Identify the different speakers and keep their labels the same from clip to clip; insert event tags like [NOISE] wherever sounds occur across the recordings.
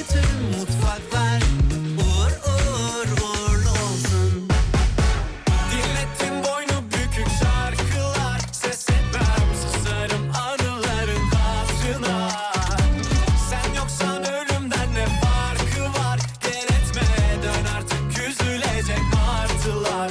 Speaker 1: Bütün mutfaklar uğur uğur uğurlu olsun. Dinlettim boynu bükük şarkılar. Ses etmem susarım anıların hatırına. Sen yoksan ölümden ne farkı var? Gel etme dön artık üzülecek martılar.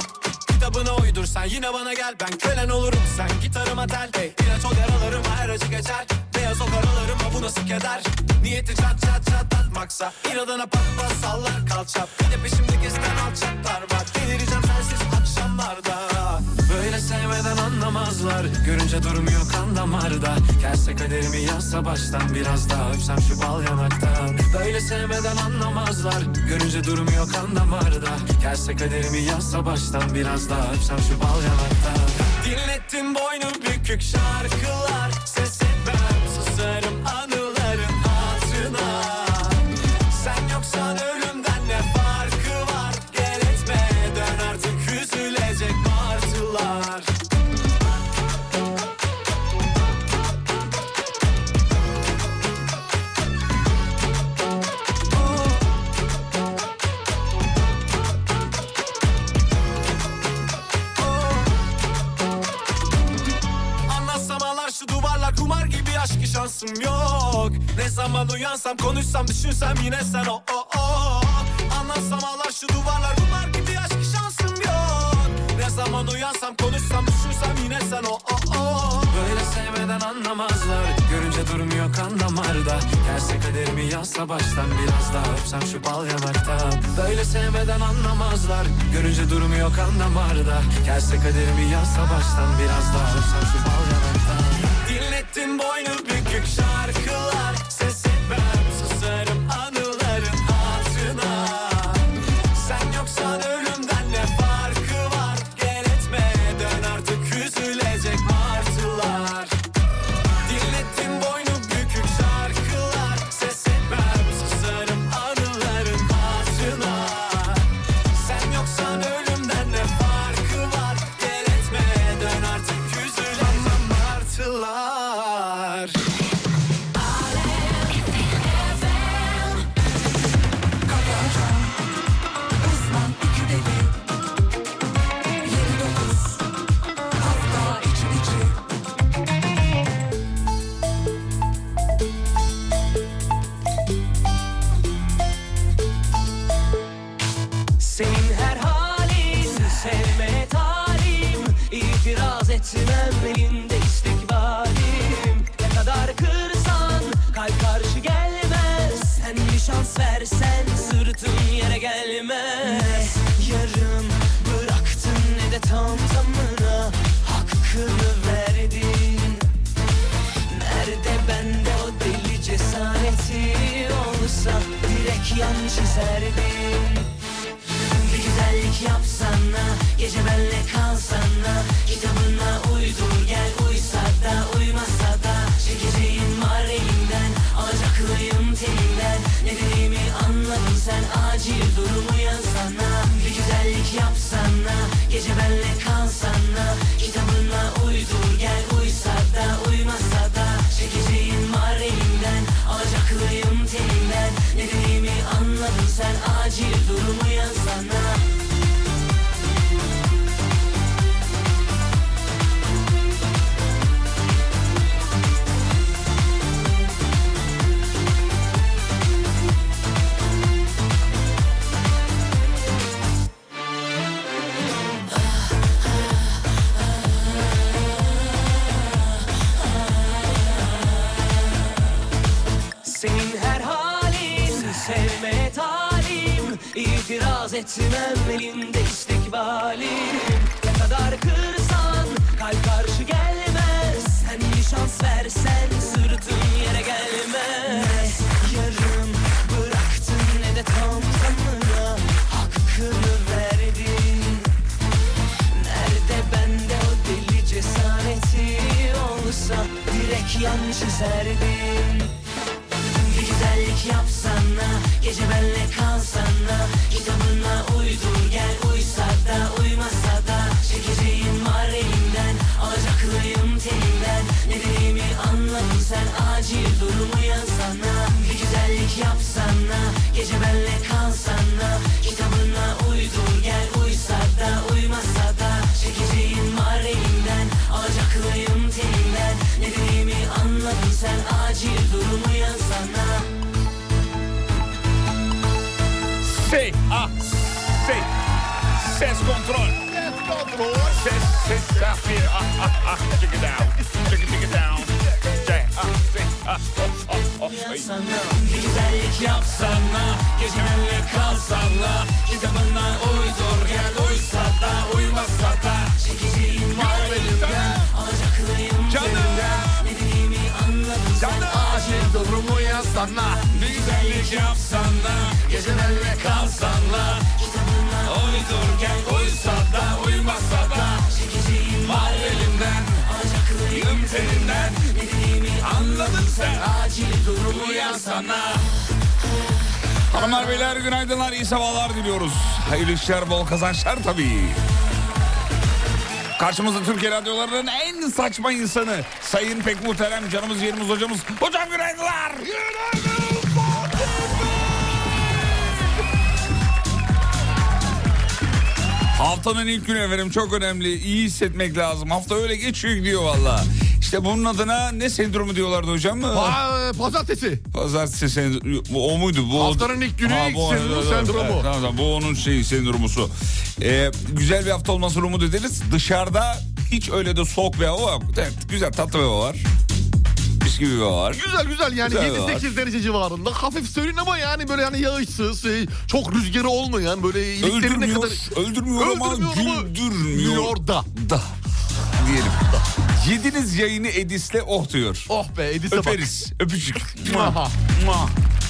Speaker 1: Kitabını uydursan yine bana gel ben kölen olurum sen gitarıma tel hey, İlaç o yaralarıma her acı geçer Beyaz o karalarıma bu nasıl keder Niyeti çat çat çat atmaksa İnadına pat pat sallar kalça Bir de peşimde gezen alçaklar var Delireceğim sensiz akşamlarda Böyle sevmeden anlamazlar Görünce durmuyor kan damarda Gelse kaderimi yazsa baştan Biraz daha öpsem şu bal yanaktan Böyle sevmeden anlamazlar Görünce durmuyor kan damarda Gelse kaderimi yazsa baştan Biraz daha öpsem şu bal yanaktan Dinlettim boynu bükük şarkılar Ses etmem susarım anıların hatırına Sen yoksan ölümden ne farkı var Gel etme dön artık üzülecek martılar Anlatsamalar şu duvarlar kumar gibi aşk ki şansım yok Ne zaman uyansam konuşsam düşünsem yine sen oh, o o o Anlatsamalar şu duvarlar kumar gibi aşk ki şansım yok Ne zaman uyansam konuşsam düşünsem yine sen oh, o o o Böyle sevmeden anlamazlar görünce durmuyor kan damarda Gelse kaderimi yazsa baştan biraz daha öpsem şu bal yanaktan Böyle sevmeden anlamazlar görünce durmuyor kan damarda Gelse kaderimi yazsa baştan biraz daha öpsem şu bal yanaktan Dinlettin boynu bükük şarkılar Ses etmem susarım anıların hatırına Sen yoksan ölümden ne farkı var Gel etme dön artık üzülecek martılar Dinlettim boynu bükük şarkılar Ses etmem susarım anıların hatırına Sen yoksan ölümden ne farkı var Gel etme dön artık üzülen martılar
Speaker 2: Senin her halin sevme talim İtiraz etmem elinde istikbalim Ne kadar kırsan kalp karşı gelmez Sen bir şans versen sırtın yere gelmez Yarım bıraktın ne de tam tamına Hakkını verdin Nerede bende o deli cesareti olsa Direkt yan çizerdim bir güzellik yapsana Gece benle kalsana Kitabına uydur gel Uysa da uymasa da Çekeceğim var elimden Alacaklıyım telinden Ne dediğimi anladın sen Acil durum uyansana Bir güzellik yapsana Gece benle kalsana Kitabına uydur gel Uysa da uymasa da Çekeceğim var elimden Alacaklıyım telinden Ne dediğimi anladın sen Acil durumu yansana Senin her halin sevme talim İtiraz etmem elinde istikbalim Ne kadar kırsan kalp karşı gelmez Sen bir şans versen sırtın yere gelmez Yarım bıraktın ne de tam tamına Hakkını verdin Nerede bende o deli cesareti olsa Direkt yan çizerdim bir güzellik yapsana Gece benle kalsana Kitabına uydur gel Uysa da uymasa da Çekeceğim var elimden Alacak
Speaker 1: Gece benle kalsana Kitabına uydur gel Uysa da uymasa da Çekeceğin var elimden Alacaklıyım teninden Ne dediğimi anladın sen Acil durumu yazsana
Speaker 3: Sei, ah, sei. Ses kontrol. Ses kontrol. Ses, ses, ah, bir, ah, ah, ah. Check it down. Check it, check it down. Say, ah, say, ah, oh, oh, oh. Ay.
Speaker 1: sana Bir güzellik yapsana Gecelerle kalsana Kitabına uydur gel Uysa da uymasa da Çekeceğim var elimden Alacaklıyım
Speaker 3: Canım.
Speaker 1: teninden Ne dediğimi anladın sen
Speaker 3: Canım.
Speaker 1: Acil durumu yazsana Bir güzellik yapsana Gecelerle kalsana Kitabına uydur gel Uysa da uymasa da Çekeceğim var elimden Alacaklıyım teninden Ne dediğimi anladın sen Acil durumu yazsana
Speaker 3: Hanımlar beyler günaydınlar iyi sabahlar diliyoruz. Hayırlı işler bol kazançlar tabii. Karşımızda Türkiye radyolarının en saçma insanı Sayın Pek Muhterem canımız yerimiz hocamız. Hocam günaydınlar. Haftanın ilk günü efendim çok önemli. İyi hissetmek lazım. Hafta öyle geçiyor gidiyor valla. İşte bunun adına ne sendromu diyorlardı hocam?
Speaker 4: Aa, pazartesi.
Speaker 3: Pazartesi sendromu o muydu? Bu
Speaker 4: Haftanın ilk günü ilk
Speaker 3: bu-
Speaker 4: sendromu,
Speaker 3: evet,
Speaker 4: sendromu.
Speaker 3: evet, tamam, tamam. bu onun şeyi sendromusu. Ee, güzel bir hafta olmasını umut ederiz. Dışarıda hiç öyle de soğuk bir hava yok. Evet, güzel tatlı bir hava var. Mis gibi bir hava var.
Speaker 4: Güzel güzel yani
Speaker 3: Güzel
Speaker 4: 7-8 derece civarında. Hafif serin ama yani böyle hani yağışsız, şey, çok rüzgarı olmayan böyle iliklerine
Speaker 3: Öldürmüyor,
Speaker 4: kadar...
Speaker 3: öldürmüyor, ama güldürmüyor
Speaker 4: güldürmüyor da.
Speaker 3: da diyelim. Yediniz yayını Edis'le oh diyor.
Speaker 4: Oh be Edis'e bak.
Speaker 3: Öperiz. Öpücük.
Speaker 4: Aha.
Speaker 3: Mua, mua,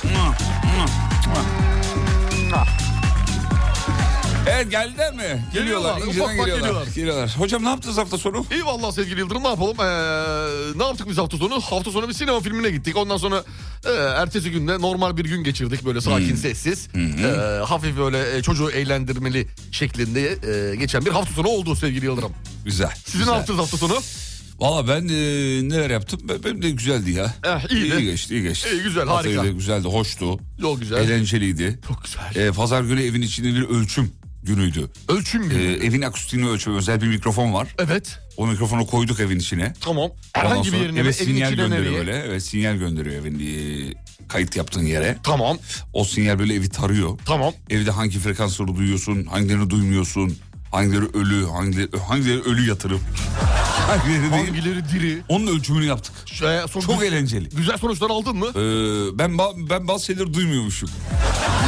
Speaker 3: mua, mua, mua. Evet geldiler mi? Geliyorlar.
Speaker 4: Geliyorlar, ufak
Speaker 3: inceden
Speaker 4: ufak
Speaker 3: geliyorlar. geliyorlar.
Speaker 4: geliyorlar.
Speaker 3: Hocam ne yaptınız hafta sonu?
Speaker 4: İyi vallahi sevgili Yıldırım ne yapalım? Ee, ne yaptık biz hafta sonu? Hafta sonu bir sinema filmine gittik. Ondan sonra e, ertesi günde normal bir gün geçirdik böyle
Speaker 3: Hmm.
Speaker 4: sakin sessiz. Ee, hafif böyle e, çocuğu eğlendirmeli şeklinde e, geçen bir hafta sonu oldu sevgili Yıldırım.
Speaker 3: Güzel.
Speaker 4: Sizin ne
Speaker 3: güzel.
Speaker 4: yaptınız hafta sonu?
Speaker 3: Valla ben e, neler yaptım? Ben- Benim de güzeldi ya.
Speaker 4: Eh, iyiydi.
Speaker 3: İyi geçti, iyi geçti.
Speaker 4: İyi, güzel,
Speaker 3: Haftayı
Speaker 4: harika.
Speaker 3: da güzeldi, hoştu.
Speaker 4: Yol güzel.
Speaker 3: Eğlenceliydi.
Speaker 4: Çok güzel.
Speaker 3: E, pazar günü evin içinde bir ölçüm günüydü.
Speaker 4: Ölçüm
Speaker 3: E,
Speaker 4: mü?
Speaker 3: evin akustiğini ölçüyor. Özel bir mikrofon var.
Speaker 4: evet.
Speaker 3: O mikrofonu koyduk evin içine.
Speaker 4: Tamam.
Speaker 3: Ondan
Speaker 4: Herhangi bir
Speaker 3: sonra-
Speaker 4: yerine
Speaker 3: evet,
Speaker 4: mi? Evin
Speaker 3: sinyal
Speaker 4: içine
Speaker 3: gönderiyor
Speaker 4: nereye?
Speaker 3: böyle. Evet sinyal gönderiyor evin e, kayıt yaptığın yere.
Speaker 4: Tamam.
Speaker 3: O sinyal böyle evi tarıyor.
Speaker 4: Tamam.
Speaker 3: Evde hangi frekansları duyuyorsun, hangilerini duymuyorsun, hangileri ölü, hangileri, hangileri ölü yatırım, hangileri değil.
Speaker 4: Hangileri diri?
Speaker 3: Onun ölçümünü yaptık.
Speaker 4: Şey, son-
Speaker 3: Çok eğlenceli.
Speaker 4: Güzel sonuçlar aldın mı?
Speaker 3: Ee, ben ba- ben bazı şeyleri duymuyormuşum.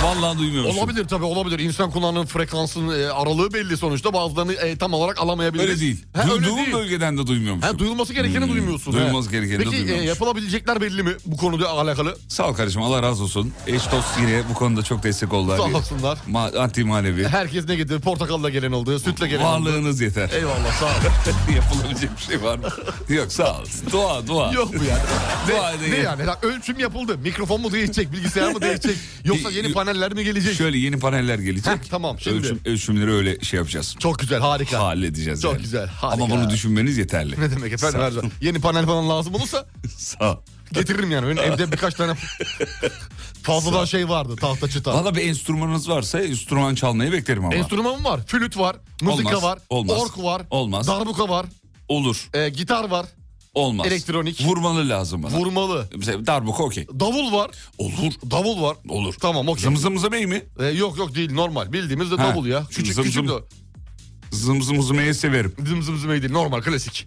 Speaker 3: Vallahi duymuyormuşum.
Speaker 4: Olabilir tabii olabilir. İnsan kulağının frekansının e, aralığı belli sonuçta. Bazılarını e, tam olarak alamayabiliriz.
Speaker 3: Öyle değil.
Speaker 4: Ha, öyle
Speaker 3: Duyduğum
Speaker 4: değil.
Speaker 3: bölgeden de duymuyormuşum.
Speaker 4: Ha, duyulması gerekeni
Speaker 3: Hmm,
Speaker 4: duymuyorsun.
Speaker 3: duyulması
Speaker 4: ha.
Speaker 3: gerekeni de
Speaker 4: Peki, e,
Speaker 3: duymuyormuş.
Speaker 4: yapılabilecekler belli mi bu konuda alakalı?
Speaker 3: Sağ ol kardeşim Allah razı olsun. Eş dost yine bu konuda çok destek oldular.
Speaker 4: Sağ olsunlar.
Speaker 3: Ma- anti manevi.
Speaker 4: Herkes ne getirdi? Portakalla gelen oldu, sütle gelen oldu.
Speaker 3: Varlığınız yeter.
Speaker 4: Eyvallah sağ ol.
Speaker 3: [LAUGHS] Yapılabilecek bir şey var mı? Yok sağ ol. Dua dua.
Speaker 4: Yok mu
Speaker 3: [LAUGHS]
Speaker 4: yani?
Speaker 3: Dua
Speaker 4: ne, ne
Speaker 3: edeyim.
Speaker 4: yani? Lan Ölçüm yapıldı. Mikrofon mu
Speaker 3: [LAUGHS]
Speaker 4: değişecek, bilgisayar mı değişecek? Yoksa
Speaker 3: Y-
Speaker 4: yeni paneller mi gelecek?
Speaker 3: Şöyle yeni paneller gelecek.
Speaker 4: Heh, tamam, şimdi.
Speaker 3: Ölçüm, ölçümleri öyle şey yapacağız.
Speaker 4: Çok güzel, harika.
Speaker 3: Halledeceğiz
Speaker 4: Çok
Speaker 3: yani.
Speaker 4: güzel, harika.
Speaker 3: Ama bunu düşünmeniz yeterli.
Speaker 4: Ne demek efendim? her zaman. Yeni panel falan lazım olursa
Speaker 3: [LAUGHS] Sağ ol.
Speaker 4: getiririm yani. Benim evde
Speaker 3: [LAUGHS]
Speaker 4: birkaç tane fazladan şey vardı. Tahta çıta.
Speaker 3: Valla bir enstrümanınız varsa enstrüman çalmayı beklerim ama.
Speaker 4: Enstrümanım var. Flüt var. Müzika
Speaker 3: Olmaz,
Speaker 4: var.
Speaker 3: olmaz,
Speaker 4: Ork var.
Speaker 3: olmaz.
Speaker 4: Darbuka var.
Speaker 3: Olur.
Speaker 4: e, gitar var.
Speaker 3: Olmaz.
Speaker 4: elektronik.
Speaker 3: Vurmalı lazım bana.
Speaker 4: Vurmalı.
Speaker 3: Mesela darbuka okey.
Speaker 4: Davul var.
Speaker 3: Olur.
Speaker 4: Davul var.
Speaker 3: Olur.
Speaker 4: Tamam okey.
Speaker 3: Zım zım zım iyi mi?
Speaker 4: E, yok yok değil normal. Bildiğimiz de
Speaker 3: Ha,
Speaker 4: davul ya. Küçük
Speaker 3: zım
Speaker 4: küçük
Speaker 3: zım.
Speaker 4: de.
Speaker 3: Zım zım zım iyi severim.
Speaker 4: Zım zım zım iyi değil. Normal klasik.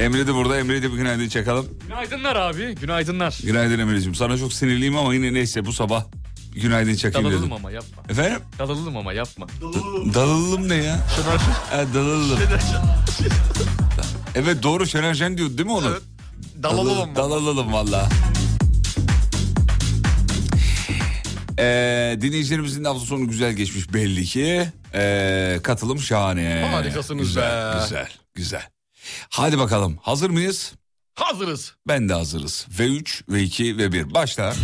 Speaker 3: Emre de burada. Emre'ye de bir günaydın çakalım.
Speaker 5: Günaydınlar abi, günaydınlar.
Speaker 3: Günaydın Emre'ciğim. Sana çok sinirliyim ama yine neyse bu sabah günaydın çakayım dedim.
Speaker 5: Dalalım ama yapma.
Speaker 3: Efendim?
Speaker 5: Dalalım ama yapma.
Speaker 3: Dalalım ne ya?
Speaker 4: Şener Şen-
Speaker 3: Ha, dalalım. Evet doğru Şener Şen diyordu değil mi onu?
Speaker 4: Evet. Dalalım mı?
Speaker 3: Dalalım valla. Ee, dinleyicilerimizin de hafta sonu güzel geçmiş belli ki. Ee, katılım şahane.
Speaker 4: Harikasınız
Speaker 3: güzel,
Speaker 4: be.
Speaker 3: Güzel, güzel. Hadi bakalım hazır mıyız?
Speaker 4: Hazırız.
Speaker 3: Ben de hazırız. V3, V2, V1 başla.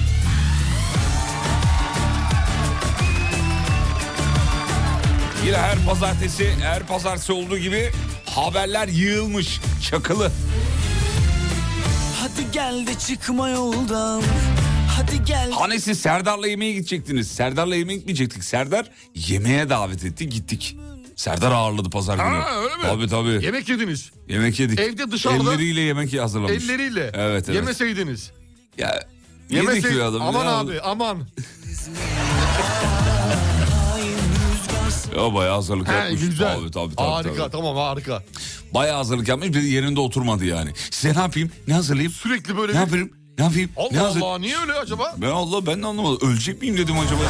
Speaker 3: Yine her pazartesi, her pazartesi olduğu gibi haberler yığılmış çakılı.
Speaker 1: Hadi gel de çıkma yoldan. Hadi gel.
Speaker 3: Hani siz Serdar'la yemeğe gidecektiniz. Serdar'la yemeğe gitmeyecektik. Serdar yemeğe davet etti gittik. Serdar ağırladı pazar günü.
Speaker 4: Ha, öyle mi?
Speaker 3: Tabii tabii.
Speaker 4: Yemek yediniz.
Speaker 3: yemek yedik.
Speaker 4: Evde dışarıda-
Speaker 3: Elleriyle yemek hazırlamış.
Speaker 4: Elleriyle.
Speaker 3: Evet evet.
Speaker 4: Yemeseydiniz.
Speaker 3: Ya, yedik
Speaker 4: Yemeseydiniz.
Speaker 3: ya adam.
Speaker 4: Aman
Speaker 3: ya.
Speaker 4: abi aman.
Speaker 3: Ya bayağı hazırlık
Speaker 4: He,
Speaker 3: yapmış.
Speaker 4: güzel.
Speaker 3: Tabii, tabii, tabii,
Speaker 4: harika
Speaker 3: tabii.
Speaker 4: tamam harika.
Speaker 3: Bayağı hazırlık yapmış. Bir de yerinde oturmadı yani. Size ne yapayım? Ne hazırlayayım?
Speaker 4: Sürekli böyle
Speaker 3: Ne
Speaker 4: bir-
Speaker 3: yapayım? Ne yapayım? ne
Speaker 4: Allah
Speaker 3: hazır-
Speaker 4: Allah niye öyle acaba?
Speaker 3: Ben Allah ben de anlamadım. Ölecek miyim dedim acaba.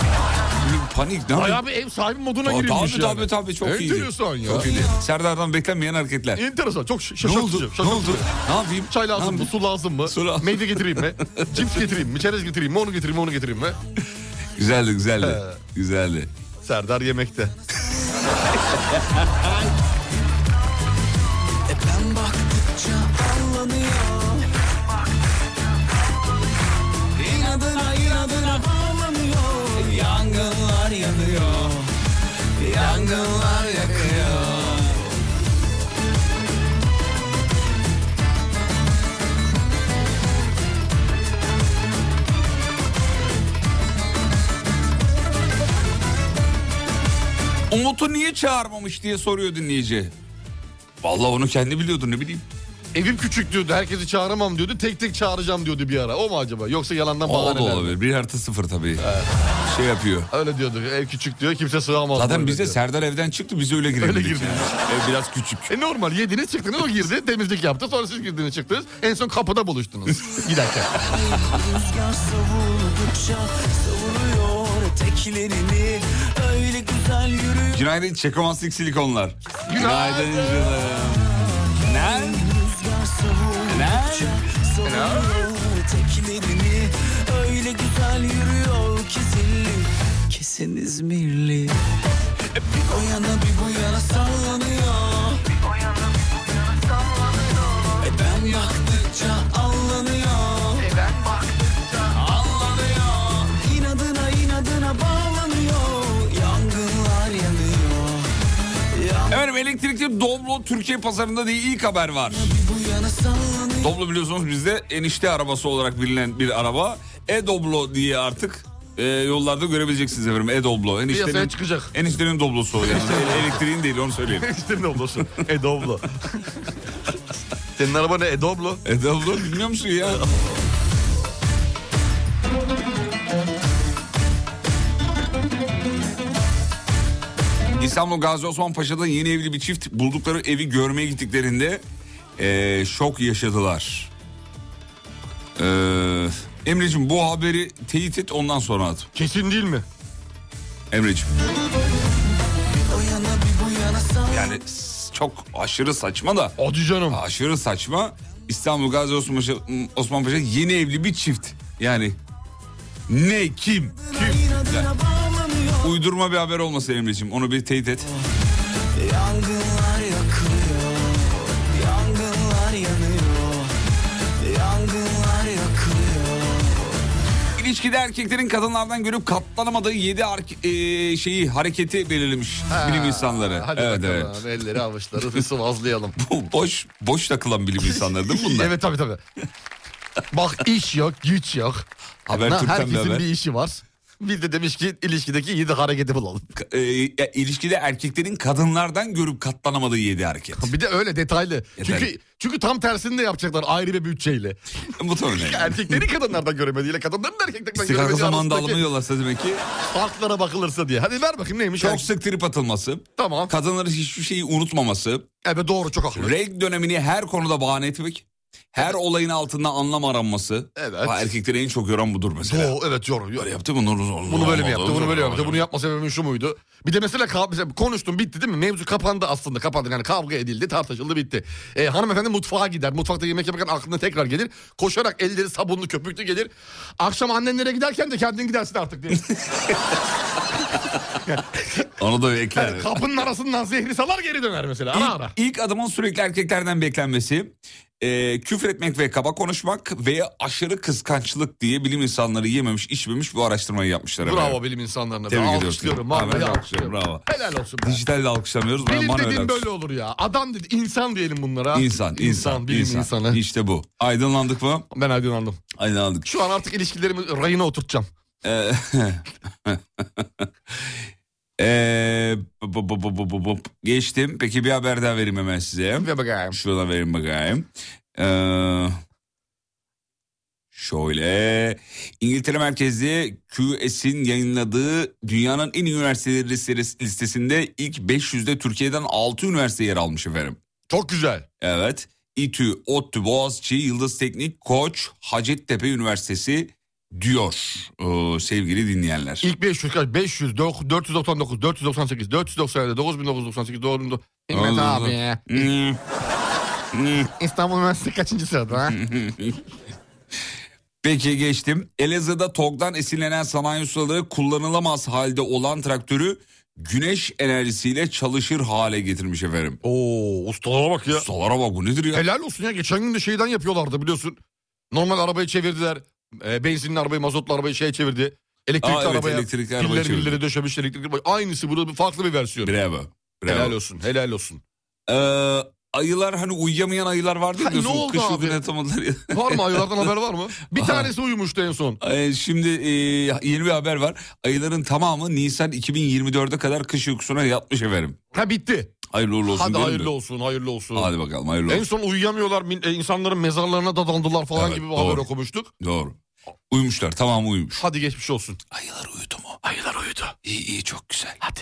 Speaker 3: Bir Panik ne yapayım?
Speaker 4: Bayağı bir ev sahibi moduna
Speaker 3: Tabii
Speaker 4: girilmiş
Speaker 3: tabii
Speaker 4: yani.
Speaker 3: tabii tabii, çok iyiydi.
Speaker 4: Enteresan ya.
Speaker 3: Çok iyiydi. Serdar'dan beklenmeyen hareketler.
Speaker 4: Enteresan çok şaş-
Speaker 3: Ne
Speaker 4: şaşırtıcı.
Speaker 3: oldu? Ne
Speaker 4: şaşırtıcı.
Speaker 3: oldu? Ne yapayım?
Speaker 4: Çay lazım
Speaker 3: Ne
Speaker 4: mı?
Speaker 3: yapayım?
Speaker 4: Su lazım mı?
Speaker 3: Su lazım.
Speaker 4: Meyve
Speaker 3: [LAUGHS]
Speaker 4: getireyim mi? Cips getireyim mi? Çerez getireyim mi? Onu getireyim mi? Onu getireyim mi?
Speaker 3: Güzeldi güzeldi. Güzeldi.
Speaker 4: Serdar yemekte.
Speaker 1: E ben baktıkça anlanıyor. İnadına inadına bağlanıyor. Yangınlar yanıyor. Yangınlar yakıyor.
Speaker 3: Umut'u niye çağırmamış diye soruyor dinleyici. Vallahi onu kendi biliyordu ne bileyim.
Speaker 4: Evim küçük diyordu. Herkesi çağıramam diyordu. Tek tek çağıracağım diyordu bir ara. O mu acaba? Yoksa yalandan
Speaker 3: O da
Speaker 4: bahaneler. mi?
Speaker 3: olabilir. Bir artı sıfır tabii. Şey yapıyor.
Speaker 4: Öyle diyordu. Ev küçük diyor. Kimse sığamaz.
Speaker 3: Zaten
Speaker 4: Öyle
Speaker 3: bize
Speaker 4: diyor.
Speaker 3: Serdar evden çıktı biz öyle girebildik.
Speaker 4: Öyle girdik.
Speaker 3: yani. Ev biraz küçük.
Speaker 4: E normal yediniz çıktınız o girdi temizlik yaptı sonra siz girdiniz çıktınız en son kapıda buluştunuz giderken.
Speaker 1: Rüzgar savurdukça savuruyor eteklerini. Öyle güzel yürüyor.
Speaker 3: Günaydın çekomazlık silikonlar.
Speaker 4: Günaydın.
Speaker 3: canım. Ne?
Speaker 1: Rüzgar savurdukça savuruyor eteklerini. Öyle güzel yürüyor kesinli. Kesin İzmirli. E Bir o yana bir bu yana sallanıyor. E ben baktıkça allanıyor. Allanıyor. İnadına inadına bağlanıyor. Yangınlar yanıyor.
Speaker 3: Efendim elektrikli Doblo Türkiye pazarında diye ilk haber var.
Speaker 1: Bu yana sallanıyor.
Speaker 3: Doblo biliyorsunuz bizde enişte arabası olarak bilinen bir araba. E-Doblo diye artık e, yollarda görebileceksiniz efendim. E-Doblo.
Speaker 4: Piyasaya çıkacak.
Speaker 3: Eniştenin doblosu o yani. Elektriğin değil onu söyleyeyim.
Speaker 4: [LAUGHS] İşte ne olursun? Edoblo. Senin araba ne Edoblo?
Speaker 3: E-Doblo bilmiyor musun ya? İstanbul Gazi Osman Paşa'da yeni evli bir çift buldukları evi görmeye gittiklerinde eee, şok yaşadılar. Eee Emre'cim bu haberi teyit et ondan sonra at.
Speaker 4: Kesin değil mi?
Speaker 3: Emre'cim. Yani s- çok aşırı saçma da
Speaker 4: Hadi canım.
Speaker 3: aşırı saçma. İstanbul Gazi Osman Paşa, Osman Paşa yeni evli bir çift. Yani ne kim? Kim? Yani uydurma bir haber olmasın Emre'ciğim. Onu bir teyit et.
Speaker 1: Yangınlar yakıyor, yangınlar yanıyor, yangınlar yakıyor.
Speaker 3: İlişkide erkeklerin kadınlardan görüp katlanamadığı 7 şeyi hareketi belirlemiş bilim insanları.
Speaker 4: Hadi
Speaker 3: evet
Speaker 4: bakalım.
Speaker 3: evet.
Speaker 4: Elleri avuçları sıvazlayalım.
Speaker 3: [LAUGHS] Bu boş boş takılan bilim insanları değil mi bunlar?
Speaker 4: [LAUGHS] evet tabii tabii. Bak iş yok, güç yok.
Speaker 3: Haber
Speaker 4: Na-
Speaker 3: Türk'ten bir
Speaker 4: Herkesin
Speaker 3: haber.
Speaker 4: bir işi var. Bir de demiş ki ilişkideki yedi hareketi bulalım.
Speaker 3: Ka- e, ya, ilişkide erkeklerin kadınlardan görüp katlanamadığı 7 hareket.
Speaker 4: Bir de öyle detaylı. Çünkü çünkü tam tersini de yapacaklar ayrı bir bütçeyle.
Speaker 3: Bu tabii ne?
Speaker 4: [LAUGHS] Erkekleri kadınlardan göremediğiyle kadınların da erkeklerden
Speaker 3: İstikrarlı
Speaker 4: göremediği
Speaker 3: zamanda
Speaker 4: arasındaki
Speaker 3: alınıyorlarsa demek ki
Speaker 4: farklara bakılırsa diye. Hadi ver bakayım neymiş.
Speaker 3: çok
Speaker 4: Erkek-
Speaker 3: sık trip atılması,
Speaker 4: Tamam.
Speaker 3: kadınların hiçbir şeyi unutmaması,
Speaker 4: Evet doğru çok haklı.
Speaker 3: renk dönemini her konuda bahane etmek, her olayın altında anlam aranması.
Speaker 4: Evet.
Speaker 3: Ha, Erkekleri en çok yoran budur mesela.
Speaker 4: Doğru evet doğru.
Speaker 3: Böyle yaptı bunu,
Speaker 4: Bunu böyle mi yaptı, bunu böyle mi yaptı, bunu yapma sebebin şu muydu? Bir de mesela, kav- mesela konuştum bitti değil mi? Mevzu kapandı aslında kapandı yani kavga edildi tartışıldı bitti. Ee, hanımefendi mutfağa gider mutfakta yemek yaparken aklına tekrar gelir. Koşarak elleri sabunlu köpüklü gelir. Akşam annenlere giderken de kendin gidersin artık diye.
Speaker 3: Onu da ekler.
Speaker 4: Kapının arasından zehri salar geri döner mesela ara
Speaker 3: İlk,
Speaker 4: ara.
Speaker 3: ilk adımın sürekli erkeklerden beklenmesi, Ee, küfür etmek ve kaba konuşmak veya aşırı kıskançlık diye bilim insanları yememiş içmemiş bu araştırmayı yapmışlar. efendim.
Speaker 4: Bravo bilim insanlarına.
Speaker 3: Tebrik
Speaker 4: ben
Speaker 3: ediyoruz.
Speaker 4: alkışlıyorum.
Speaker 3: Bravo,
Speaker 4: vallahi
Speaker 3: ben de
Speaker 4: alkışlıyorum.
Speaker 3: alkışlıyorum,
Speaker 4: Helal olsun. be.
Speaker 3: Dijitalle alkışlamıyoruz. ben
Speaker 4: Bilim
Speaker 3: manuel
Speaker 4: dediğin
Speaker 3: alkış-
Speaker 4: böyle olur ya. Adam dedi insan diyelim bunlara.
Speaker 3: İnsan, insan,
Speaker 4: bilim
Speaker 3: insan.
Speaker 4: insanı.
Speaker 3: İşte bu. Aydınlandık mı?
Speaker 4: Ben aydınlandım.
Speaker 3: Aydınlandık.
Speaker 4: Şu an artık ilişkilerimi rayına oturtacağım.
Speaker 3: Ee, [LAUGHS] ee, bu- bu- bu- bu- bu- bu- geçtim. Peki bir haber daha vereyim hemen size.
Speaker 4: Ve bakayım.
Speaker 3: Şuradan verin bakayım. Ee, şöyle. İngiltere merkezli QS'in yayınladığı dünyanın en iyi üniversiteleri listesi- listesinde ilk 500'de Türkiye'den 6 üniversite yer almış efendim.
Speaker 4: Çok güzel.
Speaker 3: Evet. İTÜ, ODTÜ, Boğaziçi, Yıldız Teknik, Koç, Hacettepe Üniversitesi diyor ee, sevgili dinleyenler.
Speaker 4: İlk 500 kaç? 500, dok- 499, 498, 497, 9998, doğru. Himmet
Speaker 3: Allah
Speaker 4: abi ya.
Speaker 3: Hmm.
Speaker 4: İstanbul Üniversitesi kaçıncı sırada? ha?
Speaker 3: [LAUGHS] Peki geçtim. Elazığ'da TOG'dan esinlenen sanayi ustaları kullanılamaz halde olan traktörü güneş enerjisiyle çalışır hale getirmiş efendim.
Speaker 4: Oo ustalara bak ya.
Speaker 3: Ustalara bak bu nedir ya?
Speaker 4: Helal olsun ya. Geçen gün de şeyden yapıyorlardı biliyorsun. Normal arabayı çevirdiler. E, benzinli arabayı, mazotlu arabayı şey çevirdi. Elektrikli
Speaker 3: Aa, evet,
Speaker 4: arabaya.
Speaker 3: elektrikli arabayı
Speaker 4: pilleri,
Speaker 3: çevirdi.
Speaker 4: milleri döşemiş elektrikli araba. Aynısı burada bir farklı bir versiyon.
Speaker 3: Bravo. Bravo.
Speaker 4: Helal olsun, helal olsun.
Speaker 3: Ee, ayılar hani uyuyamayan ayılar vardı
Speaker 4: Ha,
Speaker 3: ya
Speaker 4: ne
Speaker 3: biliyorsun.
Speaker 4: oldu
Speaker 3: Kış
Speaker 4: abi?
Speaker 3: uykunu yatamadılar ya.
Speaker 4: Var
Speaker 3: [LAUGHS]
Speaker 4: mı ayılardan haber var mı? Bir tanesi uyumuştu en son.
Speaker 3: Ee, Şimdi e, yeni bir haber var. Ayıların tamamı Nisan 2024'e kadar kış uykusuna yatmış efendim.
Speaker 4: Ha bitti.
Speaker 3: Hayırlı uğurlu olsun.
Speaker 4: Hadi
Speaker 3: değil mi?
Speaker 4: hayırlı olsun, hayırlı olsun.
Speaker 3: Hadi bakalım hayırlı
Speaker 4: En
Speaker 3: olsun.
Speaker 4: son uyuyamıyorlar, min- e, insanların mezarlarına dadandılar falan
Speaker 3: Evet,
Speaker 4: gibi bir
Speaker 3: doğru.
Speaker 4: haber okumuştuk.
Speaker 3: Doğru. Uyumuşlar tamamı uyumuş.
Speaker 4: Hadi geçmiş olsun.
Speaker 3: Ayılar uyudu mu?
Speaker 4: Ayılar uyudu.
Speaker 3: İyi iyi çok güzel. Hadi.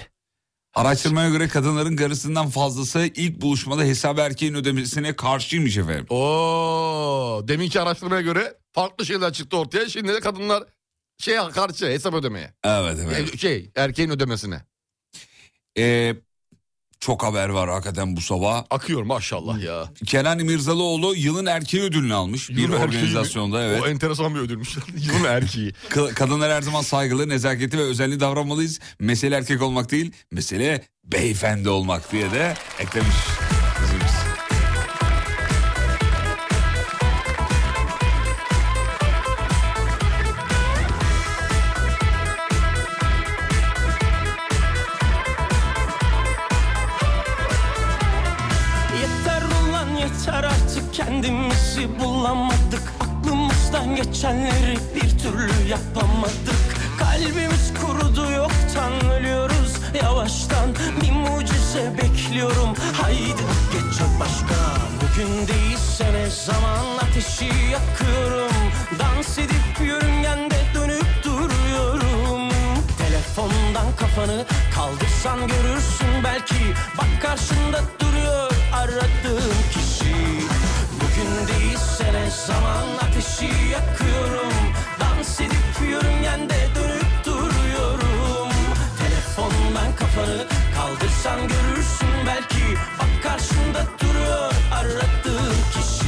Speaker 3: Araştırmaya göre kadınların karısından fazlası ilk buluşmada hesap erkeğin ödemesine karşıymış efendim.
Speaker 4: Oo, deminki araştırmaya göre farklı şeyler çıktı ortaya. Şimdi de kadınlar şeye karşı hesap ödemeye.
Speaker 3: Evet evet.
Speaker 4: E, Şey erkeğin ödemesine.
Speaker 3: Ee, çok haber var hakikaten bu sabah.
Speaker 4: Akıyor maşallah ya.
Speaker 3: Kenan İmirzalıoğlu yılın erkeği ödülünü almış
Speaker 4: Yılın
Speaker 3: bir
Speaker 4: erkeği mi?
Speaker 3: organizasyonda. Evet.
Speaker 4: O enteresan bir ödülmüş. [LAUGHS] Yılın erkeği.
Speaker 3: Ka- Kadınlar her zaman saygılı, nezaketli ve özenli davranmalıyız. Mesele erkek olmak değil, mesele beyefendi olmak diye de eklemiş bizimiz.
Speaker 6: Yeter ulan yeter artık kendimizi bulamadık Aklımızdan geçenleri bir türlü yapamadık Kalbimiz kurudu yoktan ölüyoruz yavaştan Bir mucize bekliyorum haydi geçecek başka Bugün değilse ne zaman ateşi yakıyorum Dans edip yörüngende dönüp duruyorum Telefondan kafanı kaldırsan görürsün belki Bak karşında duruyor aradığın kişi Bugün değilse ne zaman ateşi yakıyorum Dans edip yörüngende dönüp duruyorum Telefondan kafanı kaldırsan görürsün belki Bak karşında duruyor aradığın kişi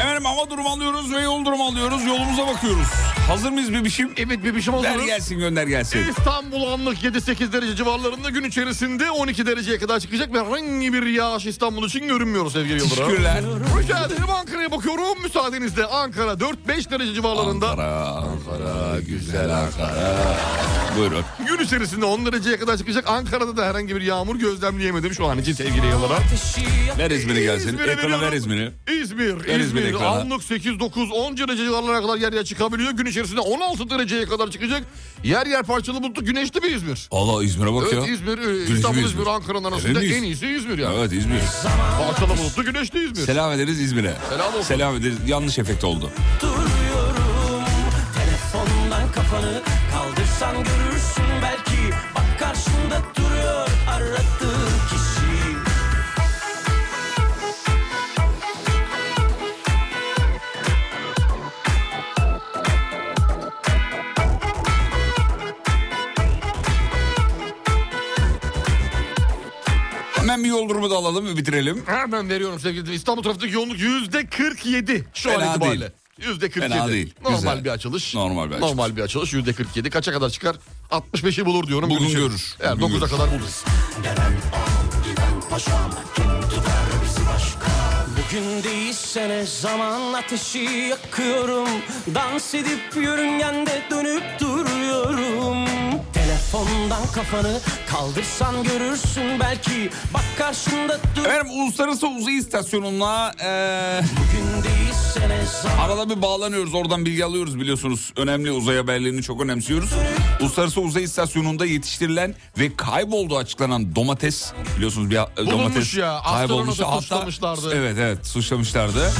Speaker 3: Efendim hava durumu alıyoruz ve yol durumu alıyoruz. Yolumuza bakıyoruz. Hazır mıyız bebişim?
Speaker 4: Evet bebişim
Speaker 3: Ver
Speaker 4: hazırız.
Speaker 3: gelsin gönder gelsin.
Speaker 4: İstanbul anlık 7-8 derece civarlarında gün içerisinde 12 dereceye kadar çıkacak ve herhangi bir yağış İstanbul için görünmüyor sevgili Yıldırım.
Speaker 3: Teşekkürler.
Speaker 4: Rica ederim Ankara'ya bakıyorum müsaadenizle. Ankara 4-5 derece civarlarında.
Speaker 3: Ankara, Ankara, güzel Ankara. Buyurun.
Speaker 4: Gün içerisinde 10 dereceye kadar çıkacak. Ankara'da da herhangi bir yağmur gözlemleyemedim şu an için sevgili Yıldırım.
Speaker 3: Ver İzmir'i gelsin.
Speaker 4: İzmir'e
Speaker 3: Ekrana ver
Speaker 4: veriyorum.
Speaker 3: İzmir'i.
Speaker 4: İzmir,
Speaker 3: Ver İzmir
Speaker 4: İzmir,
Speaker 3: ekrana.
Speaker 4: anlık 8, 9, 10 derece civarlarına kadar yer yer çıkabiliyor. Gün içerisinde 16 dereceye kadar çıkacak. Yer yer parçalı bulutlu güneşli bir İzmir.
Speaker 3: Valla İzmir'e bak ya.
Speaker 4: Evet İzmir, e,
Speaker 3: Güneşli
Speaker 4: İstanbul,
Speaker 3: bir
Speaker 4: İzmir, Ankara'nın arasında
Speaker 3: Evet, İzmir.
Speaker 4: en iyisi İzmir yani.
Speaker 3: Evet İzmir.
Speaker 4: Parçalı bulutlu güneşli İzmir.
Speaker 3: Selam ederiz İzmir'e.
Speaker 4: Selam olsun.
Speaker 3: Selam ederiz. Yanlış efekt oldu.
Speaker 6: duruyorum Telefondan kafanı kaldırsan görürsün belki Bak karşında duruyor aradığın kişi
Speaker 3: Hemen bir yol durumu da alalım ve bitirelim.
Speaker 4: Hemen veriyorum sevgili dinleyiciler. İstanbul trafikteki yoğunluk yüzde 47 şu an
Speaker 3: Fena
Speaker 4: itibariyle.
Speaker 3: değil.
Speaker 4: Yüzde 47.
Speaker 3: Fena değil.
Speaker 4: Normal
Speaker 3: Güzel.
Speaker 4: bir açılış.
Speaker 3: Normal bir açılış.
Speaker 4: Normal bir açılış. Yüzde 47. Kaça kadar çıkar? 65'i bulur diyorum.
Speaker 3: Bugün
Speaker 4: Görüşelim.
Speaker 3: görür.
Speaker 4: Evet,
Speaker 3: Bugün
Speaker 4: 9'a
Speaker 3: görür.
Speaker 4: kadar buluruz.
Speaker 6: Bugün değilsene zaman ateşi yakıyorum Dans edip yörüngende dönüp duruyorum Telefondan kafanı kaldırsan görürsün belki Bak karşında dur
Speaker 3: Efendim Uluslararası Uzay İstasyonu'na eee,
Speaker 6: Bugün değilsene zaman
Speaker 3: e, arada bir bağlanıyoruz oradan bilgi alıyoruz biliyorsunuz. Önemli uzay haberlerini çok önemsiyoruz. Uluslararası Uzay İstasyonu'nda yetiştirilen ve kaybolduğu açıklanan domates biliyorsunuz bir e,
Speaker 4: Bulunmuş
Speaker 3: domates
Speaker 4: ya, astronotu suçlamışlardı.
Speaker 3: Evet evet suçlamışlardı.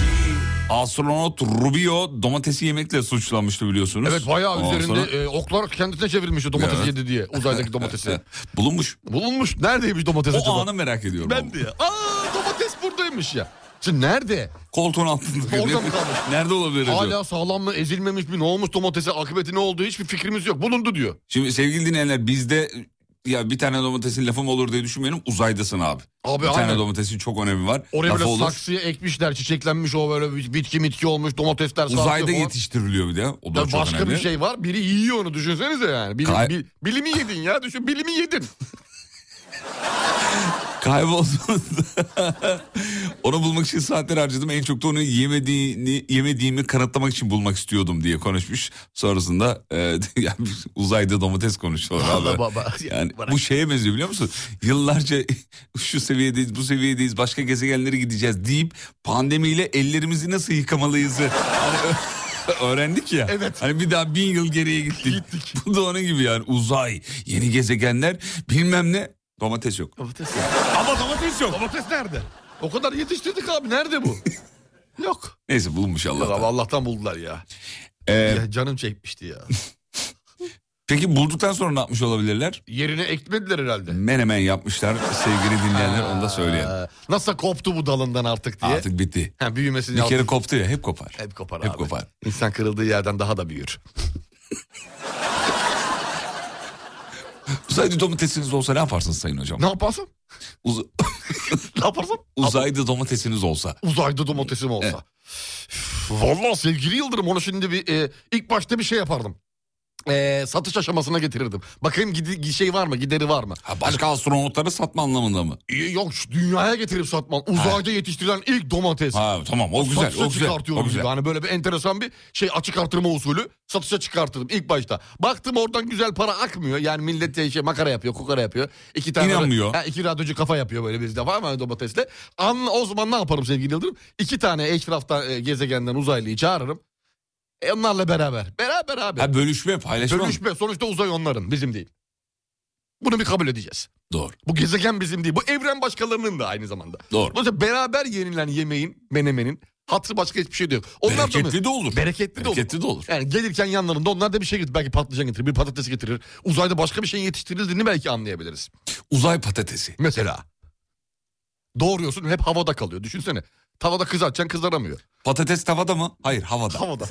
Speaker 3: Astronot Rubio domatesi yemekle suçlanmıştı biliyorsunuz.
Speaker 4: Evet bayağı
Speaker 3: Ondan
Speaker 4: üzerinde
Speaker 3: sonra-
Speaker 4: e, oklar kendisine çevirmiş o domates
Speaker 3: Evet.
Speaker 4: yedi diye.
Speaker 3: [LAUGHS]
Speaker 4: Uzaydaki domatesi.
Speaker 3: Bulunmuş.
Speaker 4: Bulunmuş. Neredeymiş domates
Speaker 3: O
Speaker 4: acaba?
Speaker 3: anı merak ediyorum.
Speaker 4: Ben de ya. Aa domates buradaymış ya. Şimdi nerede?
Speaker 3: Koltuğun altında.
Speaker 4: Orada mı kalmış?
Speaker 3: [LAUGHS] Nerede olabilir acaba?
Speaker 4: Hala sağlam mı ezilmemiş mi ne olmuş domatese akıbeti ne olduğu hiçbir fikrimiz yok. Bulundu diyor.
Speaker 3: Şimdi sevgili dinleyenler bizde ya bir tane domatesin lafım olur diye düşünmeyelim uzaydasın abi.
Speaker 4: Abi,
Speaker 3: bir tane
Speaker 4: aynen.
Speaker 3: domatesin çok önemi var.
Speaker 4: Oraya
Speaker 3: Lafı
Speaker 4: böyle
Speaker 3: olur.
Speaker 4: saksıya ekmişler çiçeklenmiş o böyle bir- bitki mitki olmuş domatesler sarkıyor
Speaker 3: Uzayda
Speaker 4: falan.
Speaker 3: yetiştiriliyor bir de. O da
Speaker 4: Ya
Speaker 3: çok
Speaker 4: başka
Speaker 3: önemli.
Speaker 4: bir şey var biri yiyor onu düşünsenize yani. Bilim,
Speaker 3: Kay-
Speaker 4: bil- bilimi yedin ya düşün bilimi
Speaker 3: [LAUGHS]
Speaker 4: yedin.
Speaker 3: Kaybolduğunda [LAUGHS] onu bulmak için saatler harcadım. En çok da onu yemediğini, yemediğimi kanıtlamak için bulmak istiyordum diye konuşmuş. Sonrasında e, [LAUGHS] yani biz uzayda domates konuşuyorlar
Speaker 4: Allah
Speaker 3: abi.
Speaker 4: baba.
Speaker 3: Yani
Speaker 4: Bırak.
Speaker 3: bu şeye benziyor biliyor musun? Yıllarca [LAUGHS] şu seviyedeyiz, bu seviyedeyiz, başka gezegenlere gideceğiz deyip pandemiyle ellerimizi nasıl yıkamalıyız? Hani ö- [LAUGHS] öğrendik ya.
Speaker 4: Evet.
Speaker 3: Hani bir daha bin yıl geriye gittik. Bu da onun gibi yani uzay, yeni gezegenler bilmem ne. Domates yok.
Speaker 4: Domates Ama domates yok. Domates nerede? O kadar yetiştirdik abi
Speaker 3: [LAUGHS]
Speaker 4: nerede bu? yok.
Speaker 3: Neyse Ee, bulmuş
Speaker 4: Yok abi
Speaker 3: Allah.
Speaker 4: Allah'tan buldular ya. ya. Canım çekmişti ya.
Speaker 3: [LAUGHS] peki bulduktan sonra ne yapmış olabilirler?
Speaker 4: Yerine ekmediler herhalde.
Speaker 3: Menemen yapmışlar sevgili dinleyenler onu da söyleyelim.
Speaker 4: Ee, Nasıl koptu bu dalından artık diye.
Speaker 3: Artık bitti.
Speaker 4: Ha, büyümesini
Speaker 3: Bir kere
Speaker 4: yaptı.
Speaker 3: koptu ya hep kopar.
Speaker 4: Hep kopar
Speaker 3: Hep
Speaker 4: abi. [LAUGHS]
Speaker 3: kopar.
Speaker 4: İnsan kırıldığı yerden daha da büyür.
Speaker 3: Uzayda domatesiniz olsa ne yaparsınız sayın hocam?
Speaker 4: Ne yaparsam?
Speaker 3: Uz-
Speaker 4: [LAUGHS] Ne yaparsam?
Speaker 3: uzayda domatesiniz olsa.
Speaker 4: Uzayda domatesim olsa. Üf, Vallahi sevgili Yıldırım onu şimdi bir e, ilk başta bir şey yapardım. E, satış aşamasına getirirdim. Bakayım gidi, şey var mı gideri var mı?
Speaker 3: Ha, başka astronotları satma anlamında mı?
Speaker 4: E, Yok şu dünyaya getirip satman. Uzayda yetiştirilen ilk domates.
Speaker 3: Ha tamam o güzel
Speaker 4: satışa
Speaker 3: o güzel.
Speaker 4: çıkartıyorum
Speaker 3: O güzel.
Speaker 4: gibi. Hani böyle bir enteresan bir şey açık artırma usulü satışa çıkartırdım ilk başta. Baktım oradan güzel para akmıyor. Yani millet şey makara yapıyor, kukara yapıyor. İki tane
Speaker 3: İnanmıyor.
Speaker 4: Ha, iki radyocu kafa yapıyor böyle bizde var mı domatesle. An, o zaman ne yaparım sevgili Yıldırım? İki tane eşraftan e, gezegenden uzaylıyı çağırırım. E, onlarla beraber. Beraber abi.
Speaker 3: Ha bölüşme paylaşma. mı?
Speaker 4: Dönüşme sonuçta uzay onların bizim değil. Bunu bir kabul edeceğiz.
Speaker 3: Doğru.
Speaker 4: Bu gezegen bizim değil. Bu evren başkalarının da aynı zamanda.
Speaker 3: Doğru.
Speaker 4: Dolayısıyla beraber yenilen yemeğin, menemenin hatırı başka hiçbir şey de yok. Onlar da
Speaker 3: Bereketli
Speaker 4: mı?
Speaker 3: de olur.
Speaker 4: Bereketli de olur.
Speaker 3: Bereketli de olur.
Speaker 4: Yani gelirken yanlarında onlar da bir şey getirir. Belki patlıcan getirir, bir patates getirir. Uzayda başka bir şeyin yetiştirildiğini belki anlayabiliriz.
Speaker 3: Uzay patatesi.
Speaker 4: Mesela doğruyorsun hep havada kalıyor. Düşünsene. Tavada kızartacaksın kızaramıyor.
Speaker 3: Patates tavada mı? Hayır havada.
Speaker 4: Havada.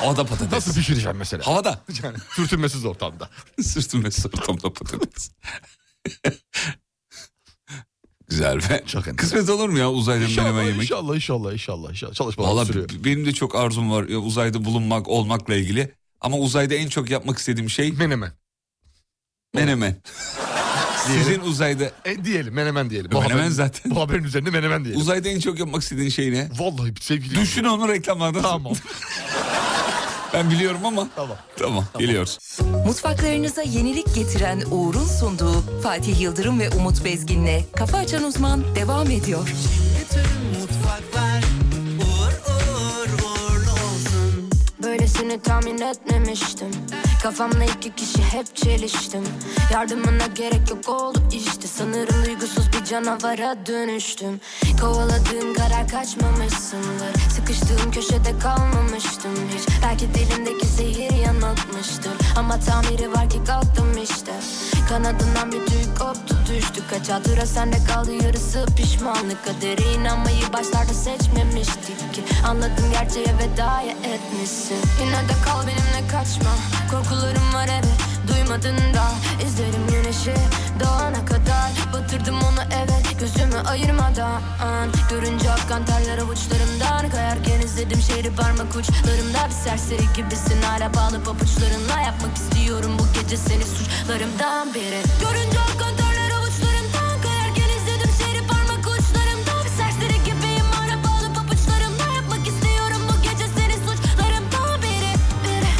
Speaker 3: Havada patates.
Speaker 4: Nasıl pişireceksin
Speaker 3: [LAUGHS]
Speaker 4: mesela?
Speaker 3: Havada.
Speaker 4: Yani
Speaker 3: [LAUGHS]
Speaker 4: sürtünmesiz ortamda.
Speaker 3: Sırtımda sırtımda patates. [LAUGHS] Güzel be.
Speaker 4: Çok enteresan.
Speaker 3: Kısmet olur mu ya uzayda menemen
Speaker 4: İnşallah,
Speaker 3: yemek?
Speaker 4: inşallah, inşallah, inşallah, inşallah. Çalışmalar
Speaker 3: Valla
Speaker 4: sürüyor.
Speaker 3: b- benim de çok arzum var ya uzayda bulunmak olmakla ilgili. Ama uzayda en çok yapmak istediğim şey
Speaker 4: Menemen.
Speaker 3: [LAUGHS] menemen. Sizin uzayda
Speaker 4: E, diyelim menemen diyelim.
Speaker 3: Menemen
Speaker 4: haberin-
Speaker 3: zaten.
Speaker 4: Bu haberin üzerine menemen diyelim.
Speaker 3: uzayda en çok yapmak istediğin şey ne?
Speaker 4: Vallahi sevgili.
Speaker 3: Düşün onu reklamlarda.
Speaker 4: Tamam.
Speaker 3: [LAUGHS] Ben biliyorum ama.
Speaker 4: Tamam.
Speaker 3: Tamam, geliyoruz.
Speaker 7: Mutfaklarınıza yenilik getiren Uğur'un sunduğu Fatih Yıldırım ve Umut Bezgin'le Kafa Açan Uzman devam ediyor.
Speaker 8: Bütün mutfaklar uğur uğur uğurlu olsun.
Speaker 9: Böylesini tahmin etmemiştim Kafamla iki kişi hep çeliştim Yardımına gerek yok oldu işte Sanırım duygusuz bir canavara dönüştüm Kovaladığım karar kaçmamışsındır Sıkıştığım köşede kalmamıştım hiç Belki dilimdeki zehir yanıltmıştır Ama tamiri var ki kalktım işte Kanadından bir tüy koptu düştü Kaç hatıra sende kaldı yarısı pişmanlık Kadere inanmayı başlarda seçmemiştik ki Anladım gerçeğe vedaya etmişsin Yine de kal benimle kaçma Korkularım var evet duymadın da İzlerim güneşi doğana kadar Batırdım onu evet gözümü ayırmadan Görünce akan terler avuçlarımdan Kayarken izledim şehri parmak uçlarımda Bir serseri gibisin hala bağlı papuçlarınla Yapmak istiyorum bu gece seni suçlarımdan biri Görünce akan terler avuçlarımdan Kayarken izledim şehri parmak uçlarımda Bir serseri gibiyim hala bağlı papuçlarımla Yapmak istiyorum bu gece seni suçlarımdan biri Biri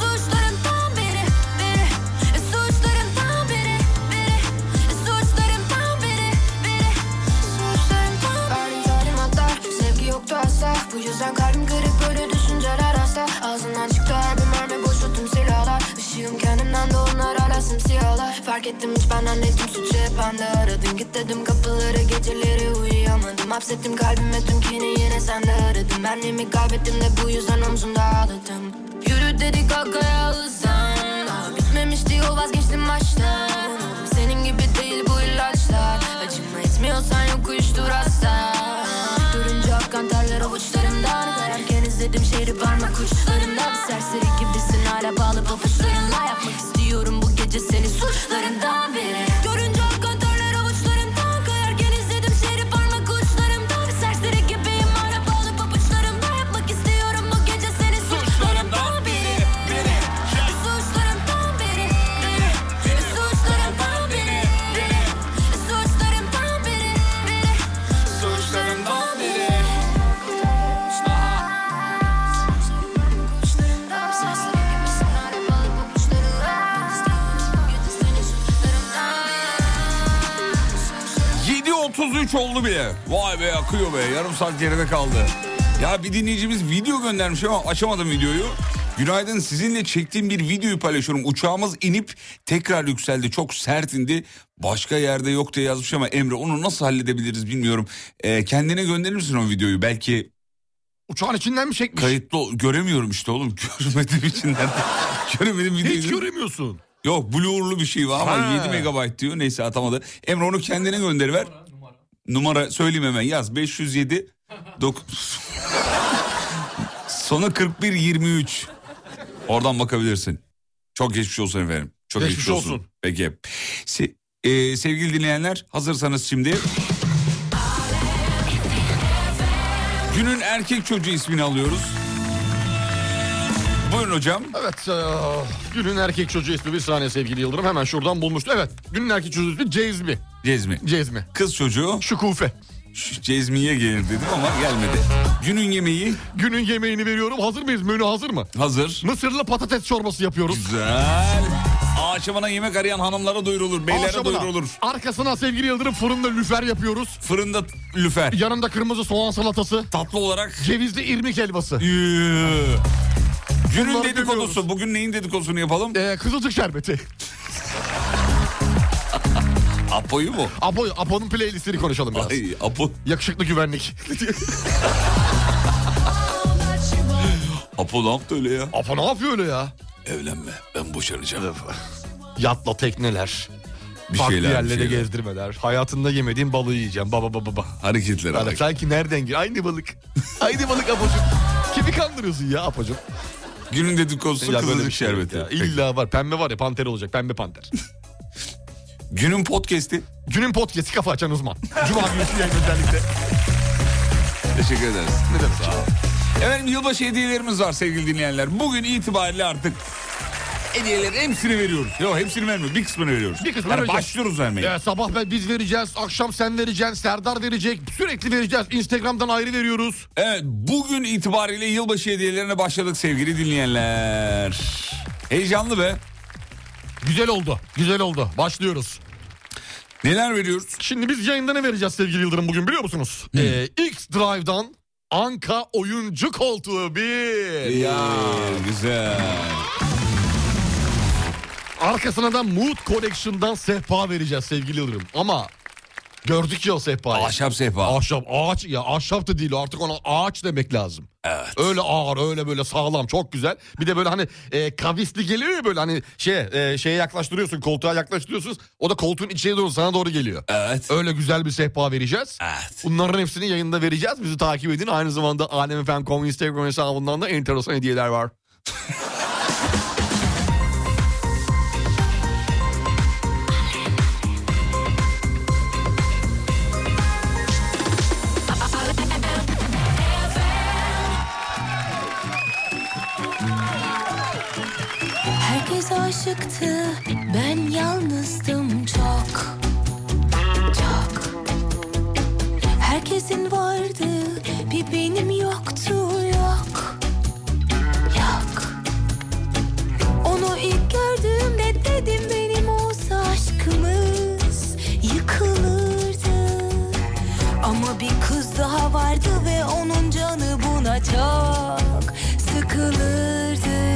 Speaker 9: suçlarımdan biri Biri suçlarımdan biri Biri suçlarımdan biri Biri Verdim zalim hatlar Sevgi yoktu asla Bu yüzden kalbim kırık böyle düşünceler hasta Ağzından çıktı her bir mermi boşalttım silahlar Işığım kendimden de onlar hala simsiyahlar Fark ettim hiç benden neydim suçu hep bende Aradın git dedim kapıları geceleri uyuyamadım Hapsettim kalbime tüm kini yine sende aradım Benliğimi kaybettim de bu yüzden omzumda ağladım Yürü dedi kalk ayağa hızlan Daha Bitmemiş diyor vazgeçtim baştan Umudum Senin gibi değil bu ilaçlar Acıma etmiyorsan yok uyuştur hasta Durunca akkan terler avuçlarımdan Kararken izledim şehri parmak uçlarımda Bir serseri gibisin hala bağlı papuçlarınla Yapmak istiyorum bu gece seni suçlarımdan biri Görünce akkan terler avuçlarımdan Kayarken izledim şehri parmak uçlarımda Bir serseri gibiyim hala bağlı papuçlarımla Yapmak istiyorum bu gece seni suçlarımdan biri Biri Suçlarımdan biri Biri Suçlarımdan biri Biri Suçlarımdan biri Biri Suçlarımdan biri Suçlarımdan
Speaker 3: 7.33 oldu bile. Vay be akıyor be. Yarım saat geride kaldı. Ya bir dinleyicimiz video göndermiş ama açamadım videoyu. Günaydın sizinle çektiğim bir videoyu paylaşıyorum. Uçağımız inip tekrar yükseldi. Çok sert indi. Başka yerde yok diye yazmış ama Emre onu nasıl halledebiliriz bilmiyorum. Ee, kendine gönderir misin o videoyu? Belki
Speaker 4: Uçağın içinden mi çekmiş?
Speaker 3: kayıtlı o- göremiyorum işte oğlum. [LAUGHS] Görmedim içinden. Göremedim videoyu.
Speaker 4: Hiç göremiyorsun.
Speaker 3: Yok Blue'urlu bir şey var ama
Speaker 4: Ha.
Speaker 3: 7 megabayt diyor. Neyse atamadı. Emre onu kendine gönderiver. Numara söyleyeyim hemen yaz. 507 dok... [LAUGHS] Sonu 41 23. Oradan bakabilirsin. Çok geçmiş olsun efendim. Çok geçmiş,
Speaker 4: Geçmiş
Speaker 3: olsun.
Speaker 4: olsun.
Speaker 3: Peki. Se- e, sevgili dinleyenler hazırsanız şimdi... Günün erkek çocuğu ismini alıyoruz. Buyurun hocam.
Speaker 4: Evet. e, günün erkek çocuğu ismi bir saniye sevgili Yıldırım. Hemen şuradan bulmuştu. Evet. Günün erkek çocuğu ismi Cezmi.
Speaker 3: Cezmi.
Speaker 4: Cezmi.
Speaker 3: Kız çocuğu.
Speaker 4: Şükufe.
Speaker 3: Şu Cezmiye gelir dedim ama gelmedi. Günün yemeği
Speaker 4: Günün yemeğini veriyorum. Hazır mıyız? Menü hazır mı?
Speaker 3: hazır.
Speaker 4: Mısırlı patates çorbası yapıyoruz.
Speaker 3: Güzel. Akşamına yemek arayan hanımlara duyurulur, beylere
Speaker 4: Akşamına,
Speaker 3: duyurulur.
Speaker 4: Arkasına sevgili Yıldırım fırında lüfer yapıyoruz.
Speaker 3: Fırında lüfer.
Speaker 4: Yanında kırmızı soğan salatası.
Speaker 3: Tatlı olarak.
Speaker 4: Cevizli irmik helvası.
Speaker 3: Ee, Günün
Speaker 4: Bunları
Speaker 3: dedikodusu.
Speaker 4: demiyoruz.
Speaker 3: Bugün neyin dedikodusunu yapalım?
Speaker 4: Ee, kızılcık şerbeti.
Speaker 3: [LAUGHS] Apo'yu mu?
Speaker 4: Apo, Apo'nun playlistini konuşalım biraz.
Speaker 3: Ay, Apo. [LAUGHS]
Speaker 4: Yakışıklı güvenlik.
Speaker 3: Apo ne yaptı öyle ya?
Speaker 4: Apo ne yapıyor öyle ya?
Speaker 3: Evlenme. Ben boşanacağım.
Speaker 4: Yatla tekneler.
Speaker 3: Bir
Speaker 4: farklı
Speaker 3: şeyler, bir
Speaker 4: yerlere
Speaker 3: şeyler.
Speaker 4: gezdirmeler. Hayatında yemediğin balığı yiyeceğim. Baba baba baba.
Speaker 3: Hareketler.
Speaker 4: Yani
Speaker 3: hareket.
Speaker 4: sanki nereden gir? Aynı balık. Aynı balık Apo'cum. Kimi kandırıyorsun ya Apo'cum?
Speaker 3: Günün dedikodusu
Speaker 4: Ya böyle
Speaker 3: kızılcık
Speaker 4: şey yok
Speaker 3: şerbeti.
Speaker 4: ya.
Speaker 3: Peki.
Speaker 4: İlla var. Pembe var ya panter olacak. Pembe panter.
Speaker 3: Günün podcast'i.
Speaker 4: Günün podcast'i kafa açan uzman. Cuma günü yayın özellikle.
Speaker 3: Teşekkür ederiz.
Speaker 4: Ne demek?
Speaker 3: Efendim yılbaşı hediyelerimiz var sevgili dinleyenler. Bugün itibariyle artık hediyelerin hepsini veriyoruz. Yok hepsini vermiyoruz. Bir kısmını veriyoruz.
Speaker 4: Bir kısmını
Speaker 3: Yani
Speaker 4: vereceğiz.
Speaker 3: Başlıyoruz vermeye.
Speaker 4: Ya sabah ben biz vereceğiz, akşam sen vereceksin, Serdar verecek, sürekli vereceğiz. Instagram'dan ayrı veriyoruz.
Speaker 3: Evet bugün itibariyle yılbaşı hediyelerine başladık sevgili dinleyenler. Heyecanlı be.
Speaker 4: Güzel oldu, güzel oldu. Başlıyoruz.
Speaker 3: Neler veriyoruz?
Speaker 4: Şimdi biz yayında ne vereceğiz sevgili Yıldırım bugün biliyor musunuz? Ee, X Drive'dan Anka oyuncu koltuğu bir.
Speaker 3: Ya güzel.
Speaker 4: Arkasına da Mood Collection'dan sehpa vereceğiz sevgili Yıldırım. Ama gördük ya o sehpayı.
Speaker 3: Ahşap sehpa.
Speaker 4: Ahşap, ağaç ya ahşap da değil o, artık ona ağaç demek lazım.
Speaker 3: Evet.
Speaker 4: Öyle ağır öyle böyle sağlam çok güzel. Bir de böyle hani e, kavisli geliyor ya böyle hani şeye, e, şeye yaklaştırıyorsun koltuğa yaklaştırıyorsun. O da koltuğun içine doğru sana doğru geliyor.
Speaker 3: Evet.
Speaker 4: Öyle güzel bir sehpa vereceğiz.
Speaker 3: Evet.
Speaker 4: Bunların hepsini yayında vereceğiz. Bizi takip edin. Aynı zamanda alemfm.com Instagram hesabından da enteresan hediyeler var.
Speaker 10: aşıktı Ben yalnızdım çok Çok Herkesin vardı Bir benim yoktu yok Yok Onu ilk gördüğümde dedim Benim olsa aşkımız Yıkılırdı ama bir kız daha vardı ve onun canı buna çok sıkılırdı.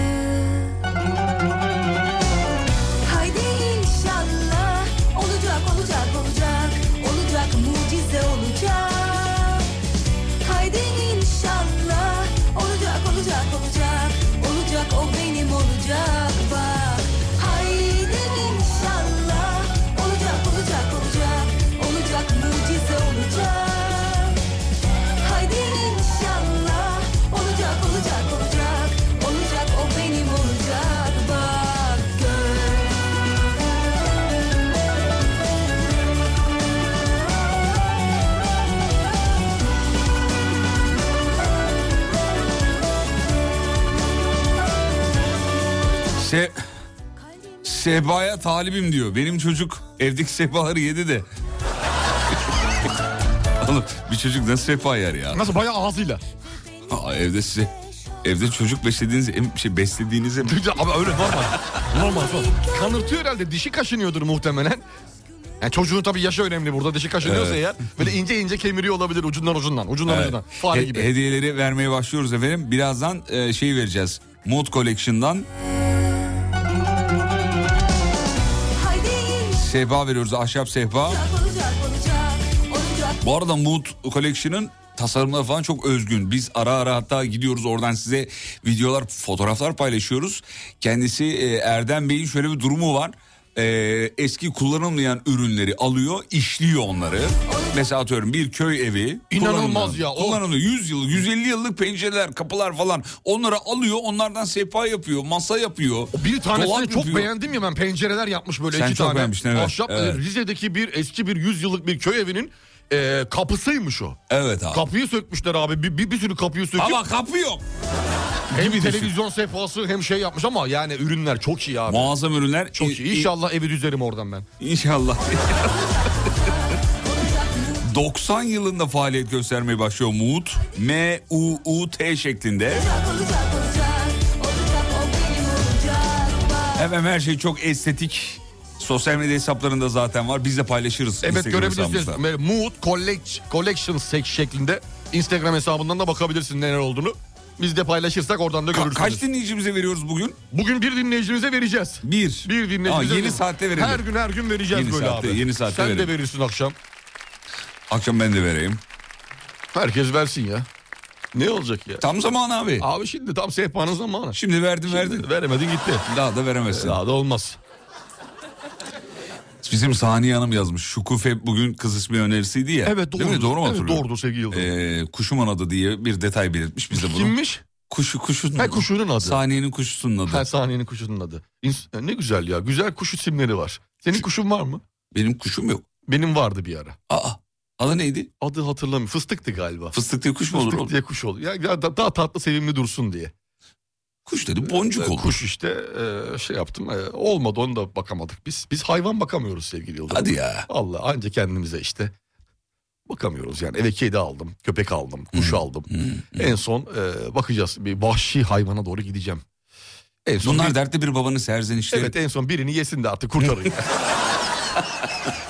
Speaker 10: Haydi inşallah olacak olacak olacak olacak mucize olacak. Haydi inşallah olacak olacak olacak olacak o benim olacak bak. Haydi inşallah olacak olacak olacak olacak mucize olacak. Haydi inşallah olacak olacak olacak olacak o benim olacak bak gör.
Speaker 3: Se Sehpa'ya talibim diyor. Benim çocuk evdeki sehpaları yedi de. [LAUGHS] Oğlum bir çocuk nasıl sehpa yer ya?
Speaker 4: Nasıl bayağı ağzıyla.
Speaker 3: Aa, evde size evde çocuk beslediğiniz em- şey
Speaker 4: [LAUGHS]
Speaker 3: beslediğinize mi?
Speaker 4: Ama öyle normal. normal normal. Kanırtıyor herhalde dişi kaşınıyordur muhtemelen. Yani çocuğun tabii yaşı önemli burada dişi kaşınıyorsa eğer böyle ince ince kemiriyor olabilir ucundan ucundan ucundan
Speaker 3: Evet. E,
Speaker 4: ucundan fare
Speaker 3: He-
Speaker 4: gibi.
Speaker 3: Hediyeleri vermeye başlıyoruz efendim. Birazdan e, şey vereceğiz. Mod Collection'dan
Speaker 10: Haydi inşallah
Speaker 3: sehpa veriyoruz. Ahşap sehpa.
Speaker 10: olacak olacak olacak
Speaker 3: Bu arada Mood Collection'ın tasarımları falan çok özgün. Biz ara ara hatta gidiyoruz oradan size videolar, fotoğraflar paylaşıyoruz. Kendisi e, Erdem Bey'in şöyle bir durumu var. E, eski kullanılmayan ürünleri alıyor, işliyor onları. Mesela atıyorum bir köy evi.
Speaker 4: İnanılmaz
Speaker 3: kullanılmayan-
Speaker 4: ya, o-
Speaker 3: Kullanılıyor. 100 yıl, 150 yıllık pencereler, kapılar falan. Onları alıyor, onlardan sehpa yapıyor, masa yapıyor.
Speaker 4: Bir
Speaker 3: dolap
Speaker 4: tanesini çok
Speaker 3: yapıyor.
Speaker 4: beğendim ya ben pencereler yapmış böyle
Speaker 3: Sen
Speaker 4: iki
Speaker 3: çok
Speaker 4: tane.
Speaker 3: beğenmiştin, evet.
Speaker 4: Ahşap,
Speaker 3: Evet.
Speaker 4: e, Rize'deki bir eski bir 100 yıllık bir köy evinin e, kapısıymış o.
Speaker 3: Evet abi.
Speaker 4: Kapıyı sökmüşler abi bir, bir, bir sürü kapıyı söküp
Speaker 3: Ama kapı yok.
Speaker 4: hem
Speaker 3: gibi düşün.
Speaker 4: televizyon sehpası hem şey yapmış ama yani ürünler çok iyi abi.
Speaker 3: Muazzam ürünler.
Speaker 4: çok iyi. İnşallah evi düzerim oradan ben.
Speaker 3: [LAUGHS] İnşallah. 90 yılında faaliyet göstermeye başlıyor Muut. M-U-U-T şeklinde. Hemen her şey çok estetik. Sosyal medya hesaplarında zaten var. Biz de paylaşırız.
Speaker 4: Evet
Speaker 3: Instagram
Speaker 4: görebilirsiniz.
Speaker 3: hesabımızda.
Speaker 4: Me- Mood Collect, Collections sek- şeklinde Instagram hesabından da bakabilirsiniz neler olduğunu. Biz de paylaşırsak oradan da
Speaker 3: Ka-
Speaker 4: görürsünüz.
Speaker 3: kaç dinleyicimize veriyoruz bugün?
Speaker 4: Bugün bir dinleyicimize vereceğiz.
Speaker 3: Bir.
Speaker 4: Bir dinleyicimize
Speaker 3: Aa, yeni
Speaker 4: vereceğiz.
Speaker 3: saatte verelim.
Speaker 4: Her gün her gün vereceğiz
Speaker 3: Yeni
Speaker 4: böyle
Speaker 3: saatte,
Speaker 4: abi.
Speaker 3: yeni saatte
Speaker 4: Sen
Speaker 3: verelim.
Speaker 4: de verirsin akşam.
Speaker 3: Akşam ben de vereyim.
Speaker 4: Herkes versin ya. Ne olacak ya?
Speaker 3: Tam zaman abi.
Speaker 4: Abi şimdi tam sehpanın zamanı.
Speaker 3: Şimdi verdim verdim.
Speaker 4: Veremedin gitti.
Speaker 3: Daha da veremezsin.
Speaker 4: Daha da olmaz.
Speaker 3: Bizim Saniye Hanım yazmış. Şukufe bugün kız ismi önerisiydi ya.
Speaker 4: Evet doğru.
Speaker 3: Değil mi? Doğru mu
Speaker 4: evet,
Speaker 3: hatırlıyorum?
Speaker 4: doğrudur sevgili Yıldırım.
Speaker 3: Ee, kuşumun adı diye bir detay belirtmiş bize bunu.
Speaker 4: Kimmiş?
Speaker 3: Kuşu kuşun
Speaker 4: Ha, kuşunun adı.
Speaker 3: Saniyenin kuşusunun adı.
Speaker 4: Her sahnenin kuşunun adı. İns- ne güzel ya. Güzel kuş isimleri var. Senin kuşun var mı?
Speaker 3: Benim kuşum yok.
Speaker 4: Benim vardı bir ara.
Speaker 3: Aa. Adı neydi?
Speaker 4: Adı hatırlamıyorum. Fıstıktı galiba.
Speaker 3: Fıstık diye kuş mu olur
Speaker 4: Fıstık
Speaker 3: oğlum?
Speaker 4: diye kuş oldu. Ya, ya da- daha tatlı sevimli dursun diye.
Speaker 3: Kuş dedi boncuk
Speaker 4: Ee,
Speaker 3: olur.
Speaker 4: Kuş işte e, şey yaptım. e, olmadı onu da bakamadık biz. Biz hayvan bakamıyoruz sevgili Yıldırım.
Speaker 3: Hadi ya.
Speaker 4: Allah anca kendimize işte bakamıyoruz yani. Eve kedi aldım, köpek aldım,
Speaker 3: Hmm,
Speaker 4: kuş aldım. En son e, bakacağız bir vahşi hayvana doğru gideceğim. En son
Speaker 3: Bunlar
Speaker 4: bir-
Speaker 3: dertli bir babanın serzenişleri.
Speaker 4: Evet en son birini yesin de artık kurtarın. ya.
Speaker 3: [LAUGHS]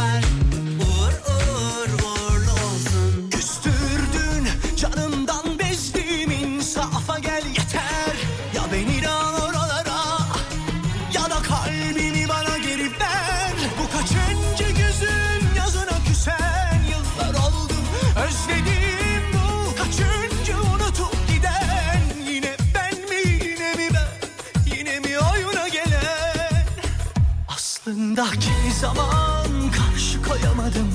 Speaker 11: uğur uğur uğurlu olsun.
Speaker 12: Küstürdün canımdan bezdim insafa gel yeter Ya beni al oralara ya da kalbini bana geri ver Bu kaçıncı gözün yazına küsen yıllar oldu özledim bu Kaçıncı unutup giden yine ben mi yine mi ben yine mi oyuna gelen Aslında kimi zaman karşı koyamadım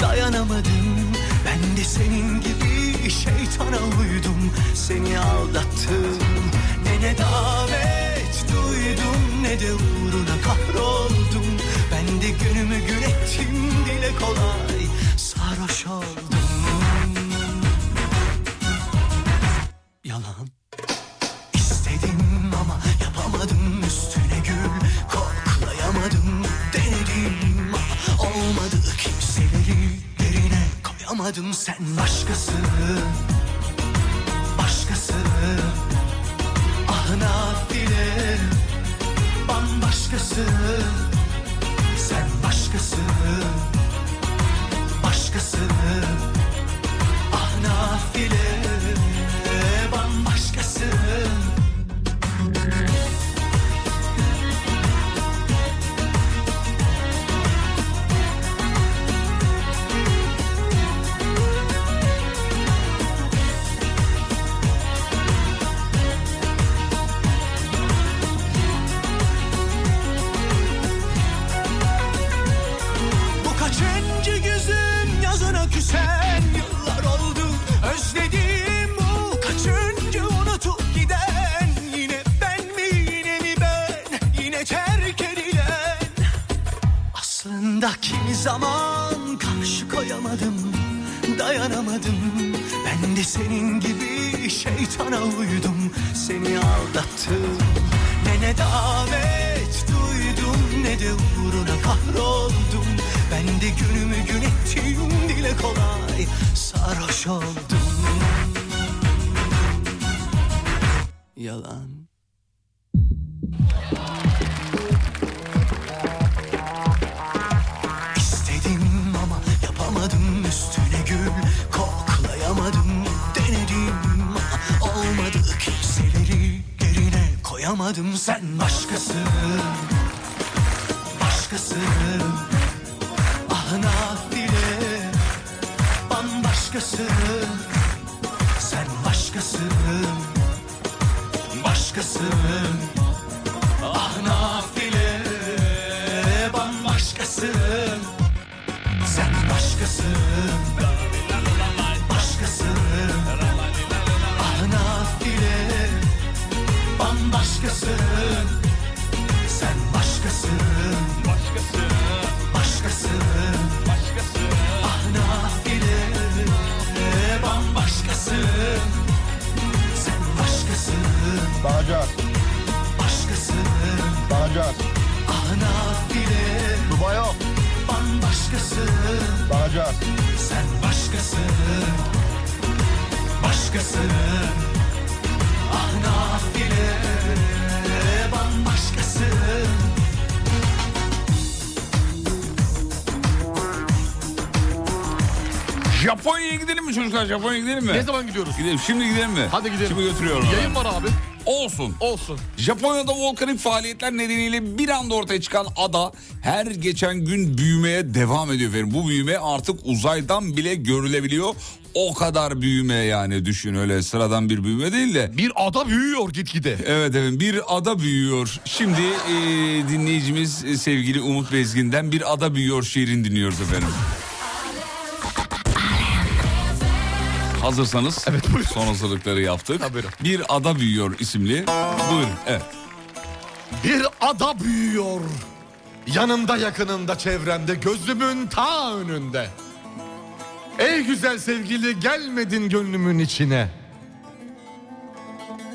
Speaker 12: dayanamadım Ben de senin gibi şeytana uydum Seni aldattım Ne nedamet duydum ne de uğruna kahroldum Ben de günümü gün ettim dile kolay Sarhoş oldum Aramadın sen başkasını Başkasını Ahına bile Bambaşkasını Sen başkasını Başkasını Ahına bile Bambaşkasını Bu kaçıncı gözün yazına küsen yıllar oldu özledim bu kaçıncı unutup giden yine ben mi yine mi ben yine terk edilen aslında kimi zaman karşı koyamadım dayanamadım ben de senin gibi şeytana uydum seni aldattım ne ne davet duydum ne de uğruna kahroldum ben de günümü gün ettim dile kolay sarhoş oldum yalan İstedim ama yapamadım üstüne gül koklayamadım denedim ama olmadı kimseleri yerine koyamadım sen başkası başkası ahına bile bambaşkası sen başkası başkası ahına bile bambaşkası sen başkasın Başkasın Ah Ahına bile Bambaşkasın Sen başkasın Başkasın Ah, Başkasın Ahına bile Bambaşkasın Sen başkasın
Speaker 13: Bağcılar,
Speaker 12: Başkasın Ah,
Speaker 13: Bağcılar,
Speaker 12: Ahına bile
Speaker 13: Dubai yok,
Speaker 12: Bambaşkasın
Speaker 13: Bağcılar.
Speaker 12: Sen başkasın Başkasın Ah nafile Bambaşkasın
Speaker 3: Japonya'ya gidelim mi çocuklar? Japonya'ya gidelim mi?
Speaker 4: Ne zaman gidiyoruz?
Speaker 3: Gidelim. Şimdi gidelim mi?
Speaker 4: Hadi gidelim.
Speaker 3: Şimdi götürüyorum.
Speaker 4: Yayın var abi.
Speaker 3: Olsun.
Speaker 4: Olsun.
Speaker 3: Japonya'da volkanik faaliyetler nedeniyle bir anda ortaya çıkan ada her geçen gün büyümeye devam ediyor efendim. Bu büyüme artık uzaydan bile görülebiliyor. O kadar büyüme yani düşün öyle sıradan bir büyüme değil de.
Speaker 4: Bir ada büyüyor gitgide.
Speaker 3: Evet efendim bir ada büyüyor. Şimdi e, dinleyicimiz e, sevgili Umut Bezgin'den bir ada büyüyor şiirini dinliyoruz efendim. Hazırsanız son hazırlıkları yaptık.
Speaker 4: Ha, buyurun.
Speaker 3: Bir ada büyüyor isimli. Buyurun. Evet.
Speaker 4: Bir ada büyüyor. Yanımda yakınımda çevremde gözümün ta önünde. Ey güzel sevgili gelmedin gönlümün içine.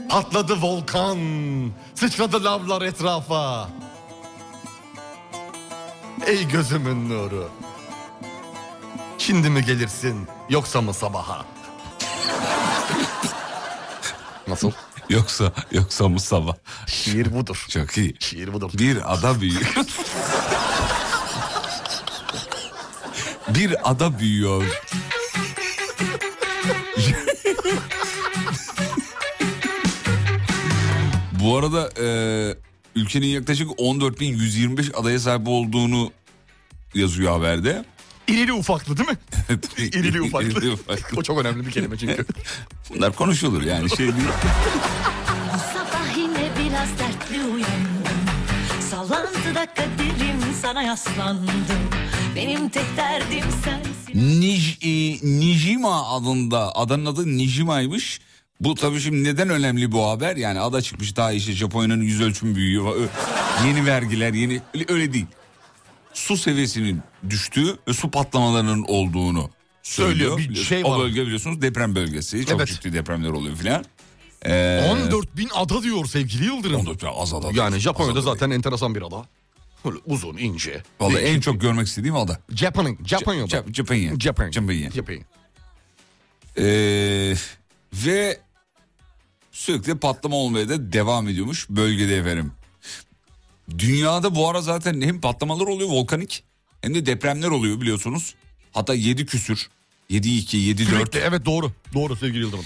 Speaker 4: Patladı volkan, sıçradı lavlar etrafa. Ey gözümün nuru. Şimdi mi gelirsin yoksa mı sabaha? Nasıl?
Speaker 3: Yoksa yoksa mı sabah?
Speaker 4: Şiir budur.
Speaker 3: Çok iyi.
Speaker 4: Şiir budur.
Speaker 3: Bir ada büyüyor. bir ada büyüyor. Bu arada e, ülkenin yaklaşık 14.125 adaya sahip olduğunu yazıyor haberde.
Speaker 4: İrili ufaklı değil mi? İrili
Speaker 3: [LAUGHS]
Speaker 4: ufaklı.
Speaker 3: İrili ufaklı.
Speaker 4: o çok önemli bir kelime çünkü.
Speaker 3: Bunlar konuşulur yani şey değil.
Speaker 10: Sabah yine biraz dertli uyandım Sallantıda kaderim sana yaslandım Benim tek derdim sensin
Speaker 3: Nij, e, Nijima adında adanın adı Nijima'ymış. Bu tabii şimdi neden önemli bu haber? Yani ada çıkmış daha işte Japonya'nın yüz ölçümü büyüyor. Ö- Yeni vergiler yeni öyle, öyle değil. Su seviyesinin düştüğü ve su patlamalarının olduğunu söylüyor.
Speaker 4: Söylüyor, bir
Speaker 3: Biliyorsun-
Speaker 4: şey
Speaker 3: o
Speaker 4: var.
Speaker 3: bölge biliyorsunuz deprem bölgesi. Çok
Speaker 4: Evet.
Speaker 3: ciddi depremler oluyor filan. Ee,
Speaker 4: 14 bin ada diyor sevgili Yıldırım.
Speaker 3: 14 ya az ada.
Speaker 4: Yani Japonya'da
Speaker 3: Az ada.
Speaker 4: zaten enteresan bir ada. Böyle uzun, ince.
Speaker 3: Vallahi en
Speaker 4: Değişik.
Speaker 3: çok görmek istediğim ada.
Speaker 4: Japan, Japonya'da.
Speaker 3: Japonya.
Speaker 4: Japan.
Speaker 3: Japonya.
Speaker 4: Japan.
Speaker 3: Ee, ve sürekli patlama olmaya da devam ediyormuş bölgede efendim. Dünyada bu ara zaten hem patlamalar oluyor volkanik hem de depremler oluyor biliyorsunuz. Hatta 7 küsür, 7 2, 7 4.
Speaker 4: Evet doğru. Doğru sevgili Yıldırım.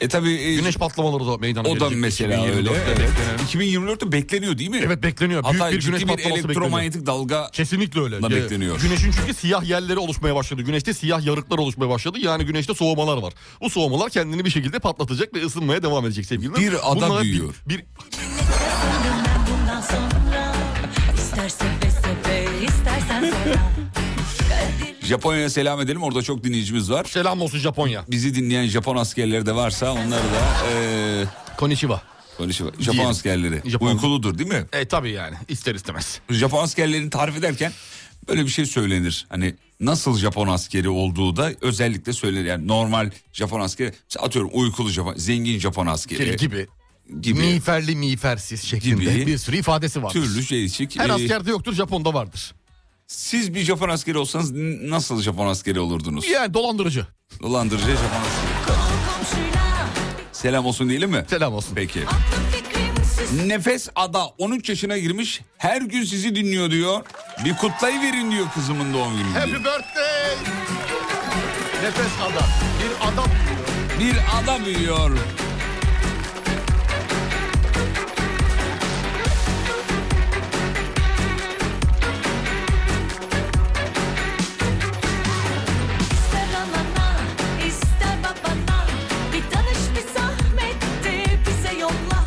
Speaker 3: E tabi
Speaker 4: güneş patlamaları da meydana
Speaker 3: O da
Speaker 4: gelecek.
Speaker 3: mesela öyle.
Speaker 4: 2024'te
Speaker 3: Evet.
Speaker 4: beklenen.
Speaker 3: 2024'te bekleniyor değil mi?
Speaker 4: Evet bekleniyor. Büyük
Speaker 3: Hatta
Speaker 4: bir
Speaker 3: ciddi
Speaker 4: güneş
Speaker 3: bir
Speaker 4: patlaması bekleniyor.
Speaker 3: elektromanyetik dalga
Speaker 4: Kesinlikle öyle.
Speaker 3: da
Speaker 4: Ee,
Speaker 3: bekleniyor.
Speaker 4: Güneşin çünkü siyah yerleri oluşmaya başladı. Güneşte siyah yarıklar oluşmaya başladı. Yani güneşte soğumalar var. Bu soğumalar kendini bir şekilde patlatacak ve ısınmaya devam edecek sevgili.
Speaker 3: Bir ada
Speaker 4: Bunlar
Speaker 3: büyüyor.
Speaker 4: Bir, bir
Speaker 10: Sanırım ben bundan sonra İstersen ve seve, istersen sonra
Speaker 3: Japonya'ya selam edelim. Orada çok dinleyicimiz var.
Speaker 4: Selam olsun Japonya.
Speaker 3: Bizi dinleyen Japon askerleri de varsa onları da... E...
Speaker 4: Konnichiwa.
Speaker 3: Konnichiwa. Japon
Speaker 4: Diyelim.
Speaker 3: askerleri.
Speaker 4: Japon-
Speaker 3: Uykuludur değil mi?
Speaker 4: E tabii yani ister istemez.
Speaker 3: Japon askerlerini tarif ederken böyle bir şey söylenir. Hani nasıl Japon askeri olduğu da özellikle söylenir. Yani normal Japon askeri mesela atıyorum uykulu Japon, zengin Japon askeri.
Speaker 4: gibi.
Speaker 3: Gibi.
Speaker 4: Miğferli miğfersiz şeklinde
Speaker 3: Gibi.
Speaker 4: bir sürü ifadesi vardır.
Speaker 3: Türlü değişik.
Speaker 4: Her
Speaker 3: Ee,
Speaker 4: askerde yoktur Japon'da vardır.
Speaker 3: Siz bir Japon askeri olsanız n- nasıl Japon askeri olurdunuz?
Speaker 4: Yani dolandırıcı.
Speaker 3: Dolandırıcı Japon askeri. Selam olsun diyelim mi?
Speaker 4: Selam olsun.
Speaker 3: Peki. Nefes Ada 13 yaşına girmiş. Her gün sizi dinliyor diyor. Bir kutlayı verin diyor kızımın doğum gününü.
Speaker 4: Happy
Speaker 3: diyor.
Speaker 4: birthday. Nefes ada. Bir adam.
Speaker 3: Bir ada büyüyor.
Speaker 10: İster anana, ister babana Bir tanış bir zahmet de bize yolla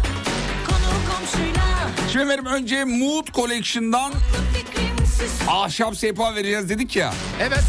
Speaker 10: Konu komşuyla
Speaker 3: Şimdi efendim önce Mood Collection'dan ahşap sehpa vereceğiz dedik ya.
Speaker 4: Evet.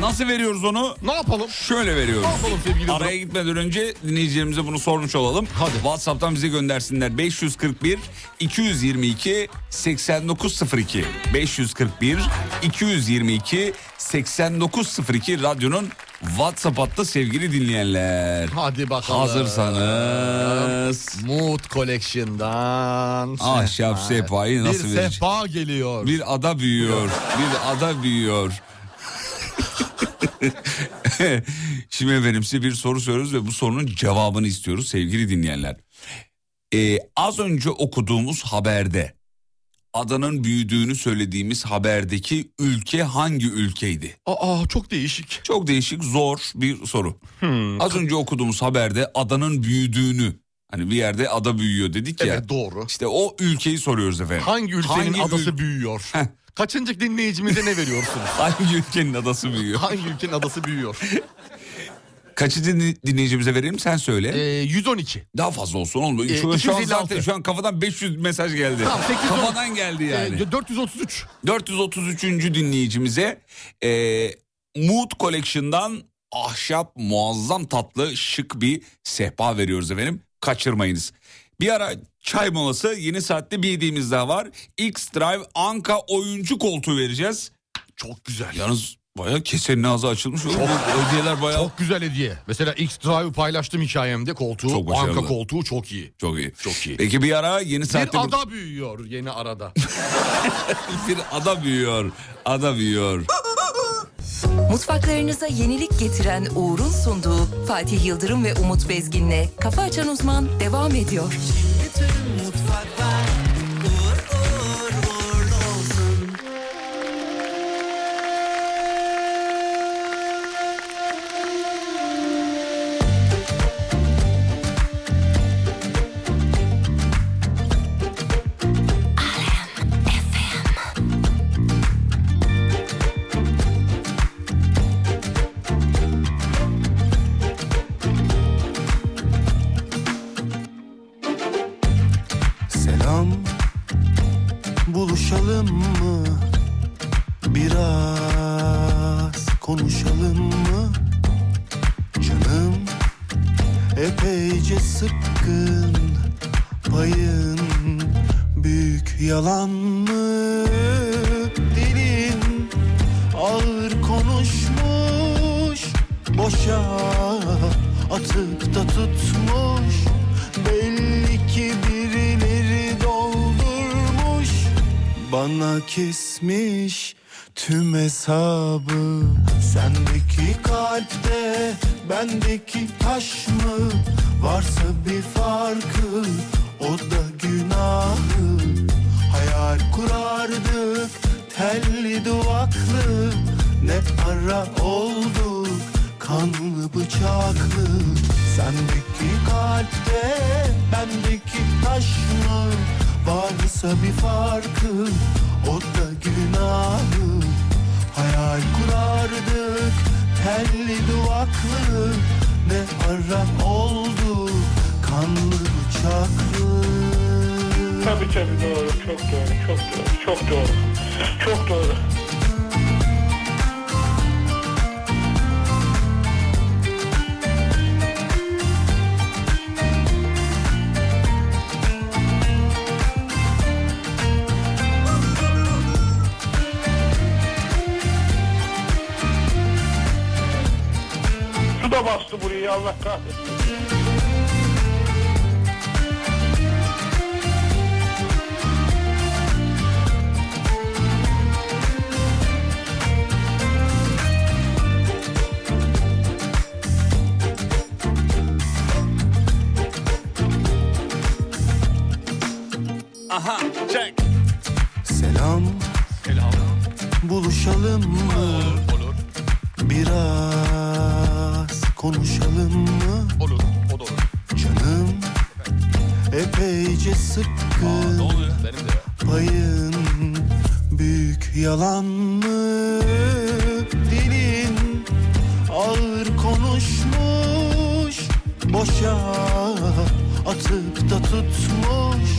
Speaker 3: Nasıl veriyoruz onu?
Speaker 4: Ne yapalım?
Speaker 3: Şöyle veriyoruz.
Speaker 4: Ne yapalım sevgili
Speaker 3: Araya gitmeden önce dinleyicilerimize bunu sormuş olalım. Hadi. WhatsApp'tan bize göndersinler. 541 222 8902 541 222 8902 radyonun WhatsApp hattı sevgili dinleyenler.
Speaker 4: Hadi bakalım.
Speaker 3: Hazırsanız.
Speaker 4: Mood Collection'dan.
Speaker 3: Ahşap sehpayı nasıl
Speaker 4: bir
Speaker 3: vereceğiz?
Speaker 4: sehpa geliyor.
Speaker 3: Bir ada büyüyor. Bir ada
Speaker 4: [LAUGHS]
Speaker 3: büyüyor. Şimdi efendim size bir soru soruyoruz ve bu sorunun cevabını istiyoruz sevgili dinleyenler. Ee, az önce okuduğumuz haberde adanın büyüdüğünü söylediğimiz haberdeki ülke hangi ülkeydi?
Speaker 4: Aa çok değişik. Hmm.
Speaker 3: Çok değişik zor bir soru. Az önce okuduğumuz haberde adanın büyüdüğünü hani bir yerde ada büyüyor dedik ya.
Speaker 4: Evet, doğru.
Speaker 3: İşte o ülkeyi soruyoruz efendim.
Speaker 4: Hangi ülkenin
Speaker 3: Hangi
Speaker 4: adası
Speaker 3: ül-
Speaker 4: büyüyor? Kaçıncı dinleyicimize ne
Speaker 3: [LAUGHS]
Speaker 4: veriyorsunuz?
Speaker 3: Hangi ülkenin adası büyüyor?
Speaker 4: Hangi ülkenin adası büyüyor?
Speaker 3: Kaçıncı din- dinleyicimize verelim sen söyle.
Speaker 4: Ee, 112.
Speaker 3: Daha fazla olsun oğlum.
Speaker 4: Ee,
Speaker 3: şu, şu an
Speaker 4: 256.
Speaker 3: zaten şu an kafadan 500 mesaj geldi.
Speaker 4: Tamam, 800.
Speaker 3: kafadan geldi yani.
Speaker 4: Ee, 433.
Speaker 3: 433. dinleyicimize e, Mood Collection'dan ahşap muazzam tatlı şık bir sehpa veriyoruz efendim. Kaçırmayınız. Bir ara çay molası yeni saatte bir hediyemiz daha var. X-Drive Anka oyuncu koltuğu vereceğiz.
Speaker 4: Çok güzel.
Speaker 3: Yalnız bayağı kesenin ağzı açılmış. Çok,
Speaker 4: [LAUGHS]
Speaker 3: hediyeler bayağı
Speaker 4: Çok güzel hediye. Mesela X Drive'ı paylaştım hikayemde koltuğu.
Speaker 3: Çok başarılı.
Speaker 4: Anka koltuğu çok iyi.
Speaker 3: Çok iyi.
Speaker 4: Çok iyi.
Speaker 3: Peki bir ara yeni saatte...
Speaker 4: Bir ada büyüyor yeni arada.
Speaker 3: bir ada büyüyor. Ada büyüyor.
Speaker 7: Mutfaklarınıza yenilik getiren Uğur'un sunduğu Fatih Yıldırım ve Umut Bezgin'le Kafa Açan Uzman devam ediyor.
Speaker 12: Selam Buluşalım mı? Biraz konuşalım mı? Canım epeyce sıkkın Payın büyük yalan mı? Dilin ağır konuşmuş Boşa atıp da tutmuş Belli ki birileri doldurmuş Bana kesmiş
Speaker 14: Tüm hesabı sendeki kalpte bendeki taş mı varsa bir farkı o da günahı hayal kurardık telli duvaklı ne ara oldu kanlı bıçaklı sendeki kalpte bendeki taş mı varsa bir farkı o da günahı Hayal kurardık telli duvaklı Ne ara oldu kanlı bıçaklı
Speaker 15: Tabii tabii doğru. Çok doğru. Çok doğru. Çok doğru. Çok doğru. Su da bastı burayı Allah kahretsin.
Speaker 3: Aha çek.
Speaker 14: Selam
Speaker 16: Selam.
Speaker 14: buluşalım mı?
Speaker 16: Olur.
Speaker 14: Biraz konuşalım mı?
Speaker 4: Olur o da olur.
Speaker 14: Canım epeyce sıkkın
Speaker 4: Benim de.
Speaker 14: Payın büyük yalan mı? Dilin ağır konuşmuş Boşa atıp da tutmuş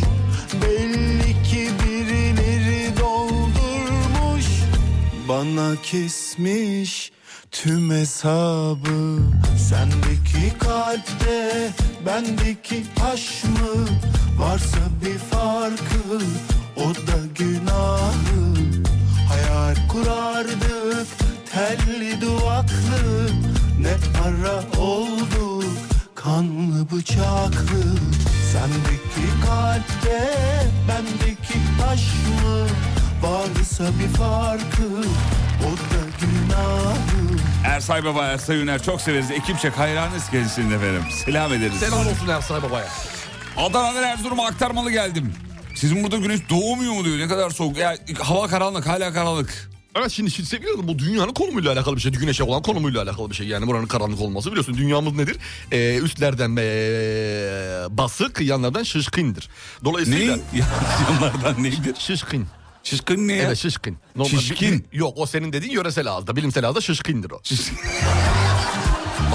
Speaker 14: Belli ki birileri doldurmuş Bana kesmiş tüm hesabı Sendeki kalpte bendeki taş mı Varsa bir farkı o da günahı Hayal kurardık telli duvaklı Ne ara olduk kanlı bıçaklı Sendeki kalpte bendeki taş mı Varsa bir farkı o da günahı
Speaker 3: Ersay Baba, Ersay Üner çok severiz. Ekipçe hayranız kendisinin efendim. Selam ederiz.
Speaker 4: Selam olsun Ersay Baba'ya.
Speaker 3: Adana'dan Erzurum'a aktarmalı geldim. Sizin burada güneş doğmuyor mu diyor. Ne kadar soğuk. Ya, hava karanlık hala karanlık.
Speaker 4: Evet şimdi, şimdi sevgili hanım, bu dünyanın konumuyla alakalı bir şey. Güneşe olan konumuyla alakalı bir şey. Yani buranın karanlık olması biliyorsun dünyamız nedir? Ee, üstlerden ee, basık, yanlardan şişkindir. Dolayısıyla...
Speaker 3: Ne? [LAUGHS] yanlardan nedir?
Speaker 4: Şişkin.
Speaker 3: Şişkin ne ya?
Speaker 4: Evet şişkin.
Speaker 3: Şişkin.
Speaker 4: bi- bi- yok o senin dediğin yöresel ağızda. Bilimsel ağızda şişkindir o.
Speaker 3: [LAUGHS]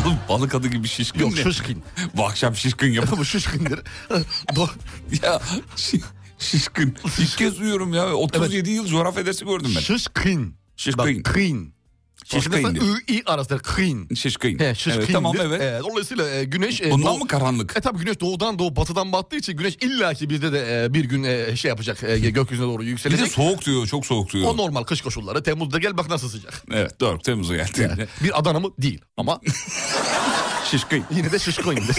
Speaker 3: Oğlum balık adı gibi şişkin
Speaker 4: Yok,
Speaker 3: ne?
Speaker 4: şişkin.
Speaker 3: Bu akşam şişkin yapalım.
Speaker 4: Bu [LAUGHS] şişkindir.
Speaker 3: ya şi- şişkin. İlk kez duyuyorum ya. 37 yıl coğrafya dersi gördüm ben.
Speaker 4: Şişkin.
Speaker 3: Şişkin.
Speaker 4: Bak, kın. Şişkin.
Speaker 3: Şişkindir.
Speaker 4: I, i arasında kın.
Speaker 3: Şişkin.
Speaker 4: He, şişkindir.
Speaker 3: Evet, tamam evet.
Speaker 4: E, dolayısıyla e, güneş... e,
Speaker 3: Bundan
Speaker 4: doğu-
Speaker 3: mı karanlık?
Speaker 4: E tabii güneş doğudan doğu batıdan battığı için güneş illaki bizde de e, bir gün e, şey yapacak e, gökyüzüne doğru
Speaker 3: Bir de
Speaker 4: yükselecek.
Speaker 3: soğuk diyor, çok soğuk diyor.
Speaker 4: O normal kış koşulları. Temmuz'da gel bak
Speaker 3: [LAUGHS]
Speaker 4: nasıl sıcak.
Speaker 3: Evet 4 Temmuz'a geldi.
Speaker 4: Yani bir Adana mı? Değil ama...
Speaker 3: şişkin.
Speaker 4: Yine de şişkindir.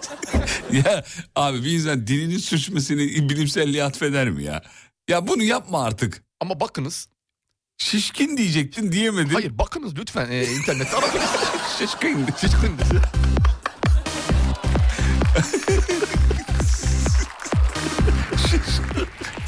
Speaker 3: [LAUGHS] ya abi bir insan dilinin sürçmesini bilimselliğe atfeder mi ya? Ya bunu yapma artık.
Speaker 4: Ama bakınız.
Speaker 3: Şişkin diyecektin diyemedin.
Speaker 4: Hayır bakınız lütfen e, internette aratın.
Speaker 3: [LAUGHS] Şişkindir.
Speaker 4: Şişkindir.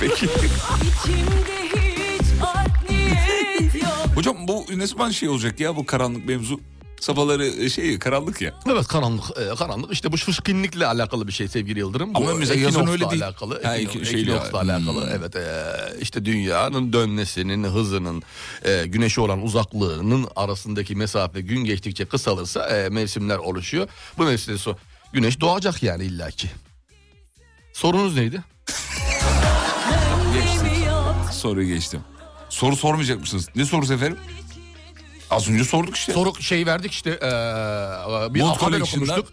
Speaker 3: Peki.
Speaker 10: İçimde hiç art niyet yok
Speaker 3: Hocam bu ne zaman şey olacak ya bu karanlık mevzu? Sabahları e, şey karanlık ya.
Speaker 4: Evet karanlık e, karanlık işte bu şişkinlikle alakalı bir şey sevgili Yıldırım.
Speaker 3: Ama
Speaker 4: bu,
Speaker 3: mesela yazın
Speaker 4: ekinoksla
Speaker 3: öyle değil.
Speaker 4: alakalı.
Speaker 3: Ha,
Speaker 4: ekino-
Speaker 3: iki- şeyle-
Speaker 4: ekinoksla
Speaker 3: Hmm.
Speaker 4: alakalı evet e, işte dünyanın dönmesinin hızının e, güneşe olan uzaklığının arasındaki mesafe gün geçtikçe kısalırsa e, mevsimler oluşuyor. Bu mevsimde so güneş doğacak yani illaki. Sorunuz neydi?
Speaker 3: Soruyu geçtim. Soru sormayacak mısınız? Ne sorusu efendim? Az önce sorduk işte.
Speaker 4: Soru şey verdik işte e, bir
Speaker 3: Mood
Speaker 4: haber
Speaker 3: Collection'dan-
Speaker 4: okumuştuk.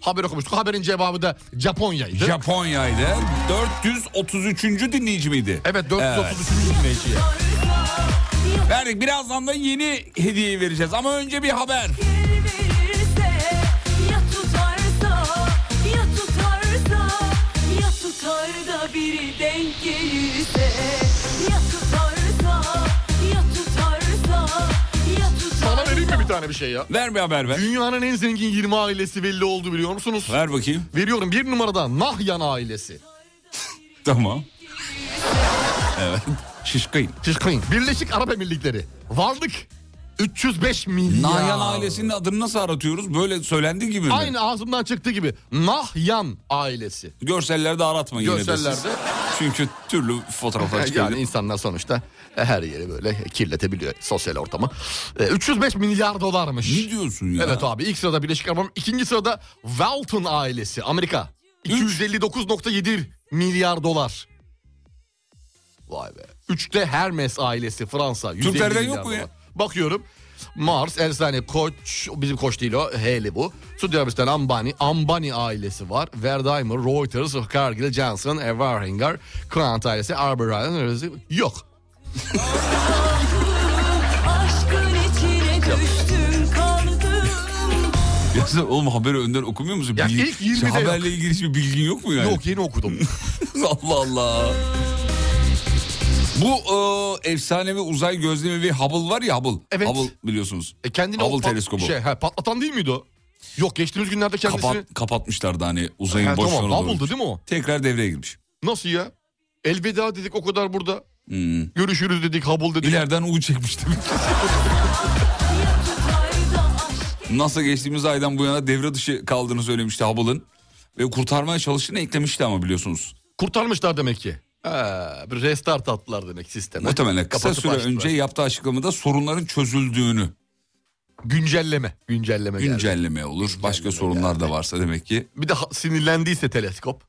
Speaker 4: Haber okumuştuk. Haberin cevabı da Japonya'ydı.
Speaker 3: Japonya'ydı. 433. dinleyici miydi?
Speaker 4: Evet
Speaker 3: 433.
Speaker 4: dinleyici.
Speaker 3: Verdik. Birazdan da yeni hediyeyi vereceğiz. Ama önce bir haber.
Speaker 10: Ya tutarsa ya tutarsa ya tutar da biri denk gelirse Ya tutarsa ya tutarsa
Speaker 4: tane bir şey ya.
Speaker 3: Ver bir haber ver.
Speaker 4: Dünyanın en zengin 20 ailesi belli oldu biliyor musunuz?
Speaker 3: Ver bakayım.
Speaker 4: Veriyorum bir numarada Nahyan ailesi.
Speaker 3: [LAUGHS] Tamam. Evet. Şişkin.
Speaker 4: Şişkin. Birleşik Arap Emirlikleri. Varlık 305 milyar.
Speaker 3: Nahyan ailesinin adını nasıl aratıyoruz? Böyle söylendiği gibi mi?
Speaker 4: Aynı ağzımdan çıktı gibi. Nahyan ailesi.
Speaker 3: Görsellerde aratma yine de siz.
Speaker 4: Görsellerde.
Speaker 3: Çünkü türlü [LAUGHS] fotoğraflar çıkıyor.
Speaker 4: [LAUGHS] Yani insanlar sonuçta e, her yeri böyle kirletebiliyor sosyal ortamı. E, 305 milyar dolarmış. Ne
Speaker 3: diyorsun ya?
Speaker 4: Evet abi ilk sırada Birleşik Arap Emirlikleri. ikinci sırada Walton ailesi Amerika. 259.7 milyar dolar. Vay be. Üçte Hermes ailesi Fransa. 150
Speaker 3: Türklerden
Speaker 4: milyar
Speaker 3: yok mu ya?
Speaker 4: dolar. Bakıyorum. Mars, Ersane Koç, bizim Koç değil o, Heyli bu. Suudi Arabistan Ambani, Ambani ailesi var. Verdheimer, Reuters, Cargill, Johnson, Everhinger, Krant ailesi, Arbor ailesi yok.
Speaker 10: Aşkın içine düştüm kaldım.
Speaker 3: Ya sen oğlum haberi önden okumuyor musun?
Speaker 4: Ya
Speaker 3: Bilgi-
Speaker 4: ilk 20'de
Speaker 3: Sen
Speaker 4: yok.
Speaker 3: haberle ilgili hiçbir bilgin yok mu yani?
Speaker 4: Yok yeni okudum.
Speaker 3: [LAUGHS] Allah Allah. Bu e, efsanevi uzay gözlemi ve Hubble var ya Hubble.
Speaker 4: Evet.
Speaker 3: Hubble biliyorsunuz.
Speaker 4: E kendini
Speaker 3: Hubble
Speaker 4: o pat-
Speaker 3: teleskobu.
Speaker 4: Şey, he, patlatan değil miydi o? Yok geçtiğimiz günlerde kendisini...
Speaker 3: Kapat, kapatmışlardı hani uzayın
Speaker 4: He,
Speaker 3: boşluğuna
Speaker 4: tamam,
Speaker 3: doğru.
Speaker 4: Hubble'dı değil mi o?
Speaker 3: Tekrar devreye girmiş.
Speaker 4: Nasıl ya? Elveda dedik o kadar burada.
Speaker 3: Hmm.
Speaker 4: Görüşürüz dedik Hubble dedik.
Speaker 3: İleriden U çekmiş
Speaker 4: [LAUGHS]
Speaker 3: demek ki. NASA geçtiğimiz aydan bu yana devre dışı kaldığını söylemişti Hubble'ın. Ve kurtarmaya çalıştığını eklemişti ama biliyorsunuz.
Speaker 4: Kurtarmışlar demek ki. Ha, bir restart attılar demek sisteme.
Speaker 3: Muhtemelen kısa
Speaker 4: Kapatıp
Speaker 3: süre
Speaker 4: açtılar.
Speaker 3: önce yaptığı açıklamada sorunların çözüldüğünü
Speaker 4: güncelleme güncelleme geldi.
Speaker 3: güncelleme olur. Başka sorunlar da varsa demek ki.
Speaker 4: Bir de ha- sinirlendiyse teleskop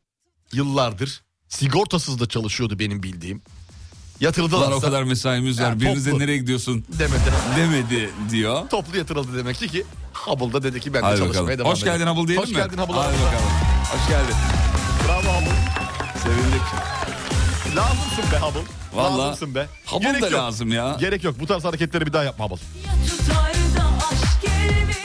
Speaker 4: yıllardır sigortasız da çalışıyordu benim bildiğim.
Speaker 3: Ulan
Speaker 4: Yatırdılar
Speaker 3: o kadar mesaimiz var.
Speaker 4: Ya,
Speaker 3: Birinize
Speaker 4: toplu.
Speaker 3: nereye gidiyorsun
Speaker 4: demedi.
Speaker 3: demedi diyor.
Speaker 4: Toplu yatırıldı demek ki ki Hubble'da dedi ki ben de
Speaker 3: Hadi
Speaker 4: çalışmaya
Speaker 3: bakalım.
Speaker 4: devam
Speaker 3: Hoş geldin
Speaker 4: edeyim.
Speaker 3: Hubble diyelim
Speaker 4: Hoş
Speaker 3: mi?
Speaker 4: geldin Hubble.
Speaker 3: Hadi bakalım. Hoş geldin.
Speaker 4: Bravo Hubble.
Speaker 3: Sevindik.
Speaker 4: Lazımsın be Hubble.
Speaker 3: Vallahi
Speaker 4: Lazımsın be.
Speaker 3: Hubble da lazım ya.
Speaker 4: Gerek yok. Bu tarz hareketleri bir daha yapma Hubble.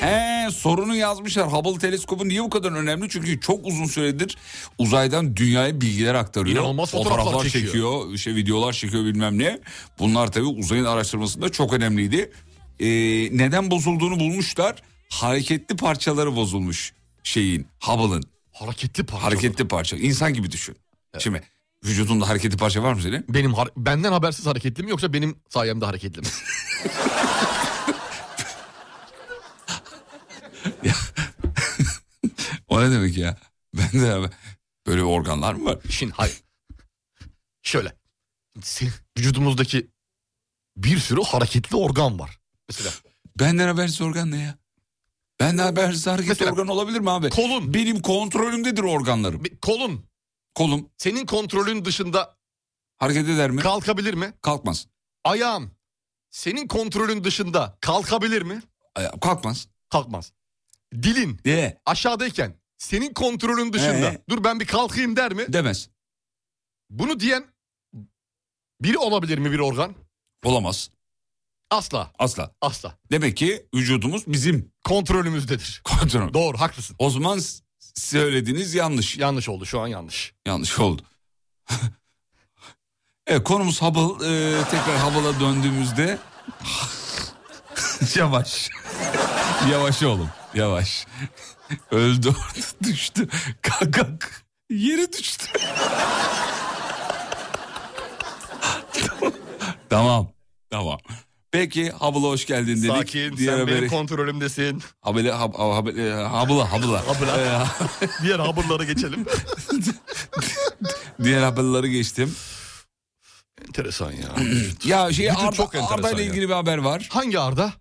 Speaker 3: He, sorunu yazmışlar. Hubble teleskobu niye bu kadar önemli? Çünkü çok uzun süredir uzaydan dünyaya bilgiler aktarıyor.
Speaker 4: İnanılmaz fotoğraflar çekiyor.
Speaker 3: çekiyor, şey videolar çekiyor bilmem ne. Bunlar tabii uzayın araştırmasında çok önemliydi. Ee, neden bozulduğunu bulmuşlar. Hareketli parçaları bozulmuş şeyin, Hubble'ın.
Speaker 4: Hareketli parça.
Speaker 3: Hareketli parça. İnsan gibi düşün. Şimdi [LAUGHS] vücudunda hareketli parça var mı senin?
Speaker 4: Benim har- benden habersiz hareketli mi yoksa benim sayemde hareketli mi?
Speaker 3: O ne demek ya? Ben de böyle bir organlar mı var?
Speaker 4: Şimdi hayır. Şöyle. Senin vücudumuzdaki bir sürü hareketli organ var. Mesela
Speaker 3: Benden habersiz organ ne ya? Benden habersiz hareketli
Speaker 4: Mesela-
Speaker 3: organ olabilir mi abi?
Speaker 4: kolun.
Speaker 3: Benim kontrolümdedir organlarım.
Speaker 4: bir- kolun
Speaker 3: Kolum
Speaker 4: senin kontrolün dışında
Speaker 3: hareket eder mi?
Speaker 4: kalkabilir mi?
Speaker 3: Kalkmaz.
Speaker 4: Ayağın senin kontrolün dışında kalkabilir mi?
Speaker 3: Ay- Kalkmaz.
Speaker 4: Kalkmaz. Dilin
Speaker 3: De.
Speaker 4: aşağıdayken senin kontrolün dışında
Speaker 3: Ee?
Speaker 4: dur ben bir kalkayım der mi?
Speaker 3: Demez.
Speaker 4: Bunu diyen biri olabilir mi bir organ?
Speaker 3: Olamaz.
Speaker 4: Asla.
Speaker 3: Asla.
Speaker 4: Asla.
Speaker 3: Demek ki vücudumuz bizim
Speaker 4: Kontrolümüzdedir.
Speaker 3: kontrol.
Speaker 4: Doğru haklısın.
Speaker 3: O zaman s- söylediğiniz yanlış.
Speaker 4: Yanlış oldu şu an yanlış.
Speaker 3: Yanlış oldu. evet E, konumuz Hubble. Ee, tekrar Hubble'a döndüğümüzde... [LAUGHS] yavaş. [LAUGHS] yavaş oğlum. Yavaş. Öldü [LAUGHS] orada düştü. Kalk kalk. Yere düştü. [LAUGHS] tamam. Tamam. Peki Hubble'a hoş geldin dedik.
Speaker 4: Sakin
Speaker 3: Diğer
Speaker 4: sen benim
Speaker 3: haberi-
Speaker 4: kontrolümdesin.
Speaker 3: Habele, hab, hab, habele, e, Hubble'a, Hubble'a.
Speaker 4: Hubble'a.
Speaker 3: Ee,
Speaker 4: Diğer haberlere geçelim.
Speaker 3: Diğer haberleri geçtim.
Speaker 4: enteresan ya.
Speaker 3: [CLEARS THROAT] Ya şey
Speaker 4: Bütün
Speaker 3: Arda,
Speaker 4: çok enteresan
Speaker 3: Arda'yla
Speaker 4: ya.
Speaker 3: ilgili bir haber var.
Speaker 4: Hangi Arda?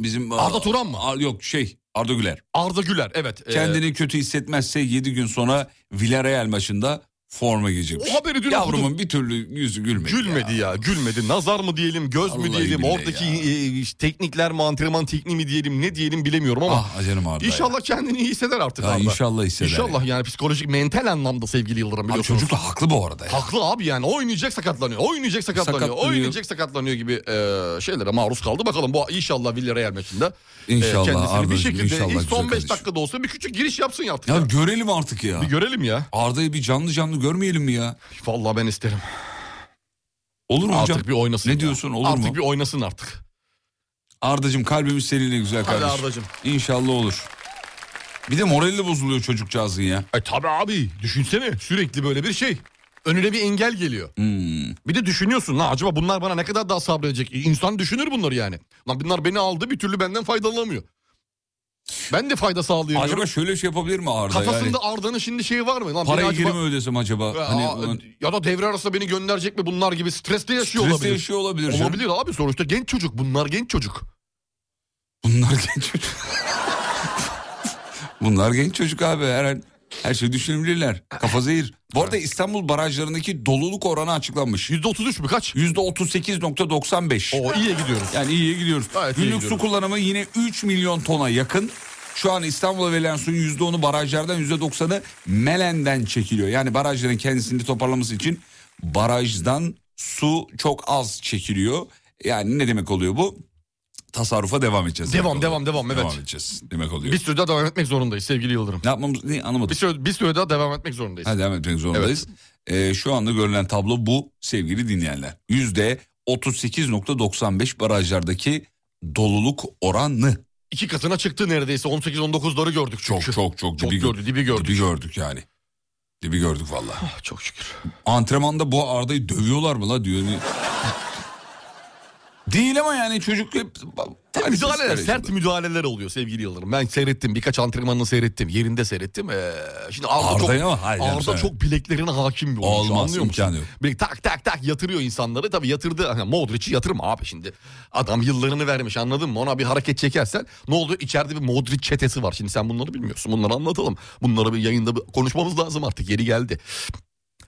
Speaker 3: Bizim e,
Speaker 4: Arda Turan mı?
Speaker 3: Ar- yok şey Arda Güler.
Speaker 4: Arda Güler evet. Ee,
Speaker 3: Kendini kötü hissetmezse 7 gün sonra Villarreal maçında forma giyecekmiş.
Speaker 4: O haberi dün
Speaker 3: Yavrumun
Speaker 4: okudum.
Speaker 3: bir türlü yüzü gülmedi.
Speaker 4: Gülmedi ya. gülmedi. Nazar mı diyelim, göz
Speaker 3: [LAUGHS]
Speaker 4: mü
Speaker 3: Vallahi
Speaker 4: diyelim,
Speaker 3: billahi
Speaker 4: oradaki
Speaker 3: ya.
Speaker 4: e, işte teknikler mi, antrenman tekniği mi diyelim, ne diyelim bilemiyorum ama
Speaker 3: Ah canım Arda.
Speaker 4: inşallah kendini iyi hisseder artık
Speaker 3: Ya. Ya
Speaker 4: Arda.
Speaker 3: inşallah hisseder.
Speaker 4: İnşallah yani psikolojik, mental anlamda sevgili Yıldırım
Speaker 3: Abi
Speaker 4: biliyorsunuz.
Speaker 3: çocuk da haklı bu arada. Ya.
Speaker 4: Haklı abi yani oynayacak sakatlanıyor, oynayacak sakatlanıyor,
Speaker 3: Sakatlanıyor.
Speaker 4: oynayacak sakatlanıyor gibi e, şeylere maruz kaldı. Bakalım bu inşallah Villarreal maçında e,
Speaker 3: İnşallah
Speaker 4: kendisini bir
Speaker 3: Arda'cığım,
Speaker 4: şekilde
Speaker 3: inşallah
Speaker 4: ilk
Speaker 3: güzel
Speaker 4: son 5
Speaker 3: kardeşim.
Speaker 4: dakikada olsa bir küçük giriş yapsın ya artık.
Speaker 3: Ya
Speaker 4: ya.
Speaker 3: görelim artık ya.
Speaker 4: Bir görelim ya.
Speaker 3: Arda'yı bir canlı canlı görmeyelim mi ya?
Speaker 4: Vallahi ben isterim.
Speaker 3: Olur mu hocam?
Speaker 4: Artık bir oynasın.
Speaker 3: Ne
Speaker 4: ya.
Speaker 3: diyorsun, olur
Speaker 4: Artık
Speaker 3: mu?
Speaker 4: bir oynasın artık.
Speaker 3: Ardacığım kalbimiz seninle güzel
Speaker 4: Hadi
Speaker 3: kardeşim.
Speaker 4: Ardacığım.
Speaker 3: İnşallah olur. Bir de morali de bozuluyor çocukcağızın ya.
Speaker 4: E tabi abi düşünsene sürekli böyle bir şey. Önüne bir engel geliyor.
Speaker 3: Hmm.
Speaker 4: Bir de düşünüyorsun lan acaba bunlar bana ne kadar daha sabredecek? E, İnsan düşünür bunları yani. Lan bunlar beni aldı bir türlü benden faydalanamıyor. Ben de fayda sağlayamıyorum.
Speaker 3: Acaba şöyle bir şey yapabilir mi Arda
Speaker 4: Kafasında
Speaker 3: yani?
Speaker 4: Arda'nın şimdi şeyi var mı? Lan beni
Speaker 3: Parayı
Speaker 4: acaba-
Speaker 3: geri mi ödesem acaba?
Speaker 4: Ya,
Speaker 3: hani
Speaker 4: aa,
Speaker 3: ulan-
Speaker 4: Ya da devre arasında beni gönderecek mi bunlar gibi streste yaşıyor
Speaker 3: Streste
Speaker 4: olabilir.
Speaker 3: yaşıyor olabilir canım.
Speaker 4: Olabilir abi sonuçta genç çocuk bunlar genç çocuk.
Speaker 3: Bunlar genç çocuk. [LAUGHS] Bunlar genç çocuk abi her an her şey düşünebilirler. Kafa zehir. Bu arada İstanbul barajlarındaki doluluk oranı açıklanmış.
Speaker 4: %33 mü kaç?
Speaker 3: %38.95.
Speaker 4: O iyiye gidiyoruz.
Speaker 3: Yani iyiye gidiyoruz.
Speaker 4: Gayet iyiye
Speaker 3: Günlük su
Speaker 4: gidiyoruz.
Speaker 3: kullanımı yine 3 milyon tona yakın. Şu an İstanbul'a verilen suyun %10'u barajlardan %90'ı Melen'den çekiliyor. Yani barajların kendisini toparlaması için barajdan su çok az çekiliyor. Yani ne demek oluyor bu? Tasarrufa devam edeceğiz.
Speaker 4: Devam,
Speaker 3: demek
Speaker 4: devam,
Speaker 3: oluyor.
Speaker 4: devam, evet.
Speaker 3: Devam edeceğiz demek oluyor.
Speaker 4: Bir süre daha devam etmek zorundayız sevgili Yıldırım.
Speaker 3: Ne yapmamız ne anlamadım.
Speaker 4: Bir süre, bir süre daha devam etmek zorundayız.
Speaker 3: Ha, devam etmek zorundayız. Ee, şu anda görülen tablo bu sevgili dinleyenler. Yüzde 38.95 barajlardaki doluluk oranı.
Speaker 4: İki katına çıktı neredeyse 18-19'ları gördük çünkü. Çok
Speaker 3: çok çok.
Speaker 4: Çok gördü dibi gördük. Ah,
Speaker 3: Dibi gördük yani. Dibi gördük vallahi.
Speaker 4: çok şükür.
Speaker 3: Antrenmanda bu Arda'yı dövüyorlar mı la
Speaker 4: [LAUGHS]
Speaker 3: diyor. Değil ama yani çocuk hep...
Speaker 4: Tabii müdahaleler, sert müdahaleler oluyor sevgili Yıldırım. Ben seyrettim, birkaç antrenmanını seyrettim, yerinde seyrettim. Ee, şimdi Arda,
Speaker 3: Arda'yı
Speaker 4: çok,
Speaker 3: ama hayır,
Speaker 4: Arda
Speaker 3: sen-
Speaker 4: çok bileklerine hakim bir oyuncu.
Speaker 3: Olmaz,
Speaker 4: anlıyor musun?
Speaker 3: imkanı yok.
Speaker 4: Bir tak tak tak yatırıyor insanları. Tabii yatırdı. Hani Modric'i yatırma abi şimdi. Adam yıllarını vermiş anladın mı? Ona bir hareket çekersen ne oldu? İçeride bir Modric çetesi var. Şimdi sen bunları bilmiyorsun. Bunları anlatalım. Bunları bir yayında bir konuşmamız lazım artık. Yeri geldi.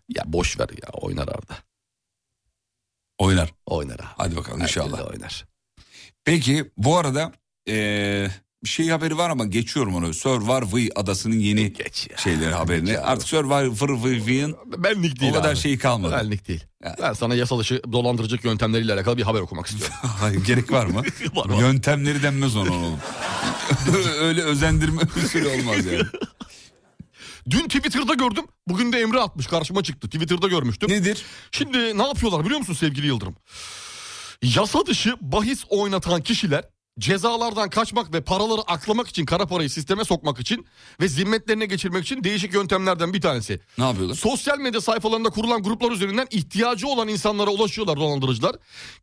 Speaker 4: Ya boş ver ya oynar Arda.
Speaker 3: Oynar.
Speaker 4: Oynar abi.
Speaker 3: Hadi bakalım inşallah.
Speaker 4: oynar.
Speaker 3: Peki bu arada eee, bir şey haberi var ama geçiyorum onu. Survivor adasının yeni şeyleri haberini. Artık Survivor'ın
Speaker 4: Benlik değil
Speaker 3: o kadar
Speaker 4: abi.
Speaker 3: şeyi kalmadı.
Speaker 4: Benlik değil. Ben sana yasal dışı dolandırıcılık yöntemleriyle alakalı bir haber okumak istiyorum.
Speaker 3: [LAUGHS] Hayır gerek var mı?
Speaker 4: Var, var.
Speaker 3: Yöntemleri denmez ona oğlum. [LAUGHS] Öyle özendirme [LAUGHS] usulü olmaz yani.
Speaker 4: Dün Twitter'da gördüm. Bugün de Emre atmış karşıma çıktı. Twitter'da görmüştüm.
Speaker 3: Nedir?
Speaker 4: Şimdi ne yapıyorlar biliyor musun sevgili Yıldırım? Yasa dışı bahis oynatan kişiler cezalardan kaçmak ve paraları aklamak için kara parayı sisteme sokmak için ve zimmetlerine geçirmek için değişik yöntemlerden bir tanesi.
Speaker 3: Ne yapıyorlar?
Speaker 4: Sosyal medya sayfalarında kurulan gruplar üzerinden ihtiyacı olan insanlara ulaşıyorlar dolandırıcılar.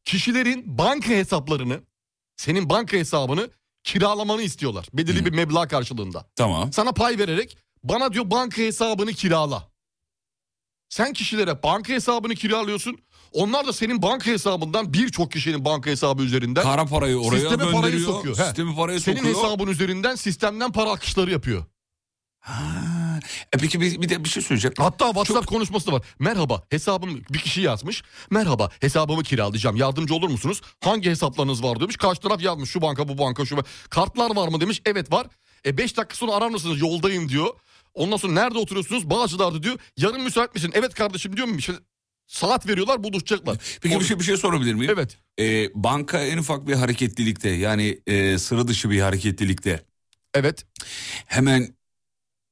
Speaker 4: Kişilerin banka hesaplarını, senin banka hesabını kiralamanı istiyorlar. Belirli bir meblağ karşılığında.
Speaker 3: Tamam.
Speaker 4: Sana pay vererek bana diyor banka hesabını kirala. Sen kişilere banka hesabını kiralıyorsun. Onlar da senin banka hesabından birçok kişinin banka hesabı üzerinden
Speaker 3: Kara parayı oraya
Speaker 4: sisteme parayı
Speaker 3: gönderiyor,
Speaker 4: sokuyor.
Speaker 3: sistemi paraya
Speaker 4: senin
Speaker 3: sokuyor.
Speaker 4: hesabın üzerinden sistemden para akışları yapıyor.
Speaker 3: E peki bir, bir de bir şey söyleyeceğim.
Speaker 4: Hatta WhatsApp konuşması da var. Merhaba hesabım bir kişi yazmış. Merhaba hesabımı kiralayacağım. Yardımcı olur musunuz? Hangi hesaplarınız var demiş. Karşı taraf yazmış şu banka bu banka şu. banka. Kartlar var mı demiş. Evet var. E 5 dakika sonra arar mısınız? Yoldayım diyor. Ondan sonra nerede oturuyorsunuz? Bağcılar'da diyor. Yarın müsait misin? Evet kardeşim diyor mu? İşte saat veriyorlar buluşacaklar.
Speaker 3: Peki bir şey, bir şey sorabilir miyim?
Speaker 4: Evet.
Speaker 3: Ee, banka en ufak bir hareketlilikte yani e, sıra dışı bir hareketlilikte.
Speaker 4: Evet.
Speaker 3: Hemen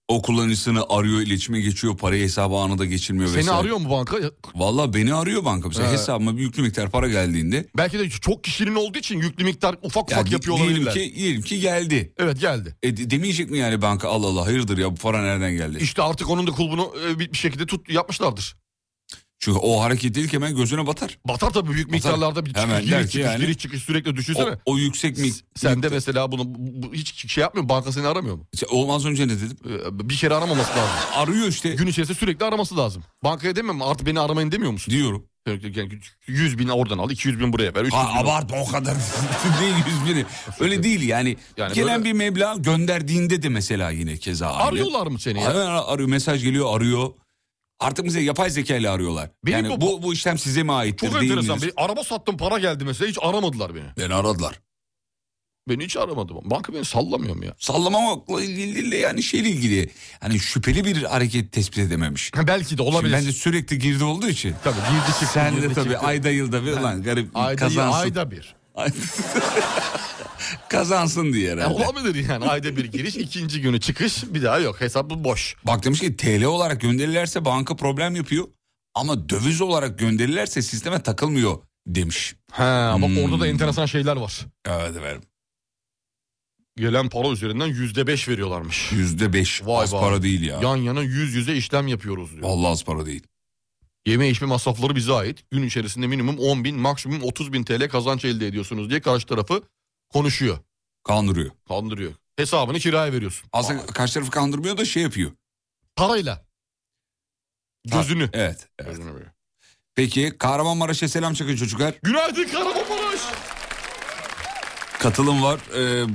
Speaker 3: o kullanıcısını arıyor, iletişime geçiyor, parayı hesaba anında geçilmiyor
Speaker 4: Seni
Speaker 3: vesaire.
Speaker 4: arıyor mu banka?
Speaker 3: Valla beni arıyor banka. Mesela
Speaker 4: He.
Speaker 3: hesabıma bir yüklü miktar para geldiğinde.
Speaker 4: Belki de çok kişinin olduğu için yüklü miktar ufak ufak
Speaker 3: di-
Speaker 4: yapıyor
Speaker 3: diyelim
Speaker 4: olabilirler.
Speaker 3: Ki, diyelim ki geldi.
Speaker 4: Evet geldi.
Speaker 3: E, de- demeyecek mi yani banka Allah Allah hayırdır ya bu para nereden geldi?
Speaker 4: İşte artık onun da kulbunu e, bir bir şekilde tut yapmışlardır.
Speaker 3: Çünkü o hareketlilik hemen gözüne batar.
Speaker 4: Batar tabii büyük
Speaker 3: Batar.
Speaker 4: miktarlarda bir
Speaker 3: Hemen
Speaker 4: çıkış,
Speaker 3: der
Speaker 4: giriş
Speaker 3: ki
Speaker 4: çıkış,
Speaker 3: yani-
Speaker 4: giriş çıkış sürekli düşünsene.
Speaker 3: O, o yüksek mi?
Speaker 4: Sen de mesela bunu bu- bu- hiç şey yapmıyor mu? Banka seni aramıyor mu? Ee,
Speaker 3: Olmaz önce ne dedim?
Speaker 4: Bir kere aramaması lazım.
Speaker 3: [LAUGHS] Arıyor işte.
Speaker 4: Gün içerisinde sürekli araması lazım. Bankaya demiyor mu? Artık beni aramayın demiyor musun?
Speaker 3: Diyorum.
Speaker 4: Sürekli yani 100 bin oradan al, 200 bin buraya ver. 300
Speaker 3: Ha,
Speaker 4: bin al.
Speaker 3: abartma o kadar [LAUGHS] değil yüz bini. Öyle değil yani.
Speaker 4: Yani
Speaker 3: Gelen
Speaker 4: böyle-
Speaker 3: bir meblağ gönderdiğinde de mesela yine keza aynı.
Speaker 4: Arıyorlar mı seni ya?
Speaker 3: Hemen ar- arıyor mesaj geliyor arıyor. Artık bize yapay zeka ile arıyorlar.
Speaker 4: Benim
Speaker 3: yani
Speaker 4: bu-
Speaker 3: bu, bu, işlem size mi aittir
Speaker 4: Çok
Speaker 3: değil
Speaker 4: enteresan.
Speaker 3: midir?
Speaker 4: Bir araba sattım para geldi mesela hiç aramadılar beni.
Speaker 3: Beni aradılar.
Speaker 4: Beni hiç aramadı. Banka beni sallamıyor mu ya?
Speaker 3: Sallamamakla ilgili yani şeyle ilgili. Hani şüpheli bir hareket tespit
Speaker 4: [LAUGHS]
Speaker 3: edememiş.
Speaker 4: Belki de olabilir.
Speaker 3: Şimdi bence sürekli girdi olduğu için.
Speaker 4: [LAUGHS] Tabii girdi çıktı.
Speaker 3: Sen de
Speaker 4: girdi
Speaker 3: tabii
Speaker 4: çıktı.
Speaker 3: ayda yılda bir lan garip
Speaker 4: Ayda,
Speaker 3: kazansın.
Speaker 4: ayda bir.
Speaker 3: [LAUGHS] Kazansın diye
Speaker 4: Ya
Speaker 3: herhalde.
Speaker 4: olabilir yani ayda bir giriş ikinci günü çıkış bir daha yok hesabı boş.
Speaker 3: Bak demiş ki TL olarak gönderirlerse banka problem yapıyor. Ama döviz olarak gönderirlerse sisteme takılmıyor demiş. Hmm.
Speaker 4: He ama orada da enteresan şeyler var.
Speaker 3: Evet efendim.
Speaker 4: Gelen para üzerinden yüzde beş veriyorlarmış.
Speaker 3: Yüzde beş az para değil ya.
Speaker 4: Yan yana yüz yüze işlem yapıyoruz diyor.
Speaker 3: Vallahi az para değil.
Speaker 4: Yeme içme masrafları bize ait. Gün içerisinde minimum 10 bin maksimum 30 bin TL kazanç elde ediyorsunuz diye karşı tarafı konuşuyor.
Speaker 3: Kandırıyor.
Speaker 4: Kandırıyor. Hesabını kiraya veriyorsun.
Speaker 3: Aslında karşı tarafı kandırmıyor da şey yapıyor.
Speaker 4: Parayla. Gözünü.
Speaker 3: evet. evet. Peki Kahramanmaraş'a selam çakın çocuklar.
Speaker 4: Günaydın Kahramanmaraş.
Speaker 3: Katılım var. Ee,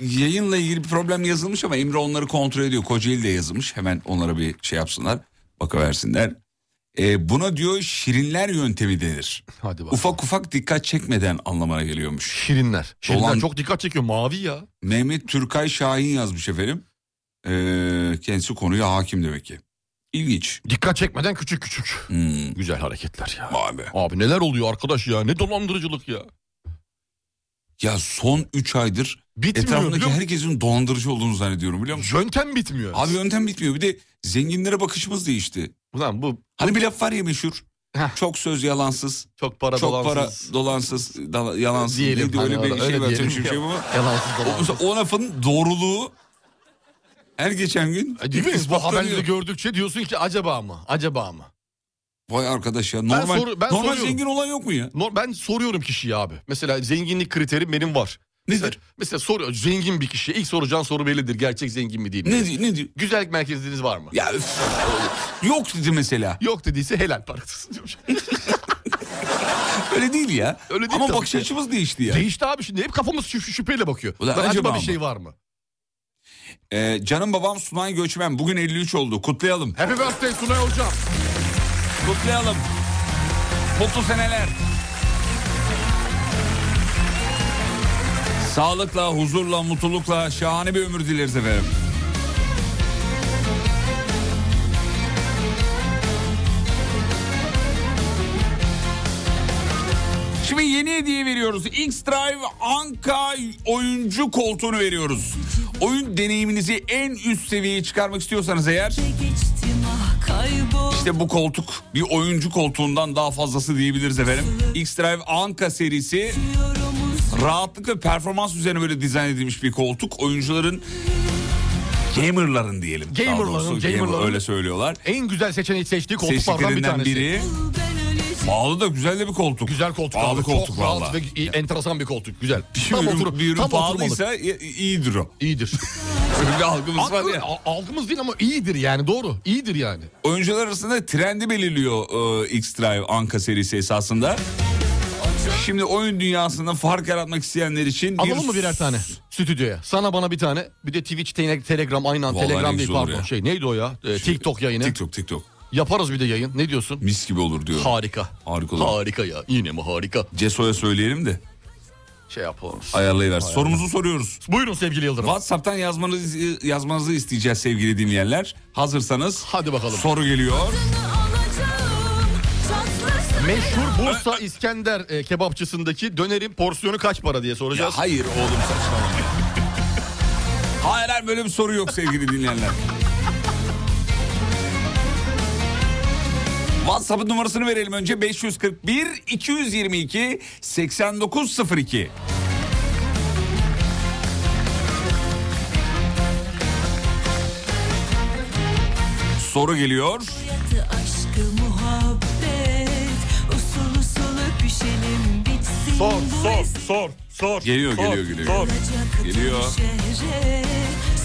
Speaker 3: yayınla ilgili bir problem yazılmış ama Emre onları kontrol ediyor. Kocaeli'de yazılmış. Hemen onlara bir şey yapsınlar. Bakıversinler. Ee, buna diyor şirinler yöntemi denir.
Speaker 4: Hadi
Speaker 3: Ufak ufak dikkat çekmeden anlamına geliyormuş.
Speaker 4: Şirinler. Şirinler
Speaker 3: Dolan-
Speaker 4: çok dikkat çekiyor mavi ya.
Speaker 3: Mehmet Türkay Şahin yazmış efendim. Ee, kendisi konuya hakim demek ki. İlginç. Hmm.
Speaker 4: Dikkat çekmeden küçük küçük. Güzel hareketler ya.
Speaker 3: Abi.
Speaker 4: Abi neler oluyor arkadaş ya ne dolandırıcılık ya.
Speaker 3: Ya son 3 aydır
Speaker 4: Bitmiyor,
Speaker 3: etrafındaki
Speaker 4: biliyor musun?
Speaker 3: herkesin dolandırıcı olduğunu zannediyorum biliyor musun?
Speaker 4: Yöntem bitmiyor.
Speaker 3: Abi yöntem bitmiyor. Bir de zenginlere bakışımız değişti.
Speaker 4: Ulan bu...
Speaker 3: Hani bir laf var ya meşhur. Çok söz yalansız.
Speaker 4: Çok para
Speaker 3: Çok
Speaker 4: dolansız.
Speaker 3: para dolansız, dala- yalansız.
Speaker 4: Diyelim
Speaker 3: Neydi,
Speaker 4: hani
Speaker 3: öyle bir
Speaker 4: ona,
Speaker 3: şey
Speaker 4: öyle
Speaker 3: var.
Speaker 4: diyelim.
Speaker 3: Türkçe bir şey ama.
Speaker 4: [LAUGHS] Yalansız dolansız.
Speaker 3: O, mesela o lafın doğruluğu her geçen gün
Speaker 4: E, Değil mi? Bu
Speaker 3: ispatlanıyor.
Speaker 4: haberleri gördükçe diyorsun ki acaba mı? Acaba mı?
Speaker 3: Vay arkadaş ya normal, normal zengin olan yok mu ya?
Speaker 4: ben soruyorum kişiye abi. Mesela zenginlik kriterim benim var.
Speaker 3: Nedir?
Speaker 4: Mesela, mesela soruyor zengin bir kişiye ilk soracağın soru bellidir. Gerçek zengin mi değil mi?
Speaker 3: Ne diyor- ne diyor?
Speaker 4: Güzellik merkeziniz var mı?
Speaker 3: Ya üf, yok dedi mesela.
Speaker 4: Yok dediyse helal parası diyor.
Speaker 3: Öyle değil ya.
Speaker 4: [LAUGHS] Öyle değil
Speaker 3: Ama
Speaker 4: tabii
Speaker 3: bakış
Speaker 4: ki.
Speaker 3: açımız değişti ya.
Speaker 4: Değişti abi şimdi hep kafamız şü- şü- şüpheyle bakıyor.
Speaker 3: Ulan
Speaker 4: Lan
Speaker 3: acaba
Speaker 4: acaba bir
Speaker 3: mı?
Speaker 4: şey var mı?
Speaker 3: Ee, canım babam Sunay Göçmen bugün 53 oldu. Kutlayalım.
Speaker 4: Happy birthday Sunay hocam.
Speaker 3: Kutlayalım. Mutlu seneler. Sağlıkla, huzurla, mutlulukla şahane bir ömür dileriz efendim. Şimdi yeni hediye veriyoruz. X-Drive Anka oyuncu koltuğunu veriyoruz. Oyun deneyiminizi en üst seviyeye çıkarmak istiyorsanız eğer...
Speaker 10: Geçtim ah kaybol
Speaker 3: İşte bu koltuk bir oyuncu koltuğundan daha fazlası diyebiliriz efendim. X-Drive Anka serisi rahatlık ve performans üzerine böyle dizayn edilmiş bir koltuk. Oyuncuların gamerların diyelim. daha
Speaker 4: Gamerların,
Speaker 3: doğrusu. Gamer,
Speaker 4: gamerların.
Speaker 3: öyle söylüyorlar.
Speaker 4: En güzel seçeneği seçtiği koltuklardan bir
Speaker 3: Seçtiklerinden
Speaker 4: tanesi.
Speaker 3: biri. Pahalı da güzel de bir koltuk. Güzel
Speaker 4: koltuk
Speaker 3: Pahalı
Speaker 4: abi.
Speaker 3: koltuk
Speaker 4: Çok
Speaker 3: valla.
Speaker 4: rahat ve i- enteresan bir koltuk. Güzel.
Speaker 3: Bir ürün- bir ürün pahalıysa i- iyidir o.
Speaker 4: İyidir.
Speaker 3: [LAUGHS] Öyle bir algımız var
Speaker 4: Abi,
Speaker 3: ya.
Speaker 4: a- Algımız değil ama iyidir yani doğru. İyidir yani.
Speaker 3: Oyuncular arasında trendi belirliyor e, X-Drive Anka serisi esasında. Şimdi oyun dünyasında fark yaratmak isteyenler için... bir-
Speaker 4: Alalım mı birer tane stüdyoya? Sana bana bir tane. Bir de Twitch, te- Telegram aynı an.
Speaker 3: Vallahi ne
Speaker 4: Telegram değil
Speaker 3: güzel olur
Speaker 4: pardon.
Speaker 3: ya.
Speaker 4: Şey neydi o ya? Ee, TikTok yayını.
Speaker 3: TikTok, TikTok.
Speaker 4: Yaparız bir de yayın. Ne diyorsun?
Speaker 3: Mis gibi olur diyor.
Speaker 4: Harika.
Speaker 3: Harika olur.
Speaker 4: Harika ya. Yine mi harika?
Speaker 3: Ceso'ya söyleyelim de
Speaker 4: Şey yapalım.
Speaker 3: ayarlayıver.
Speaker 4: Ayarlayalım.
Speaker 3: Sorumuzu soruyoruz.
Speaker 4: Buyurun sevgili Yıldırım.
Speaker 3: WhatsApp'tan yazmanızı, yazmanızı isteyeceğiz sevgili dinleyenler. Hazırsanız.
Speaker 4: Hadi bakalım.
Speaker 3: Soru geliyor.
Speaker 4: Meşhur Bursa İskender e, kebapçısındaki dönerin porsiyonu kaç para diye soracağız.
Speaker 3: hayır oğlum saçmalama. Hayır hayır böyle bir soru yok sevgili dinleyenler. WhatsApp'ın numarasını verelim önce 541 222 8902. Soru geliyor.
Speaker 10: hayatı aşkı muhabbet Usul usul öpüşelim bitsin
Speaker 3: Sor,
Speaker 10: bu
Speaker 3: sor,
Speaker 10: eski
Speaker 17: Sor, sor.
Speaker 3: Geliyor,
Speaker 17: sor,
Speaker 3: geliyor, geliyor.
Speaker 17: Sor.
Speaker 10: Alacak
Speaker 3: Geliyor.
Speaker 10: tüm şehre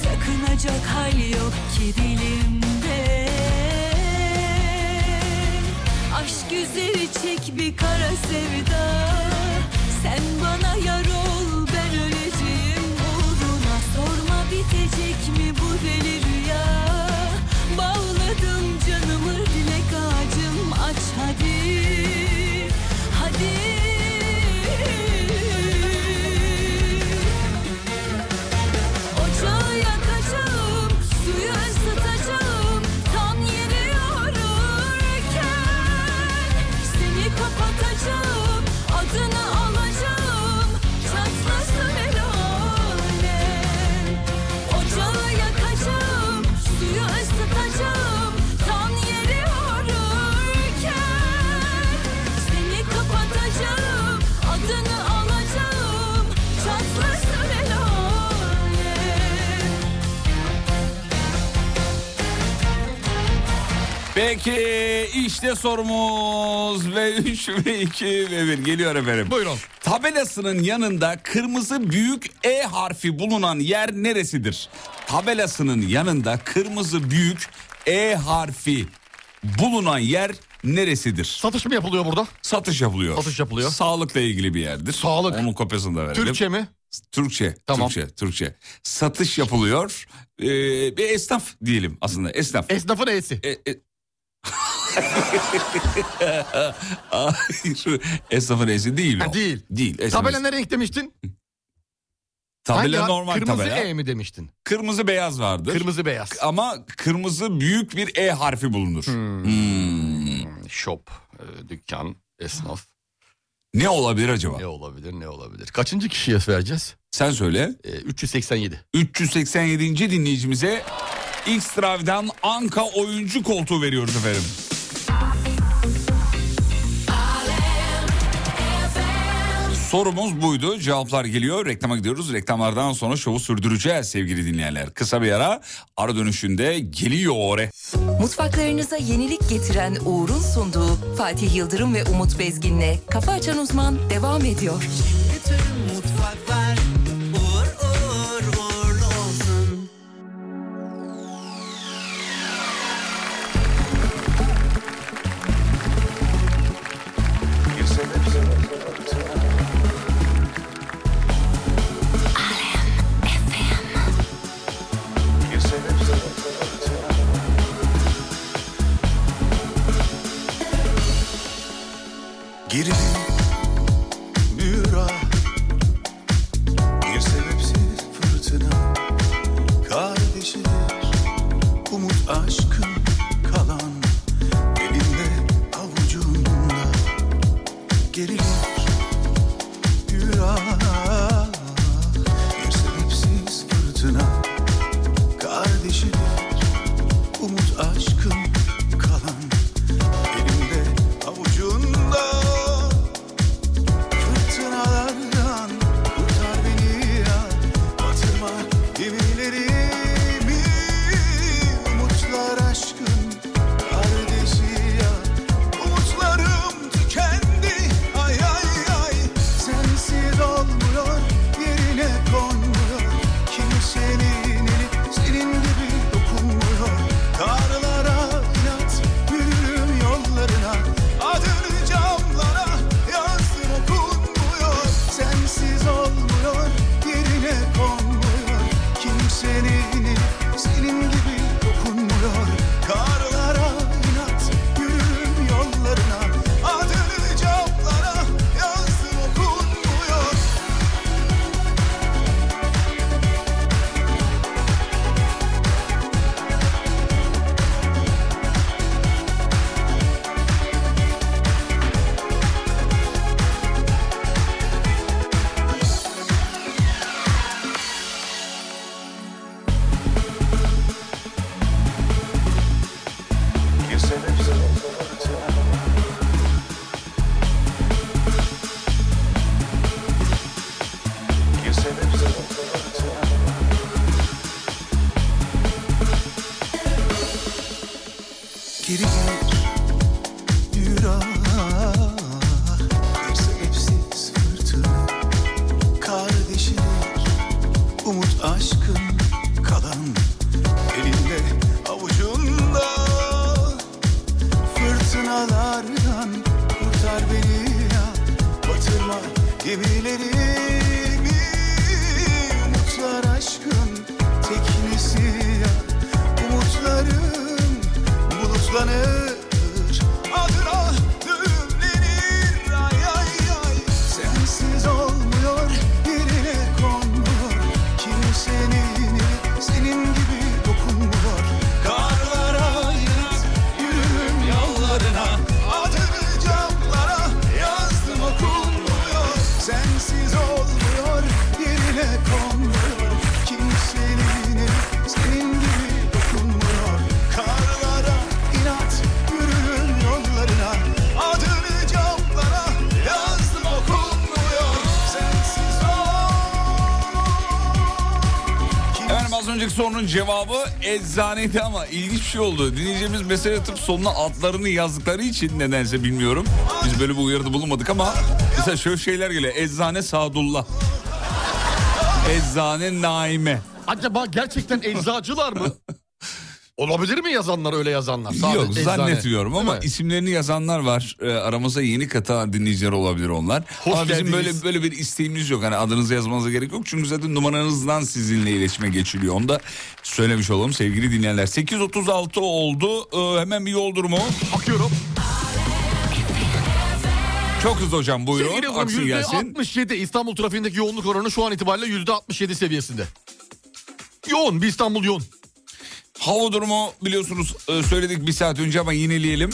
Speaker 10: Sakınacak hal yok ki dilimde Aşk üzeri çek bir kara sevda Sen bana yar ol ben öleceğim uğruna Sorma bitecek mi bu deli rüya Bağladım canımı dilek ağacım aç hadi Hadi Ocağı yakacağım, suyu ısıtacağım Tam yeri yorurken Seni kapatacağım, adına
Speaker 3: Peki işte sorumuz ve 3 ve 2 ve 1 geliyor efendim.
Speaker 4: Buyurun.
Speaker 3: Tabelasının yanında kırmızı büyük E harfi bulunan yer neresidir? Tabelasının yanında kırmızı büyük E harfi bulunan yer neresidir?
Speaker 4: Satış mı yapılıyor burada?
Speaker 3: Satış yapılıyor. Satış
Speaker 4: yapılıyor.
Speaker 3: Sağlıkla ilgili bir yerdir. Sağlık. Onun kopyasını da verelim.
Speaker 4: Türkçe mi?
Speaker 3: Türkçe,
Speaker 4: Tamam.
Speaker 3: Türkçe, Türkçe. Satış yapılıyor. Ee, bir esnaf diyelim aslında esnaf. E,
Speaker 4: Esnafın E'si.
Speaker 3: Hayır, esnafın E'si değil o.
Speaker 4: değil.
Speaker 3: Değil. esnafın
Speaker 4: Tabela
Speaker 3: E'si.
Speaker 4: ne renk demiştin?
Speaker 3: Tabela
Speaker 4: Hangi-
Speaker 3: normal
Speaker 4: kırmızı
Speaker 3: tabela.
Speaker 4: E mi demiştin?
Speaker 3: Kırmızı beyaz vardır.
Speaker 4: Kırmızı beyaz.
Speaker 3: Ama kırmızı büyük bir E harfi bulunur.
Speaker 4: Hmm.
Speaker 3: Hmm.
Speaker 4: Shop, e, dükkan, esnaf.
Speaker 3: Ne olabilir acaba?
Speaker 4: Ne olabilir, ne olabilir? Kaçıncı kişiye vereceğiz?
Speaker 3: Sen söyle.
Speaker 4: 387.
Speaker 3: 387. dinleyicimize X-Drive'den Anka oyuncu koltuğu veriyoruz efendim. Sorumuz buydu. Cevaplar geliyor. Reklama gidiyoruz. Reklamlardan sonra şovu sürdüreceğiz sevgili dinleyenler. Kısa bir ara. Ara dönüşünde geliyor oraya.
Speaker 7: Mutfaklarınıza yenilik getiren Uğur'un sunduğu Fatih Yıldırım ve Umut Bezgin'le Kafa Açan Uzman devam ediyor.
Speaker 1: Mutfaklar uğur uğur uğurlu olsun
Speaker 18: Gerilim büyür ah Bir sebepsiz fırtına Kardeşidir Umut aşkın kalan Elinde avucunda Gerilim büyür ah Bir sebepsiz fırtına Kardeşidir Umut aşkın kalan Elimde avucunda Fırtınalardan kurtar beni ya Batırma gemilerimi Umutlar aşkın kardeşi ya Umutlarım tükendi ay ay ay Sensiz olmuyor yerine konmuyor Kimsenin eli senin gibi dokunmuyor Karlara inat yürürüm yollarına Adını camlara yazdım okunmuyor Sensiz olmuyor yerine konmuyor Kimsenin eli senin gibi dokunmuyor Karlara inat yürürüm yollarına Adını camlara yazdım okunmuyor Geri gel Yura Bir sebepsiz fırtına Kardeşidir Umut aşkın kalan Elinde avucunda Fırtınalardan kurtar beni ya Batırma gemilerimi Umutlar aşkın teknesi ya Umutlarım bulutlanır Adına düğümlenir ay ay ay Sensiz olmuyor yerine konmuyor Kimsenin eli senin gibi dokunmuyor Karlara inat yürürüm yollarına Adını camlara yazdım okunmuyor Sensiz olmuyor yerine konmuyor Kimsenin eli senin gibi dokunmuyor Karlara inat yürürüm yollarına Adını camlara yazdım okunmuyor Sensiz ol
Speaker 3: Efendim az önceki sorunun cevabı eczaneydi ama ilginç bir şey oldu. Dinleyicimiz mesaj atıp sonuna adlarını yazdıkları için nedense bilmiyorum. Biz böyle bir uyarıda bulunmadık ama mesela şöyle şeyler geliyor. Eczane Sadullah. Eczane Naime.
Speaker 4: Acaba gerçekten eczacılar mı? [LAUGHS] Olabilir mi yazanlar öyle yazanlar? Sadece
Speaker 3: Yok
Speaker 4: eczane.
Speaker 3: zannetmiyorum
Speaker 4: Değil
Speaker 3: ama
Speaker 4: mi?
Speaker 3: isimlerini yazanlar var. Ee, aramıza yeni katan dinleyiciler olabilir onlar.
Speaker 4: Hoş
Speaker 3: ama bizim böyle
Speaker 4: geldiniz.
Speaker 3: böyle bir isteğimiz yok. Hani adınızı yazmanıza gerek yok. Çünkü zaten numaranızdan sizinle iletişime geçiliyor. Onu da söylemiş olalım sevgili dinleyenler. 8.36 oldu. Ee, hemen bir yol durumu. Bakıyorum. Çok hızlı hocam buyurun.
Speaker 4: Sevgili efendim,
Speaker 3: Aksın gelsin.
Speaker 4: %67 İstanbul trafiğindeki yoğunluk oranı şu an itibariyle %67 seviyesinde. Yoğun bir İstanbul yoğun.
Speaker 3: Hava durumu biliyorsunuz e, söyledik bir saat önce ama yineleyelim.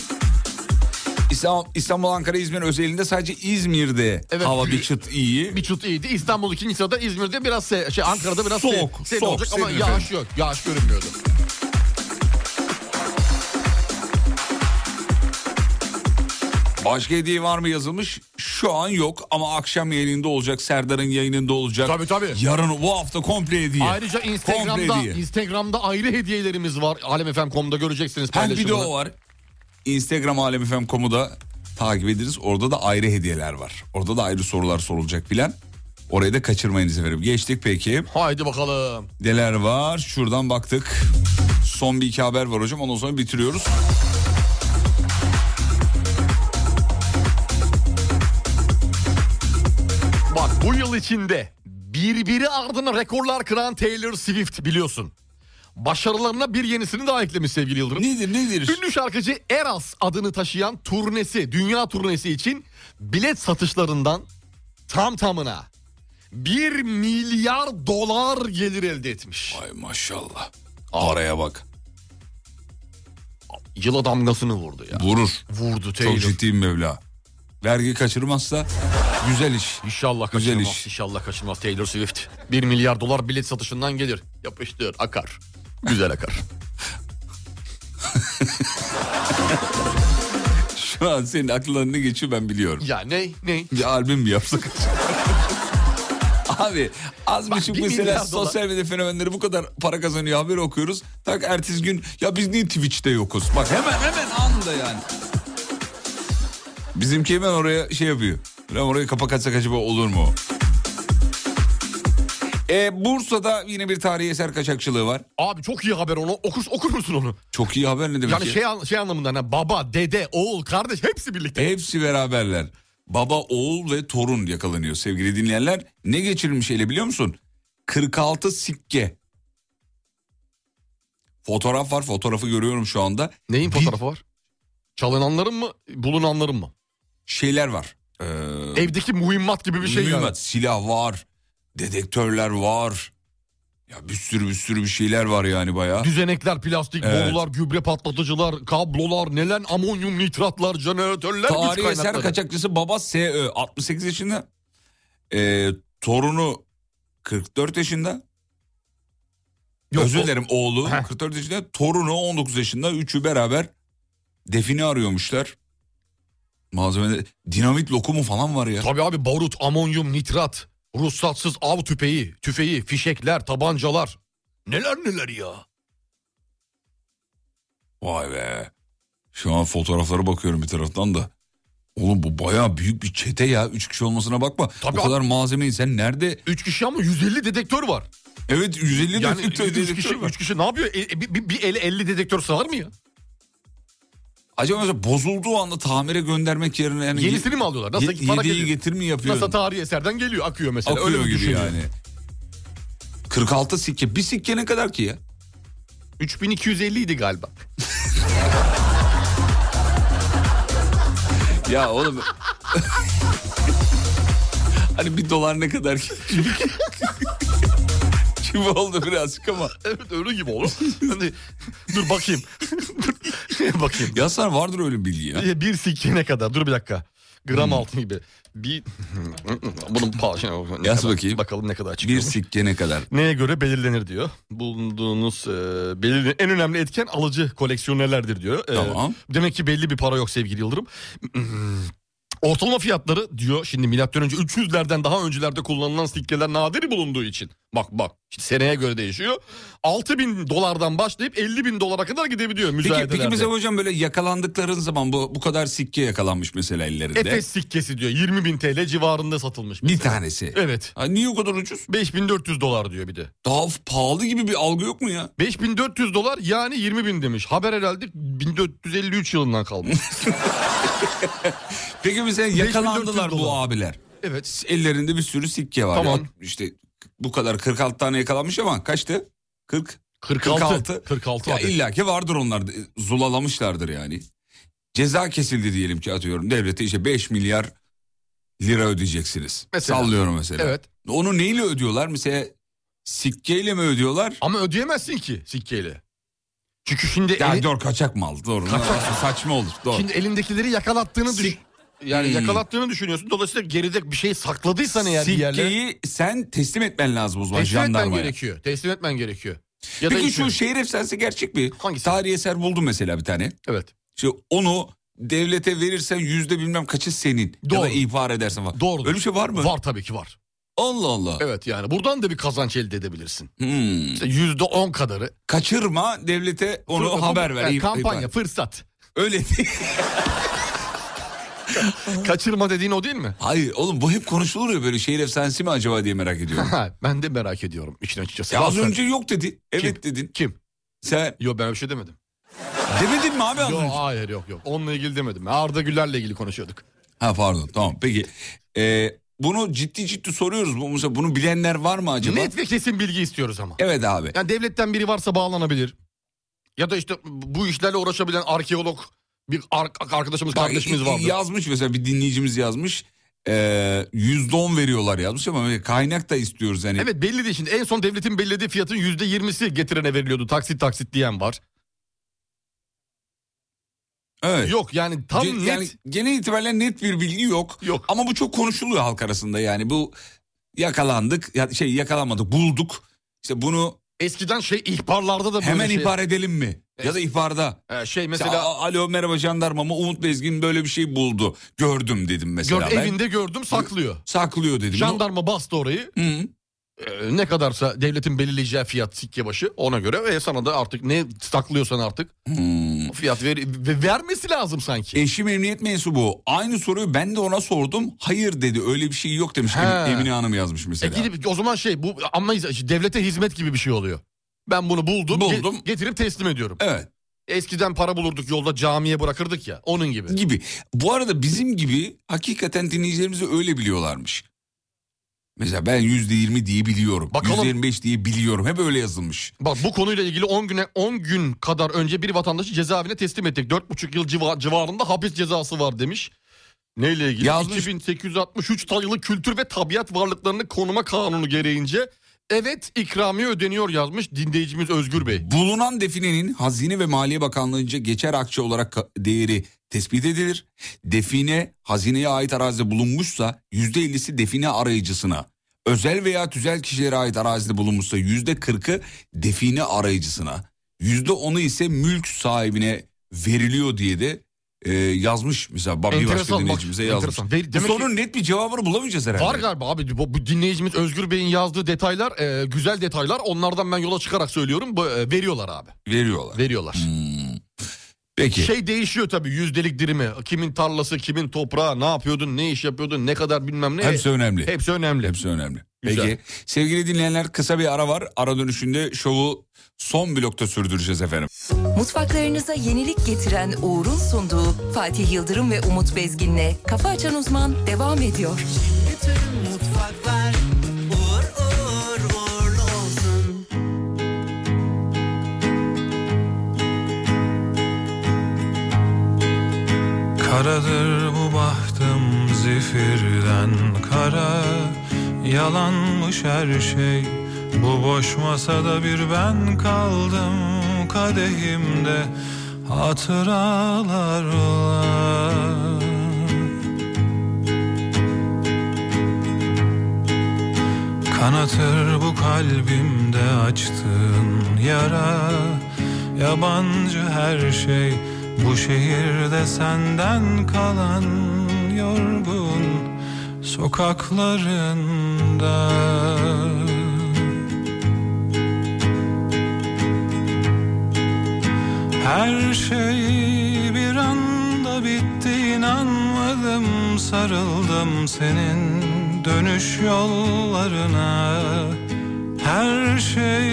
Speaker 3: İstanbul, İstanbul, Ankara, İzmir özelinde sadece İzmir'de hava bir çıt iyi.
Speaker 4: Bir çıt iyiydi. İstanbul ikinci sırada İzmir'de biraz se- şey Ankara'da biraz
Speaker 3: Soğuk,
Speaker 4: se- seri
Speaker 3: soğuk,
Speaker 4: olacak ama
Speaker 3: serin
Speaker 4: yağış
Speaker 3: efendim.
Speaker 4: yok. Yağış görünmüyordu.
Speaker 3: Başka hediye var mı yazılmış? Şu an yok ama akşam yayınında olacak. Serdar'ın yayınında olacak. Tabii tabii. Yarın bu hafta komple hediye.
Speaker 4: Ayrıca Instagram'da
Speaker 3: Komple hediye.
Speaker 4: Instagram'da ayrı hediyelerimiz var. Alemfm.com'da göreceksiniz
Speaker 3: Hem
Speaker 4: paylaşımını.
Speaker 3: video var. Instagram alemifem.com'u da takip ediniz. Orada da ayrı hediyeler var. Orada da ayrı sorular sorulacak filan. Orayı da kaçırmayınız efendim. Geçtik peki.
Speaker 4: Haydi bakalım.
Speaker 3: Neler var? Şuradan baktık. Son bir iki haber var hocam. Ondan sonra bitiriyoruz.
Speaker 4: Bak bu yıl içinde birbiri ardına rekorlar kıran Taylor Swift biliyorsun. Başarılarına bir yenisini daha eklemiş sevgili Yıldırım.
Speaker 3: Nedir nedir?
Speaker 4: Ünlü şarkıcı Eras adını taşıyan turnesi, dünya turnesi için bilet satışlarından tam tamına 1 milyar dolar gelir elde etmiş.
Speaker 3: Ay maşallah. Araya bak.
Speaker 4: Yıla damgasını vurdu ya.
Speaker 3: Vurur.
Speaker 4: Vurdu Taylor.
Speaker 3: Çok ciddi bir meblağ. Vergi kaçırmazsa güzel iş.
Speaker 4: İnşallah
Speaker 3: Güzel
Speaker 4: kaçırmaz.
Speaker 3: iş.
Speaker 4: İnşallah kaçırmaz Taylor Swift. 1 milyar dolar bilet satışından gelir. Yapıştır, akar. Güzel akar.
Speaker 3: [LAUGHS] Şu an senin aklına ne geçiyor ben biliyorum.
Speaker 4: Ya ne? Ne?
Speaker 3: Bir albüm mü yapsak? [LAUGHS] Abi az
Speaker 4: Bak,
Speaker 3: buçuk
Speaker 4: bir
Speaker 3: mesela
Speaker 4: milyar dolar.
Speaker 3: sosyal medya fenomenleri bu kadar para kazanıyor haberi okuyoruz. Tak ertesi gün ya biz niye Twitch'te yokuz? Bak hemen hemen anında yani. Bizimki hemen oraya şey yapıyor. Lan orayı kapak açsak acaba olur mu? E, Bursa'da yine bir tarihi eser kaçakçılığı var.
Speaker 4: Abi çok iyi haber onu. Okur, okur musun onu?
Speaker 3: Çok iyi haber ne demek
Speaker 4: Yani
Speaker 3: ya?
Speaker 4: şey, an- şey anlamında hani baba, dede, oğul, kardeş hepsi birlikte.
Speaker 3: Hepsi beraberler. Baba, oğul ve torun yakalanıyor sevgili dinleyenler. Ne geçirilmiş ele biliyor musun? 46 sikke. Fotoğraf var fotoğrafı görüyorum şu anda.
Speaker 4: Neyin fotoğrafı var? Çalınanların mı, bulunanların mı?
Speaker 3: Şeyler var. Ee,
Speaker 4: Evdeki mühimmat gibi bir şey
Speaker 3: mühimmat,
Speaker 4: yani.
Speaker 3: silah var. Dedektörler var. Ya bir sürü bir sürü bir şeyler var yani bayağı.
Speaker 4: Düzenekler, plastik,
Speaker 3: Evet.
Speaker 4: borular, gübre patlatıcılar, kablolar, neler amonyum nitratlar, jeneratörler, güç
Speaker 3: Tarih eser
Speaker 4: kaynakları.
Speaker 3: kaçakçısı baba SÖ 68 yaşında. Ee, torunu 44 yaşında. Özür dilerim oğlu 44 yaşında. Torunu 19 yaşında. Üçü beraber defini arıyormuşlar. Malzemede dinamit lokumu falan var ya.
Speaker 4: Tabii abi barut, amonyum nitrat, ruhsatsız av tüfeği, tüfeği, fişekler, tabancalar. Neler neler ya.
Speaker 3: Vay be. Şu an fotoğraflara bakıyorum bir taraftan da. Oğlum bu bayağı büyük bir çete ya. Üç kişi olmasına bakma.
Speaker 4: Tabii
Speaker 3: o kadar malzemeyi sen nerede?
Speaker 4: 3 kişi ama 150 dedektör var.
Speaker 3: Evet 150
Speaker 4: Yani
Speaker 3: dedektör-
Speaker 4: üç
Speaker 3: dedektör
Speaker 4: kişi,
Speaker 3: var.
Speaker 4: üç kişi ne yapıyor? E, e, bir, bir, bir ele 50 dedektör sığar mı ya?
Speaker 3: Acaba mesela bozulduğu anda tamire göndermek yerine... Yani
Speaker 4: Yenisini mi alıyorlar? Nasıl
Speaker 3: Ye-
Speaker 4: para
Speaker 3: yediği
Speaker 4: geliyor?
Speaker 3: getir mi yapıyor?
Speaker 4: Nasıl tarihi eserden geliyor, akıyor mesela.
Speaker 3: Akıyor
Speaker 4: öyle bir
Speaker 3: gibi
Speaker 4: düşünüyor.
Speaker 3: yani. 46 sikke. Bir sikke ne kadar ki ya?
Speaker 4: 3250 idi galiba.
Speaker 3: [LAUGHS] Ya oğlum... hani bir dolar ne kadar ki? [LAUGHS] Gibi oldu birazcık ama.
Speaker 4: [LAUGHS] Evet öyle gibi olur. Hani, dur bakayım. [LAUGHS] dur bakayım.
Speaker 3: Yazsan vardır öyle bilgi ya. Hmm.
Speaker 4: Bir, bir sikkene kadar. Dur bir dakika. Gram altın gibi. Bir... Bunun pahalı.
Speaker 3: Yaz bakayım.
Speaker 4: Bakalım ne kadar
Speaker 3: Bir sikke ne kadar?
Speaker 4: Neye göre belirlenir diyor. Bulunduğunuz e, belirli- en önemli etken alıcı koleksiyonerlerdir diyor. E,
Speaker 3: Tamam.
Speaker 4: Demek ki belli bir para yok sevgili Yıldırım. Hmm. Ortalama fiyatları diyor şimdi milattan önce 300'lerden daha öncelerde kullanılan sikkeler nadir bulunduğu için. Bak bak işte seneye göre değişiyor. 6000 dolardan başlayıp 50 bin dolara kadar gidebiliyor
Speaker 3: Peki,
Speaker 4: müzayedelerde.
Speaker 3: peki mesela hocam böyle yakalandıkların zaman bu bu kadar sikke yakalanmış mesela ellerinde.
Speaker 4: Efes sikkesi diyor 20 bin TL civarında satılmış.
Speaker 3: Bir tanesi.
Speaker 4: Evet.
Speaker 3: niye o kadar ucuz?
Speaker 4: 5400 dolar diyor bir de.
Speaker 3: Daha pahalı gibi bir algı yok mu ya?
Speaker 4: 5400 dolar yani 20 bin demiş. Haber herhalde 1453 yılından kalmış.
Speaker 3: [LAUGHS] Peki mesela yakalandılar bu abiler.
Speaker 4: Evet.
Speaker 3: Ellerinde bir sürü sikke var.
Speaker 4: Tamam.
Speaker 3: Ya İşte bu kadar 46 tane yakalanmış ama kaçtı? 40?
Speaker 4: 46. 46
Speaker 3: Ya
Speaker 4: adet.
Speaker 3: illa ki vardır onlar. e, Zulalamışlardır yani. Ceza kesildi diyelim ki atıyorum. Devlete işte 5 milyar lira ödeyeceksiniz.
Speaker 4: Mesela.
Speaker 3: Sallıyorum mesela.
Speaker 4: Evet.
Speaker 3: Onu neyle ödüyorlar? Mesela sikkeyle mi ödüyorlar?
Speaker 4: Ama ödeyemezsin ki sikkeyle. Çünkü şimdi...
Speaker 3: Ya doğru kaçak mal. Doğru.
Speaker 4: Kaçak-
Speaker 3: Saçma olur. Doğru.
Speaker 4: Şimdi elindekileri yakalattığını düşün. Yani
Speaker 3: Hmm.
Speaker 4: yakalattığını düşünüyorsun. Dolayısıyla geride bir şey [LAUGHS] sakladıysan eğer bir yerlere...
Speaker 3: Sikkeyi sen teslim etmen lazım o zaman
Speaker 4: Teslim etmen
Speaker 3: jandarmaya.
Speaker 4: gerekiyor. Teslim etmen gerekiyor.
Speaker 3: Peki şu şehir efsanesi gerçek mi? Hangisi? Tarihi eser buldum mesela bir tane.
Speaker 4: Evet.
Speaker 3: Şimdi onu devlete verirsen yüzde bilmem kaçı senin. Ya da ihbar edersen falan.
Speaker 4: Doğru.
Speaker 3: Öyle bir şey var mı?
Speaker 4: Var tabii ki var.
Speaker 3: Allah Allah. Hmm.
Speaker 4: Evet yani buradan da bir kazanç elde edebilirsin. İşte yüzde on kadarı.
Speaker 3: Kaçırma devlete onu
Speaker 4: Fırsat-
Speaker 3: haber ver.
Speaker 4: Yani
Speaker 3: ihbar-
Speaker 4: kampanya
Speaker 3: ihbar.
Speaker 4: fırsat.
Speaker 3: Öyle değil.
Speaker 4: [LAUGHS] Kaçırma dediğin o değil mi?
Speaker 3: Hayır oğlum bu hep konuşulur ya böyle şehir efsanesi mi acaba diye merak ediyorum.
Speaker 4: [LAUGHS] Ha, ben de merak ediyorum işin açıkçası.
Speaker 3: Ya az
Speaker 4: Bazen-
Speaker 3: önce yok dedi. Evet dedin.
Speaker 4: Kim?
Speaker 3: Sen.
Speaker 4: Yo ben bir şey demedim.
Speaker 3: Demedin mi abi az
Speaker 4: Yo,
Speaker 3: önce?
Speaker 4: Hayır yok yok. Onunla ilgili demedim. Arda Güler'le ilgili konuşuyorduk.
Speaker 3: Ha pardon tamam peki. Ee, bunu ciddi ciddi soruyoruz. Bu, mesela bunu bilenler var mı acaba?
Speaker 4: Net ve kesin bilgi istiyoruz ama.
Speaker 3: Evet abi.
Speaker 4: Yani devletten biri varsa bağlanabilir. Ya da işte bu işlerle uğraşabilen arkeolog bir ar- arkadaşımız,
Speaker 3: Bak,
Speaker 4: kardeşimiz
Speaker 3: i-
Speaker 4: vardı.
Speaker 3: Yazmış mesela bir dinleyicimiz yazmış. Ee, Yüzde on veriyorlar yazmış ama kaynak da istiyoruz yani.
Speaker 4: Evet belli değil şimdi. En son devletin belirlediği fiyatın yüzde yirmisi getirene veriliyordu. Taksit taksit diyen var.
Speaker 3: Evet.
Speaker 4: Yok yani tam
Speaker 3: Ce-
Speaker 4: net.
Speaker 3: yani genel itibariyle net bir bilgi yok. Yok. Ama bu çok konuşuluyor halk arasında yani bu yakalandık ya şey yakalanmadık bulduk. İşte bunu
Speaker 4: eskiden şey ihbarlarda da böyle
Speaker 3: hemen
Speaker 4: şey-
Speaker 3: ihbar edelim mi? Ya da ihbarda.
Speaker 4: Ee, şey
Speaker 3: İşte,
Speaker 4: mesela
Speaker 3: "A- Alo merhaba jandarma mı Umut Bezgin böyle bir şey buldu. Gördüm dedim mesela
Speaker 4: gör,
Speaker 3: ben.
Speaker 4: evinde gördüm saklıyor.
Speaker 3: Saklıyor dedim.
Speaker 4: Jandarma bastı orayı. Ee, ne kadarsa devletin belirleyeceği fiyat sikke başı ona göre ve sana da artık ne saklıyorsan artık fiyat ver, ve vermesi lazım sanki.
Speaker 3: Eşim emniyet mensubu. Aynı soruyu ben de ona sordum. Hayır dedi öyle bir şey yok demiş.
Speaker 4: He.
Speaker 3: Em- Emine Hanım yazmış mesela.
Speaker 4: E gidip o zaman şey bu ama devlete hizmet gibi bir şey oluyor. Ben bunu buldum, ge- getirip teslim ediyorum.
Speaker 3: Evet.
Speaker 4: Eskiden para bulurduk yolda camiye bırakırdık ya onun gibi.
Speaker 3: Gibi. Bu arada bizim gibi hakikaten dinleyicilerimizi öyle biliyorlarmış. Mesela ben yüzde yirmi diye biliyorum.
Speaker 4: Bakalım.
Speaker 3: Yüzde yirmi beş diye biliyorum. Hep öyle yazılmış.
Speaker 4: Bak bu konuyla ilgili 10 güne 10 gün kadar önce bir vatandaşı cezaevine teslim ettik. 4,5 yıl civa- civarında hapis cezası var demiş. Neyle ilgili? 2863 sayılı Kültür ve Tabiat Varlıklarını Konuma Kanunu gereğince evet ikramiye ödeniyor yazmış dinleyicimiz Özgür Bey.
Speaker 3: Bulunan definenin Hazine ve Maliye Bakanlığı'nca geçer akçe olarak ka- değeri tespit edilir. Define hazineye ait arazide bulunmuşsa yüzde ellisi define arayıcısına. Özel veya tüzel kişilere ait arazide bulunmuşsa yüzde kırkı define arayıcısına. Yüzde onu ise mülk sahibine veriliyor diye de e, yazmış. Mesela bak bir başka
Speaker 4: Enteresan, bak,
Speaker 3: dinleyicimize yazmış.
Speaker 4: enteresan. Ve-
Speaker 3: Bu
Speaker 4: demek ki-
Speaker 3: sorunun net bir cevabını bulamayacağız herhalde.
Speaker 4: Var galiba abi bu, bu dinleyicimiz Özgür Bey'in yazdığı detaylar e, güzel detaylar onlardan ben yola çıkarak söylüyorum bu, e, veriyorlar abi.
Speaker 3: Veriyorlar. Hmm.
Speaker 4: Veriyorlar.
Speaker 3: Peki.
Speaker 4: Şey değişiyor tabii yüzdelik dirimi. Kimin tarlası, kimin toprağı, ne yapıyordun, ne iş yapıyordun, ne kadar bilmem ne.
Speaker 3: Hepsi önemli.
Speaker 4: Hepsi önemli.
Speaker 3: Hepsi önemli.
Speaker 4: Güzel.
Speaker 3: Peki sevgili dinleyenler kısa bir ara var. Ara dönüşünde şovu son blokta sürdüreceğiz efendim.
Speaker 7: Mutfaklarınıza yenilik getiren Uğur'un sunduğu Fatih Yıldırım ve Umut Bezgin'le Kafa Açan Uzman devam ediyor.
Speaker 1: Bütün mutfaklar uğur uğur uğurlu olsun.
Speaker 19: Karadır bu bahtım zifirden kara Yalanmış her şey Bu boş masada bir ben kaldım Kadehimde hatıralar var Kanatır bu kalbimde açtığın yara Yabancı her şey bu şehirde senden kalan yorgun sokaklarında Her şey bir anda bitti inanmadım sarıldım senin dönüş yollarına Her şey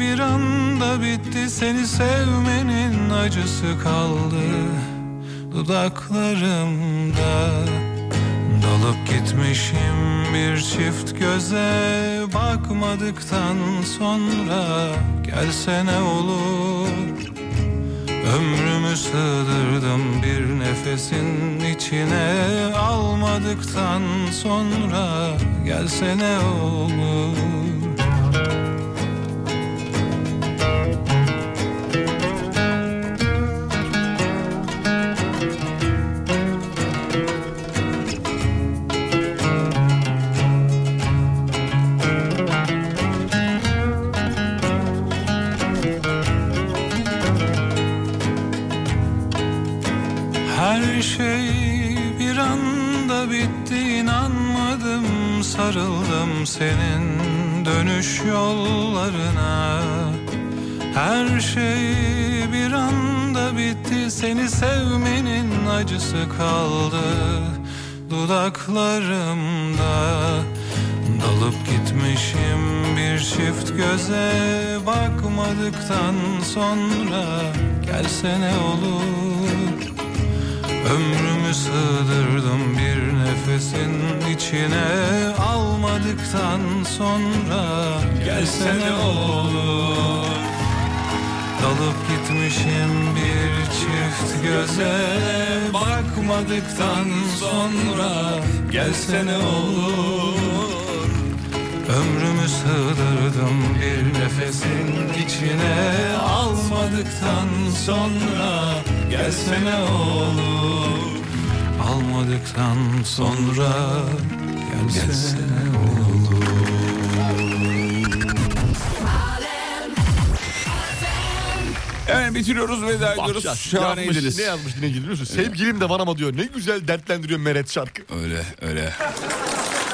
Speaker 19: bir anda bitti seni sevmenin acısı kaldı dudaklarımda Dalıp gitmişim bir çift göze bakmadıktan sonra gelsene olur Ömrümü sığdırdım bir nefesin içine almadıktan sonra gelsene olur. Her şey bir anda bitti inanmadım sarıldım senin dönüş yollarına Her şey bir anda bitti seni sevmenin acısı kaldı dudaklarımda Dalıp gitmişim bir çift göze bakmadıktan sonra gelsene olur Ömrümü sığdırdım bir nefesin içine almadıktan sonra gelsene olur. Dalıp gitmişim bir çift göze bakmadıktan sonra gelsene olur. Ömrümü sığdırdım bir nefesin içine almadıktan sonra gelsene olur. Almadıktan sonra gelsene
Speaker 3: Hemen bitiriyoruz veda ediyoruz.
Speaker 4: Bahşiş.
Speaker 3: Şahaneydiniz.
Speaker 4: Yazmış, ne yazmış yine gidiyor musun? Sevgilim de varama diyor. Ne güzel dertlendiriyor Meret şarkı.
Speaker 3: Öyle öyle.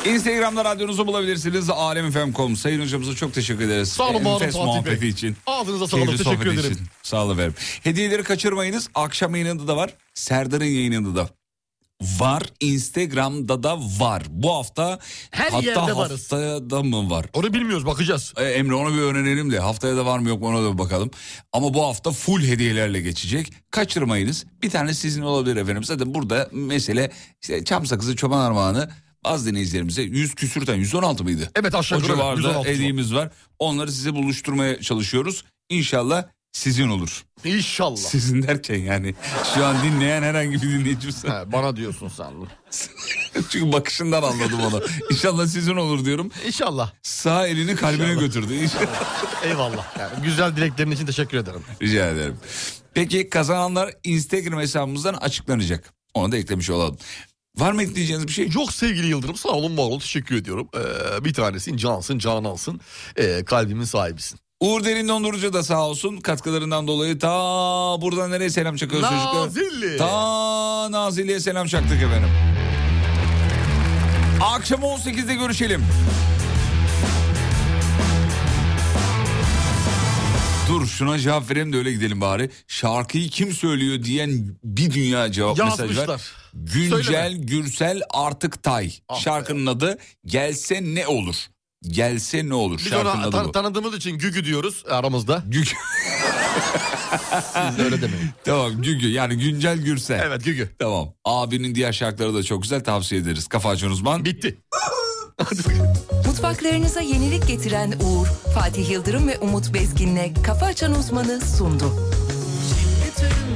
Speaker 3: Instagram'da radyonuzu bulabilirsiniz. Alemfm.com. Sayın hocamıza çok teşekkür ederiz.
Speaker 4: Sağ olun, var olun
Speaker 3: Enfes
Speaker 4: Fatih
Speaker 3: muhabbeti
Speaker 4: Bey.
Speaker 3: için.
Speaker 4: Ağzınıza sağlık,
Speaker 3: Keyifli
Speaker 4: teşekkür
Speaker 3: sohbeti
Speaker 4: ederim.
Speaker 3: Sağ olun efendim. Hediyeleri kaçırmayınız. Akşam yayınında da var. Serdar'ın yayınında da var. Instagram'da da var. Bu hafta
Speaker 4: Her
Speaker 3: hatta
Speaker 4: yerde varız.
Speaker 3: haftaya da mı var? E,
Speaker 4: Onu bilmiyoruz bakacağız.
Speaker 3: Emre onu bir öğrenelim de haftaya da var mı yok mu ona da bir bakalım. Ama bu hafta full hediyelerle geçecek. Kaçırmayınız. Bir tane sizin olabilir efendim. Zaten burada mesele işte çam sakızı çoban armağanı bazı dinleyicilerimize 100 küsür tane 116 mıydı?
Speaker 4: Evet, aşağı
Speaker 3: o
Speaker 4: yukarı evet,
Speaker 3: civarda
Speaker 4: 116
Speaker 3: hediyemiz var. Onları size buluşturmaya çalışıyoruz. İnşallah sizin olur.
Speaker 4: İnşallah.
Speaker 3: Sizin derken yani şu an dinleyen herhangi bir dinleyicimiz.
Speaker 4: bana diyorsun sen.
Speaker 3: [LAUGHS] Çünkü bakışından anladım
Speaker 4: [LAUGHS]
Speaker 3: onu. İnşallah sizin olur diyorum.
Speaker 4: İnşallah.
Speaker 3: Sağ elini kalbine götürdü. İnşallah.
Speaker 4: Eyvallah. Yani güzel dileklerin için teşekkür ederim.
Speaker 3: Rica ederim. Peki kazananlar Instagram hesabımızdan açıklanacak. Onu da eklemiş olalım. Var mı ekleyeceğiniz bir şey?
Speaker 4: Yok sevgili Yıldırım sağ olun var olun teşekkür ediyorum. Ee, bir tanesin cansın canansın ee, kalbimin sahibisin.
Speaker 3: Uğur Derin Dondurucu da sağ olsun katkılarından dolayı ta buradan nereye selam çakıyoruz çocuklar?
Speaker 4: Nazilli.
Speaker 3: Ta Nazilli'ye selam çaktık efendim. Akşam 18'de görüşelim. Dur şuna cevap verelim de öyle gidelim bari. Şarkıyı kim söylüyor diyen bir dünya cevap mesajı var.
Speaker 4: Yazmışlar.
Speaker 3: Güncel
Speaker 4: Söyleme.
Speaker 3: Gürsel Artık Tay.
Speaker 4: Ah
Speaker 3: Şarkının adı Gelse Ne Olur. Gelse Ne Olur.
Speaker 4: Biz
Speaker 3: Şarkının
Speaker 4: ona
Speaker 3: adı
Speaker 4: tan-
Speaker 3: bu.
Speaker 4: tanıdığımız için Gügü diyoruz aramızda.
Speaker 3: Gügü.
Speaker 4: Siz de öyle demeyin.
Speaker 3: [LAUGHS] Tamam Gügü yani Güncel Gürsel.
Speaker 4: Evet Gügü.
Speaker 3: Tamam. Abinin diğer şarkıları da çok güzel tavsiye ederiz. Kafa açan uzman.
Speaker 4: Bitti.
Speaker 7: Mutfaklarınıza yenilik getiren Uğur, Fatih Yıldırım ve Umut Bezgin'le Kafa Açan Uzman'ı sundu.
Speaker 1: Bütün